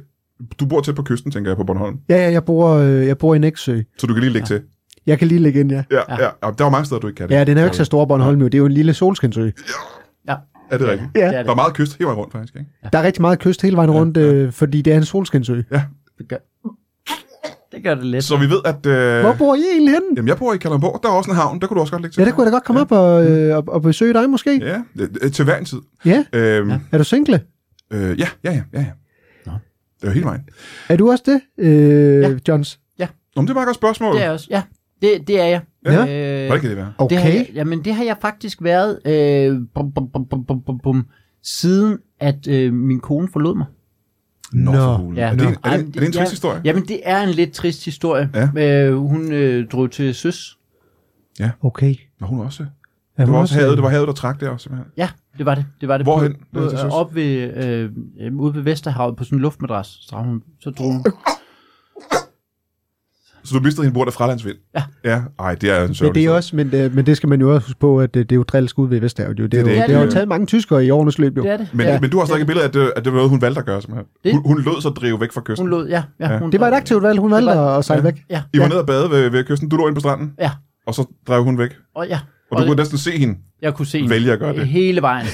[SPEAKER 1] Du bor tæt på kysten, tænker jeg, på Bornholm.
[SPEAKER 2] ja, ja, jeg bor, øh, jeg bor i Næksø.
[SPEAKER 1] Så du kan lige lægge ja. til.
[SPEAKER 2] Jeg kan lige lægge ind, ja.
[SPEAKER 1] Ja, ja. ja. Og Der er jo mange steder, du ikke kan det.
[SPEAKER 2] Ja, den er jo ikke så stor Bornholm, jo. det er jo en lille solskinsø.
[SPEAKER 3] Ja.
[SPEAKER 1] Er det rigtigt?
[SPEAKER 2] Ja.
[SPEAKER 3] Det er
[SPEAKER 1] Der
[SPEAKER 3] det.
[SPEAKER 1] er meget kyst hele vejen rundt, faktisk. Ikke?
[SPEAKER 2] Der er rigtig meget kyst hele vejen rundt, øh, fordi det er en solskinsø.
[SPEAKER 1] Øh.
[SPEAKER 3] Det gør det, gør det let.
[SPEAKER 1] Så vi ved, at... Øh,
[SPEAKER 2] Hvor bor I egentlig henne?
[SPEAKER 1] jamen, jeg bor i Kalundborg. Der er også en havn. Der kunne du også godt lægge til.
[SPEAKER 2] Ja, der kunne jeg da godt komme op og, øh, og, og besøge dig måske.
[SPEAKER 1] Mm. Ja, øh, til hver en tid.
[SPEAKER 2] Ja,
[SPEAKER 1] Øhm, ja.
[SPEAKER 2] er du single?
[SPEAKER 1] Øh, ja, ja, ja, ja. ja.
[SPEAKER 3] Nå.
[SPEAKER 1] Det er jo hele vejen.
[SPEAKER 2] Er du også det, øh,
[SPEAKER 3] Ja.
[SPEAKER 2] ja. Johns?
[SPEAKER 1] Nå, men det er bare et godt spørgsmål.
[SPEAKER 3] Det er jeg også. Ja, det, det er jeg.
[SPEAKER 2] Ja.
[SPEAKER 3] Øh,
[SPEAKER 1] Hvordan kan det være?
[SPEAKER 3] Det har
[SPEAKER 2] Okay.
[SPEAKER 3] jeg, jamen, det har jeg faktisk været øh, bum, bum, bum, bum, bum, bum, bum, siden, at øh, min kone forlod mig.
[SPEAKER 1] Nå,
[SPEAKER 2] Nå.
[SPEAKER 1] for hulen.
[SPEAKER 3] Ja.
[SPEAKER 1] er, det en, er,
[SPEAKER 3] Ej,
[SPEAKER 1] det,
[SPEAKER 3] men
[SPEAKER 1] er det en trist
[SPEAKER 3] ja,
[SPEAKER 1] historie?
[SPEAKER 3] Jamen, det er en lidt trist historie. Ja. Øh, hun øh, drog til søs.
[SPEAKER 2] Okay.
[SPEAKER 1] Nå, hun er også.
[SPEAKER 2] Er
[SPEAKER 1] Det
[SPEAKER 2] hun øh,
[SPEAKER 1] var også havet, det var havet, der trak der også. simpelthen.
[SPEAKER 3] Ja, det var det. det, var det.
[SPEAKER 1] Hvorhen?
[SPEAKER 3] På, på,
[SPEAKER 1] Til søs?
[SPEAKER 3] op ved, øh, øh, ude ved Vesterhavet på sådan en luftmadras. Så, drog hun, så drog hun.
[SPEAKER 1] Så du mistede hende bord af fralandsvind?
[SPEAKER 3] Ja.
[SPEAKER 1] Ja, ej, det er en
[SPEAKER 2] Men
[SPEAKER 1] sørgelig
[SPEAKER 2] det er
[SPEAKER 1] historie.
[SPEAKER 2] også, men, øh, men det skal man jo også huske på, at øh, det, det er jo drilsk ud ved Vesterhavet. Jo. Det, er
[SPEAKER 1] Det er det
[SPEAKER 2] jo, det, det har jo
[SPEAKER 1] ikke, øh.
[SPEAKER 2] taget mange tyskere i årenes løb, jo.
[SPEAKER 3] Det er det.
[SPEAKER 1] Men,
[SPEAKER 3] ja.
[SPEAKER 1] ja, men du har så ikke et billede af, at det, at det var noget, hun valgte at gøre. Simpelthen.
[SPEAKER 3] Det-
[SPEAKER 1] Hun, hun lod sig drive væk fra kysten.
[SPEAKER 3] Hun lod, ja. ja,
[SPEAKER 1] Ja.
[SPEAKER 3] Hun
[SPEAKER 2] Det var et aktivt valg, hun valgte at- at sejle
[SPEAKER 1] Ja.
[SPEAKER 2] væk.
[SPEAKER 3] Ja,
[SPEAKER 1] I var
[SPEAKER 3] ja,
[SPEAKER 1] nede og bade ved, ved kysten. Du lå inde på stranden,
[SPEAKER 3] ja.
[SPEAKER 1] og så drev hun væk.
[SPEAKER 3] Og, ja.
[SPEAKER 1] Og du kunne næsten se hende.
[SPEAKER 3] Jeg kunne se hende
[SPEAKER 1] Vælge at gøre det.
[SPEAKER 3] hele vejen.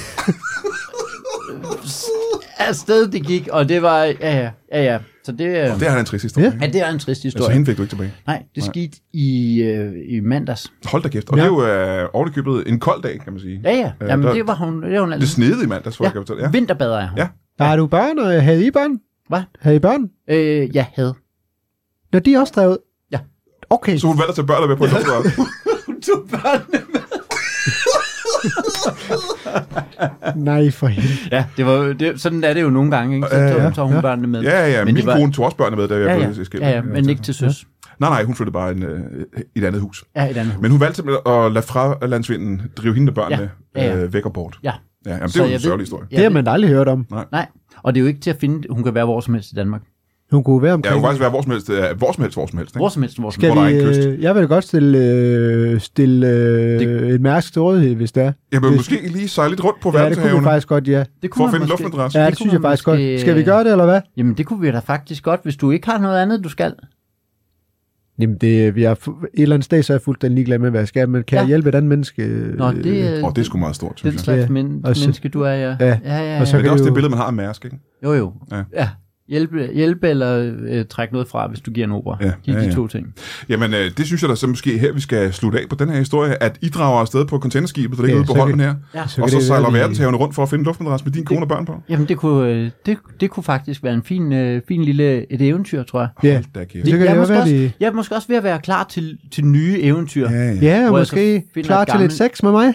[SPEAKER 3] Afsted det gik, og det var, ja ja, ja, ja. Så det, øh,
[SPEAKER 1] Det er da en trist historie.
[SPEAKER 2] Ja.
[SPEAKER 1] ikke?
[SPEAKER 3] ja, det er en trist
[SPEAKER 1] Altså,
[SPEAKER 3] historie.
[SPEAKER 1] hende fik du ikke tilbage.
[SPEAKER 3] Nej, det skete i, øh, i mandags.
[SPEAKER 1] Hold da kæft. Og ja.
[SPEAKER 2] Ja.
[SPEAKER 1] det er jo øh, ovenikøbet en kold dag, kan man sige.
[SPEAKER 3] Ja, ja,
[SPEAKER 1] Øh,
[SPEAKER 3] Jamen,
[SPEAKER 1] der-
[SPEAKER 3] det var hun, det var hun
[SPEAKER 1] Det
[SPEAKER 3] altså.
[SPEAKER 1] snede i mandags, for ja. jeg kan fortælle. Ja.
[SPEAKER 3] Ja. Vinterbader er hun.
[SPEAKER 1] Ja.
[SPEAKER 2] Har du børn, og havde I børn?
[SPEAKER 3] Hvad?
[SPEAKER 2] Havde I børn?
[SPEAKER 3] Øh, jeg havde.
[SPEAKER 2] Når de er også drevet?
[SPEAKER 3] Ja.
[SPEAKER 2] Okay.
[SPEAKER 1] Så hun valgte at tage børnene med på en lufthavn.
[SPEAKER 3] Hun tog børnene med.
[SPEAKER 2] Nej, for helvede.
[SPEAKER 3] Ja, det var, det, sådan er det jo nogle gange, ikke? Så
[SPEAKER 1] Ja, ja,
[SPEAKER 3] tog, ja, tager hun
[SPEAKER 2] ja.
[SPEAKER 3] børnene med.
[SPEAKER 1] ja, ja,
[SPEAKER 3] Men
[SPEAKER 1] min
[SPEAKER 3] det var-
[SPEAKER 1] kone tog også børnene med, da jeg
[SPEAKER 3] ja,
[SPEAKER 1] blev
[SPEAKER 3] ja,
[SPEAKER 1] skilt.
[SPEAKER 3] ja, ja, men ikke til søs.
[SPEAKER 1] Nej, nej, hun flyttede bare en, øh, et andet hus.
[SPEAKER 3] Ja, et andet hus.
[SPEAKER 1] Men hun valgte simpelthen at lade fra landsvinden drive hende og børnene ja.
[SPEAKER 3] Ja, ja,
[SPEAKER 1] Ja,
[SPEAKER 3] ja.
[SPEAKER 1] Øh, væk og bort.
[SPEAKER 3] Ja.
[SPEAKER 1] Ja, jamen, det
[SPEAKER 3] Så
[SPEAKER 1] er jo en
[SPEAKER 3] jeg ved-
[SPEAKER 1] sørgelig historie.
[SPEAKER 3] Ja,
[SPEAKER 2] Det har man aldrig hørt om.
[SPEAKER 3] Nej, og det er jo ikke til at finde, hun kan være hvor som helst i Danmark.
[SPEAKER 2] Hun kunne være
[SPEAKER 1] Ja, det
[SPEAKER 2] omkring.
[SPEAKER 1] kunne faktisk være hvor som helst, øh, hvor som helst, hvor som helst.
[SPEAKER 3] Hvor
[SPEAKER 1] Ikke?
[SPEAKER 3] som helst, hvor som
[SPEAKER 2] Skal
[SPEAKER 1] hvor der er
[SPEAKER 2] vi,
[SPEAKER 1] en kyst.
[SPEAKER 2] øh, jeg vil godt stille, øh, stille øh, det... et mærsk til rådighed, hvis det er.
[SPEAKER 1] Jeg vil måske lige sejle lidt rundt på
[SPEAKER 2] Ja, det kunne vi
[SPEAKER 1] verdenshavene
[SPEAKER 2] faktisk godt, ja.
[SPEAKER 3] Det
[SPEAKER 1] for at
[SPEAKER 3] man
[SPEAKER 1] finde en
[SPEAKER 3] måske-
[SPEAKER 1] luftmadras.
[SPEAKER 2] Ja,
[SPEAKER 1] Ja.
[SPEAKER 2] det,
[SPEAKER 3] kunne
[SPEAKER 2] synes jeg
[SPEAKER 3] man
[SPEAKER 2] faktisk
[SPEAKER 3] måske- øh,
[SPEAKER 2] godt. Skal vi gøre det, eller hvad?
[SPEAKER 3] Jamen, det kunne vi da faktisk godt, hvis du ikke har noget andet, du skal.
[SPEAKER 2] Jamen, det, vi har fu- et eller andet sted, så er jeg fuldstændig ligeglad med, hvad jeg skal. Men kan
[SPEAKER 3] Ja.
[SPEAKER 2] ja. jeg hjælpe et andet menneske?
[SPEAKER 3] Nå, det
[SPEAKER 2] øh,
[SPEAKER 3] er
[SPEAKER 1] Og det er sgu meget stort, synes
[SPEAKER 3] den
[SPEAKER 1] jeg.
[SPEAKER 3] slags
[SPEAKER 2] Ja,
[SPEAKER 3] men,
[SPEAKER 2] og så-
[SPEAKER 3] menneske, du er, ja.
[SPEAKER 2] Ja,
[SPEAKER 3] ja, ja, ja.
[SPEAKER 2] og så-
[SPEAKER 1] Men det er også det
[SPEAKER 2] jo-
[SPEAKER 1] billede, man har af Mærsk, ikke?
[SPEAKER 3] Jo, jo.
[SPEAKER 1] Ja.
[SPEAKER 3] Ja. ja. Hjælpe, hjælpe eller øh, trække noget fra, hvis du giver en opera.
[SPEAKER 1] Ja,
[SPEAKER 3] De,
[SPEAKER 1] ja,
[SPEAKER 3] de
[SPEAKER 1] ja.
[SPEAKER 3] to ting.
[SPEAKER 1] Jamen, øh, det synes jeg da så måske her, vi skal slutte af på den her historie, at I drager afsted på containerskibet, der ligger
[SPEAKER 2] Ja,
[SPEAKER 1] ude på
[SPEAKER 2] så kan-
[SPEAKER 1] holden her,
[SPEAKER 3] Ja.
[SPEAKER 2] kan
[SPEAKER 1] og så
[SPEAKER 2] det være,
[SPEAKER 1] sejler
[SPEAKER 2] vi-
[SPEAKER 1] verdenshavene rundt for at finde en luftmadras med din kone og børn på.
[SPEAKER 3] Jamen, det kunne, øh, det, det kunne faktisk være en fin, øh, fin lille et eventyr, tror jeg.
[SPEAKER 2] Ja,
[SPEAKER 1] Da kæft.
[SPEAKER 2] Så kan
[SPEAKER 3] jeg,
[SPEAKER 2] det
[SPEAKER 3] er
[SPEAKER 2] jo
[SPEAKER 3] måske
[SPEAKER 2] være,
[SPEAKER 3] også,
[SPEAKER 2] de-
[SPEAKER 3] jeg er måske også ved at være klar til, til nye eventyr.
[SPEAKER 1] Ja, ja.
[SPEAKER 2] ja
[SPEAKER 3] Hvor jeg
[SPEAKER 2] måske
[SPEAKER 3] så finder
[SPEAKER 2] klar
[SPEAKER 3] et
[SPEAKER 2] til lidt
[SPEAKER 3] gammelt-
[SPEAKER 2] sex med mig?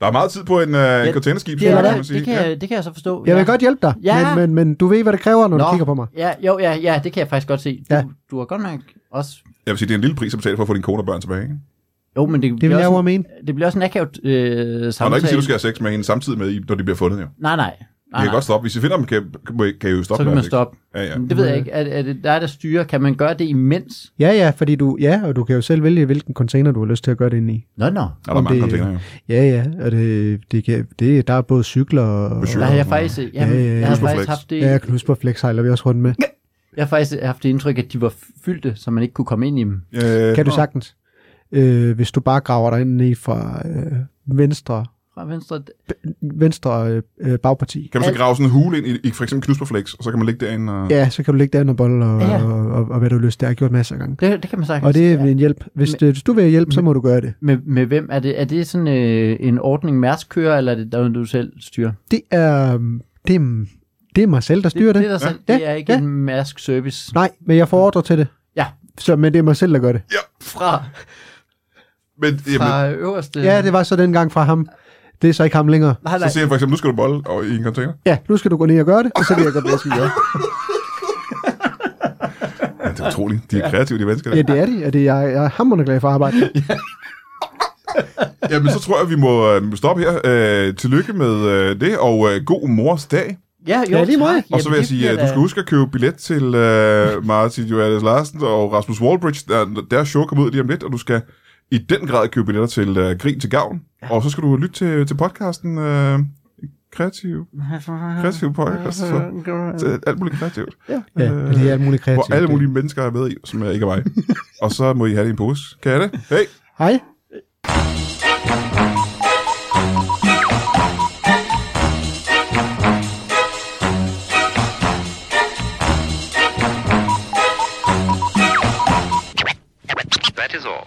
[SPEAKER 1] Der er meget tid på en, øh, en containerskib,
[SPEAKER 3] Det,
[SPEAKER 1] synes
[SPEAKER 3] er,
[SPEAKER 1] jeg,
[SPEAKER 3] der,
[SPEAKER 1] kan man sige.
[SPEAKER 3] det, kan jeg, det kan jeg så forstå.
[SPEAKER 2] Jeg vil godt hjælpe dig,
[SPEAKER 3] Ja.
[SPEAKER 2] men, men, men du ved, hvad det kræver, når du
[SPEAKER 3] Nå.
[SPEAKER 2] kigger på mig.
[SPEAKER 3] Ja, jo, ja, ja, det kan jeg faktisk godt se. Du,
[SPEAKER 2] Ja.
[SPEAKER 3] du har godt nok også...
[SPEAKER 1] Jeg vil sige, det er en lille pris at betale for at få din kone og børn tilbage. Ikke?
[SPEAKER 3] Jo, men det,
[SPEAKER 2] Det vil
[SPEAKER 3] bliver
[SPEAKER 2] jeg jo
[SPEAKER 3] også,
[SPEAKER 2] mene.
[SPEAKER 3] en, det bliver også en akavet øh,
[SPEAKER 1] Og der er ikke sige,
[SPEAKER 3] samtale.
[SPEAKER 1] du skal have sex med hende samtidig med, I- når de bliver fundet. Jo.
[SPEAKER 3] Nej, nej.
[SPEAKER 1] I
[SPEAKER 3] nej,
[SPEAKER 1] kan
[SPEAKER 3] nej.
[SPEAKER 1] godt stoppe. Hvis I finder dem, kan, kan, kan I jo stoppe. med
[SPEAKER 3] Så kan man
[SPEAKER 1] at have sex.
[SPEAKER 3] stoppe.
[SPEAKER 1] Ja, ja.
[SPEAKER 3] Det ved jeg ikke. Er, er det dig, der styrer? Kan man gøre det imens?
[SPEAKER 2] Ja, ja, fordi du, ja, og du kan jo selv vælge, hvilken container du har lyst til at gøre det ind i.
[SPEAKER 3] Nå, nå.
[SPEAKER 1] Ja, der er
[SPEAKER 2] Om
[SPEAKER 1] mange
[SPEAKER 2] det-
[SPEAKER 1] container, jo.
[SPEAKER 2] Ja, ja, og det, det, kan, det, der er både cykler og...
[SPEAKER 1] Cykler.
[SPEAKER 3] Der har jeg faktisk, øh, jamen,
[SPEAKER 2] Ja, ja, ja.
[SPEAKER 3] jeg har
[SPEAKER 1] Knusperflex.
[SPEAKER 3] faktisk haft det,
[SPEAKER 2] Ja, knusperflex sejler vi også rundt med.
[SPEAKER 3] jeg har faktisk haft det indtryk, at de var fyldte, så man ikke kunne komme ind i dem.
[SPEAKER 1] Øh,
[SPEAKER 2] Kan du
[SPEAKER 1] nå.
[SPEAKER 2] sagtens. Øh, hvis du bare graver dig ind i fra øh, venstre,
[SPEAKER 3] Fra venstre.
[SPEAKER 2] venstre øh, øh, bagparti,
[SPEAKER 1] Kan man så
[SPEAKER 3] Alt-
[SPEAKER 1] grave sådan en hule ind i, i for eksempel knusperflex, og så kan man ligge derinde og...
[SPEAKER 2] ja, så kan du ligge der under bold og,
[SPEAKER 3] Ja.
[SPEAKER 2] ja. og, og, og, hvad du har lyst til. Jeg har gjort masser af gange.
[SPEAKER 3] Det, det kan man sagtens.
[SPEAKER 2] Og det er
[SPEAKER 3] ja.
[SPEAKER 2] en hjælp. Hvis, det, hvis du vil have hjælp, så må du gøre det.
[SPEAKER 3] med, med hvem? Er det, er det sådan øh, en ordning, Mærsk kører, eller er det der, du selv styrer?
[SPEAKER 2] Det er, øhm, det er, det er mig selv, der styrer det.
[SPEAKER 3] Det, er der selv,
[SPEAKER 2] Ja,
[SPEAKER 3] det er ikke
[SPEAKER 2] ja.
[SPEAKER 3] en Mærsk service.
[SPEAKER 2] Nej, men jeg får ordre til det.
[SPEAKER 3] Ja,
[SPEAKER 2] Så, men det er mig selv, der gør det.
[SPEAKER 3] fra,
[SPEAKER 1] Men, jamen,
[SPEAKER 3] fra øverste. Øh.
[SPEAKER 2] Ja, det var så dengang fra ham. Det er så ikke ham længere.
[SPEAKER 4] Nej,
[SPEAKER 1] Så
[SPEAKER 4] nej.
[SPEAKER 1] siger jeg for eksempel, nu skal du bolle og, i en container.
[SPEAKER 2] Ja, nu skal du gå ned og gøre det, og så vil jeg gøre det, jeg skal gøre.
[SPEAKER 1] Ja, det er utroligt. De er kreative, de mennesker der.
[SPEAKER 2] Ja, det er det. Er det jeg, jeg er hammerende glad for arbejde.
[SPEAKER 1] Jamen, så tror jeg, vi må øh, stoppe her. Øh, tillykke med øh, det, og øh, god mors dag.
[SPEAKER 3] Ja, jo,
[SPEAKER 2] Ja, lige måde.
[SPEAKER 3] tak.
[SPEAKER 1] Og så vil
[SPEAKER 3] Jamen,
[SPEAKER 1] jeg
[SPEAKER 3] det
[SPEAKER 1] sige,
[SPEAKER 3] bliver
[SPEAKER 1] at du
[SPEAKER 3] da-
[SPEAKER 1] skal huske at købe billet til øh, Martin Johannes Larsen og Rasmus Wallbridge. Der, deres show kommer ud lige om lidt, og du skal i den grad købe billetter til øh, Grin til Gavn. Og så skal du lytte til, til podcasten øh, Kreativ, kreativ Podcast. Så, så alt muligt kreativt.
[SPEAKER 2] Ja,
[SPEAKER 1] Øh,
[SPEAKER 2] det er alt muligt kreativt.
[SPEAKER 1] Hvor alle mulige mennesker er med i, som er ikke er mig. og så må I have det i en pose. Kan jeg det? Hey!
[SPEAKER 2] Hej.
[SPEAKER 5] That is all.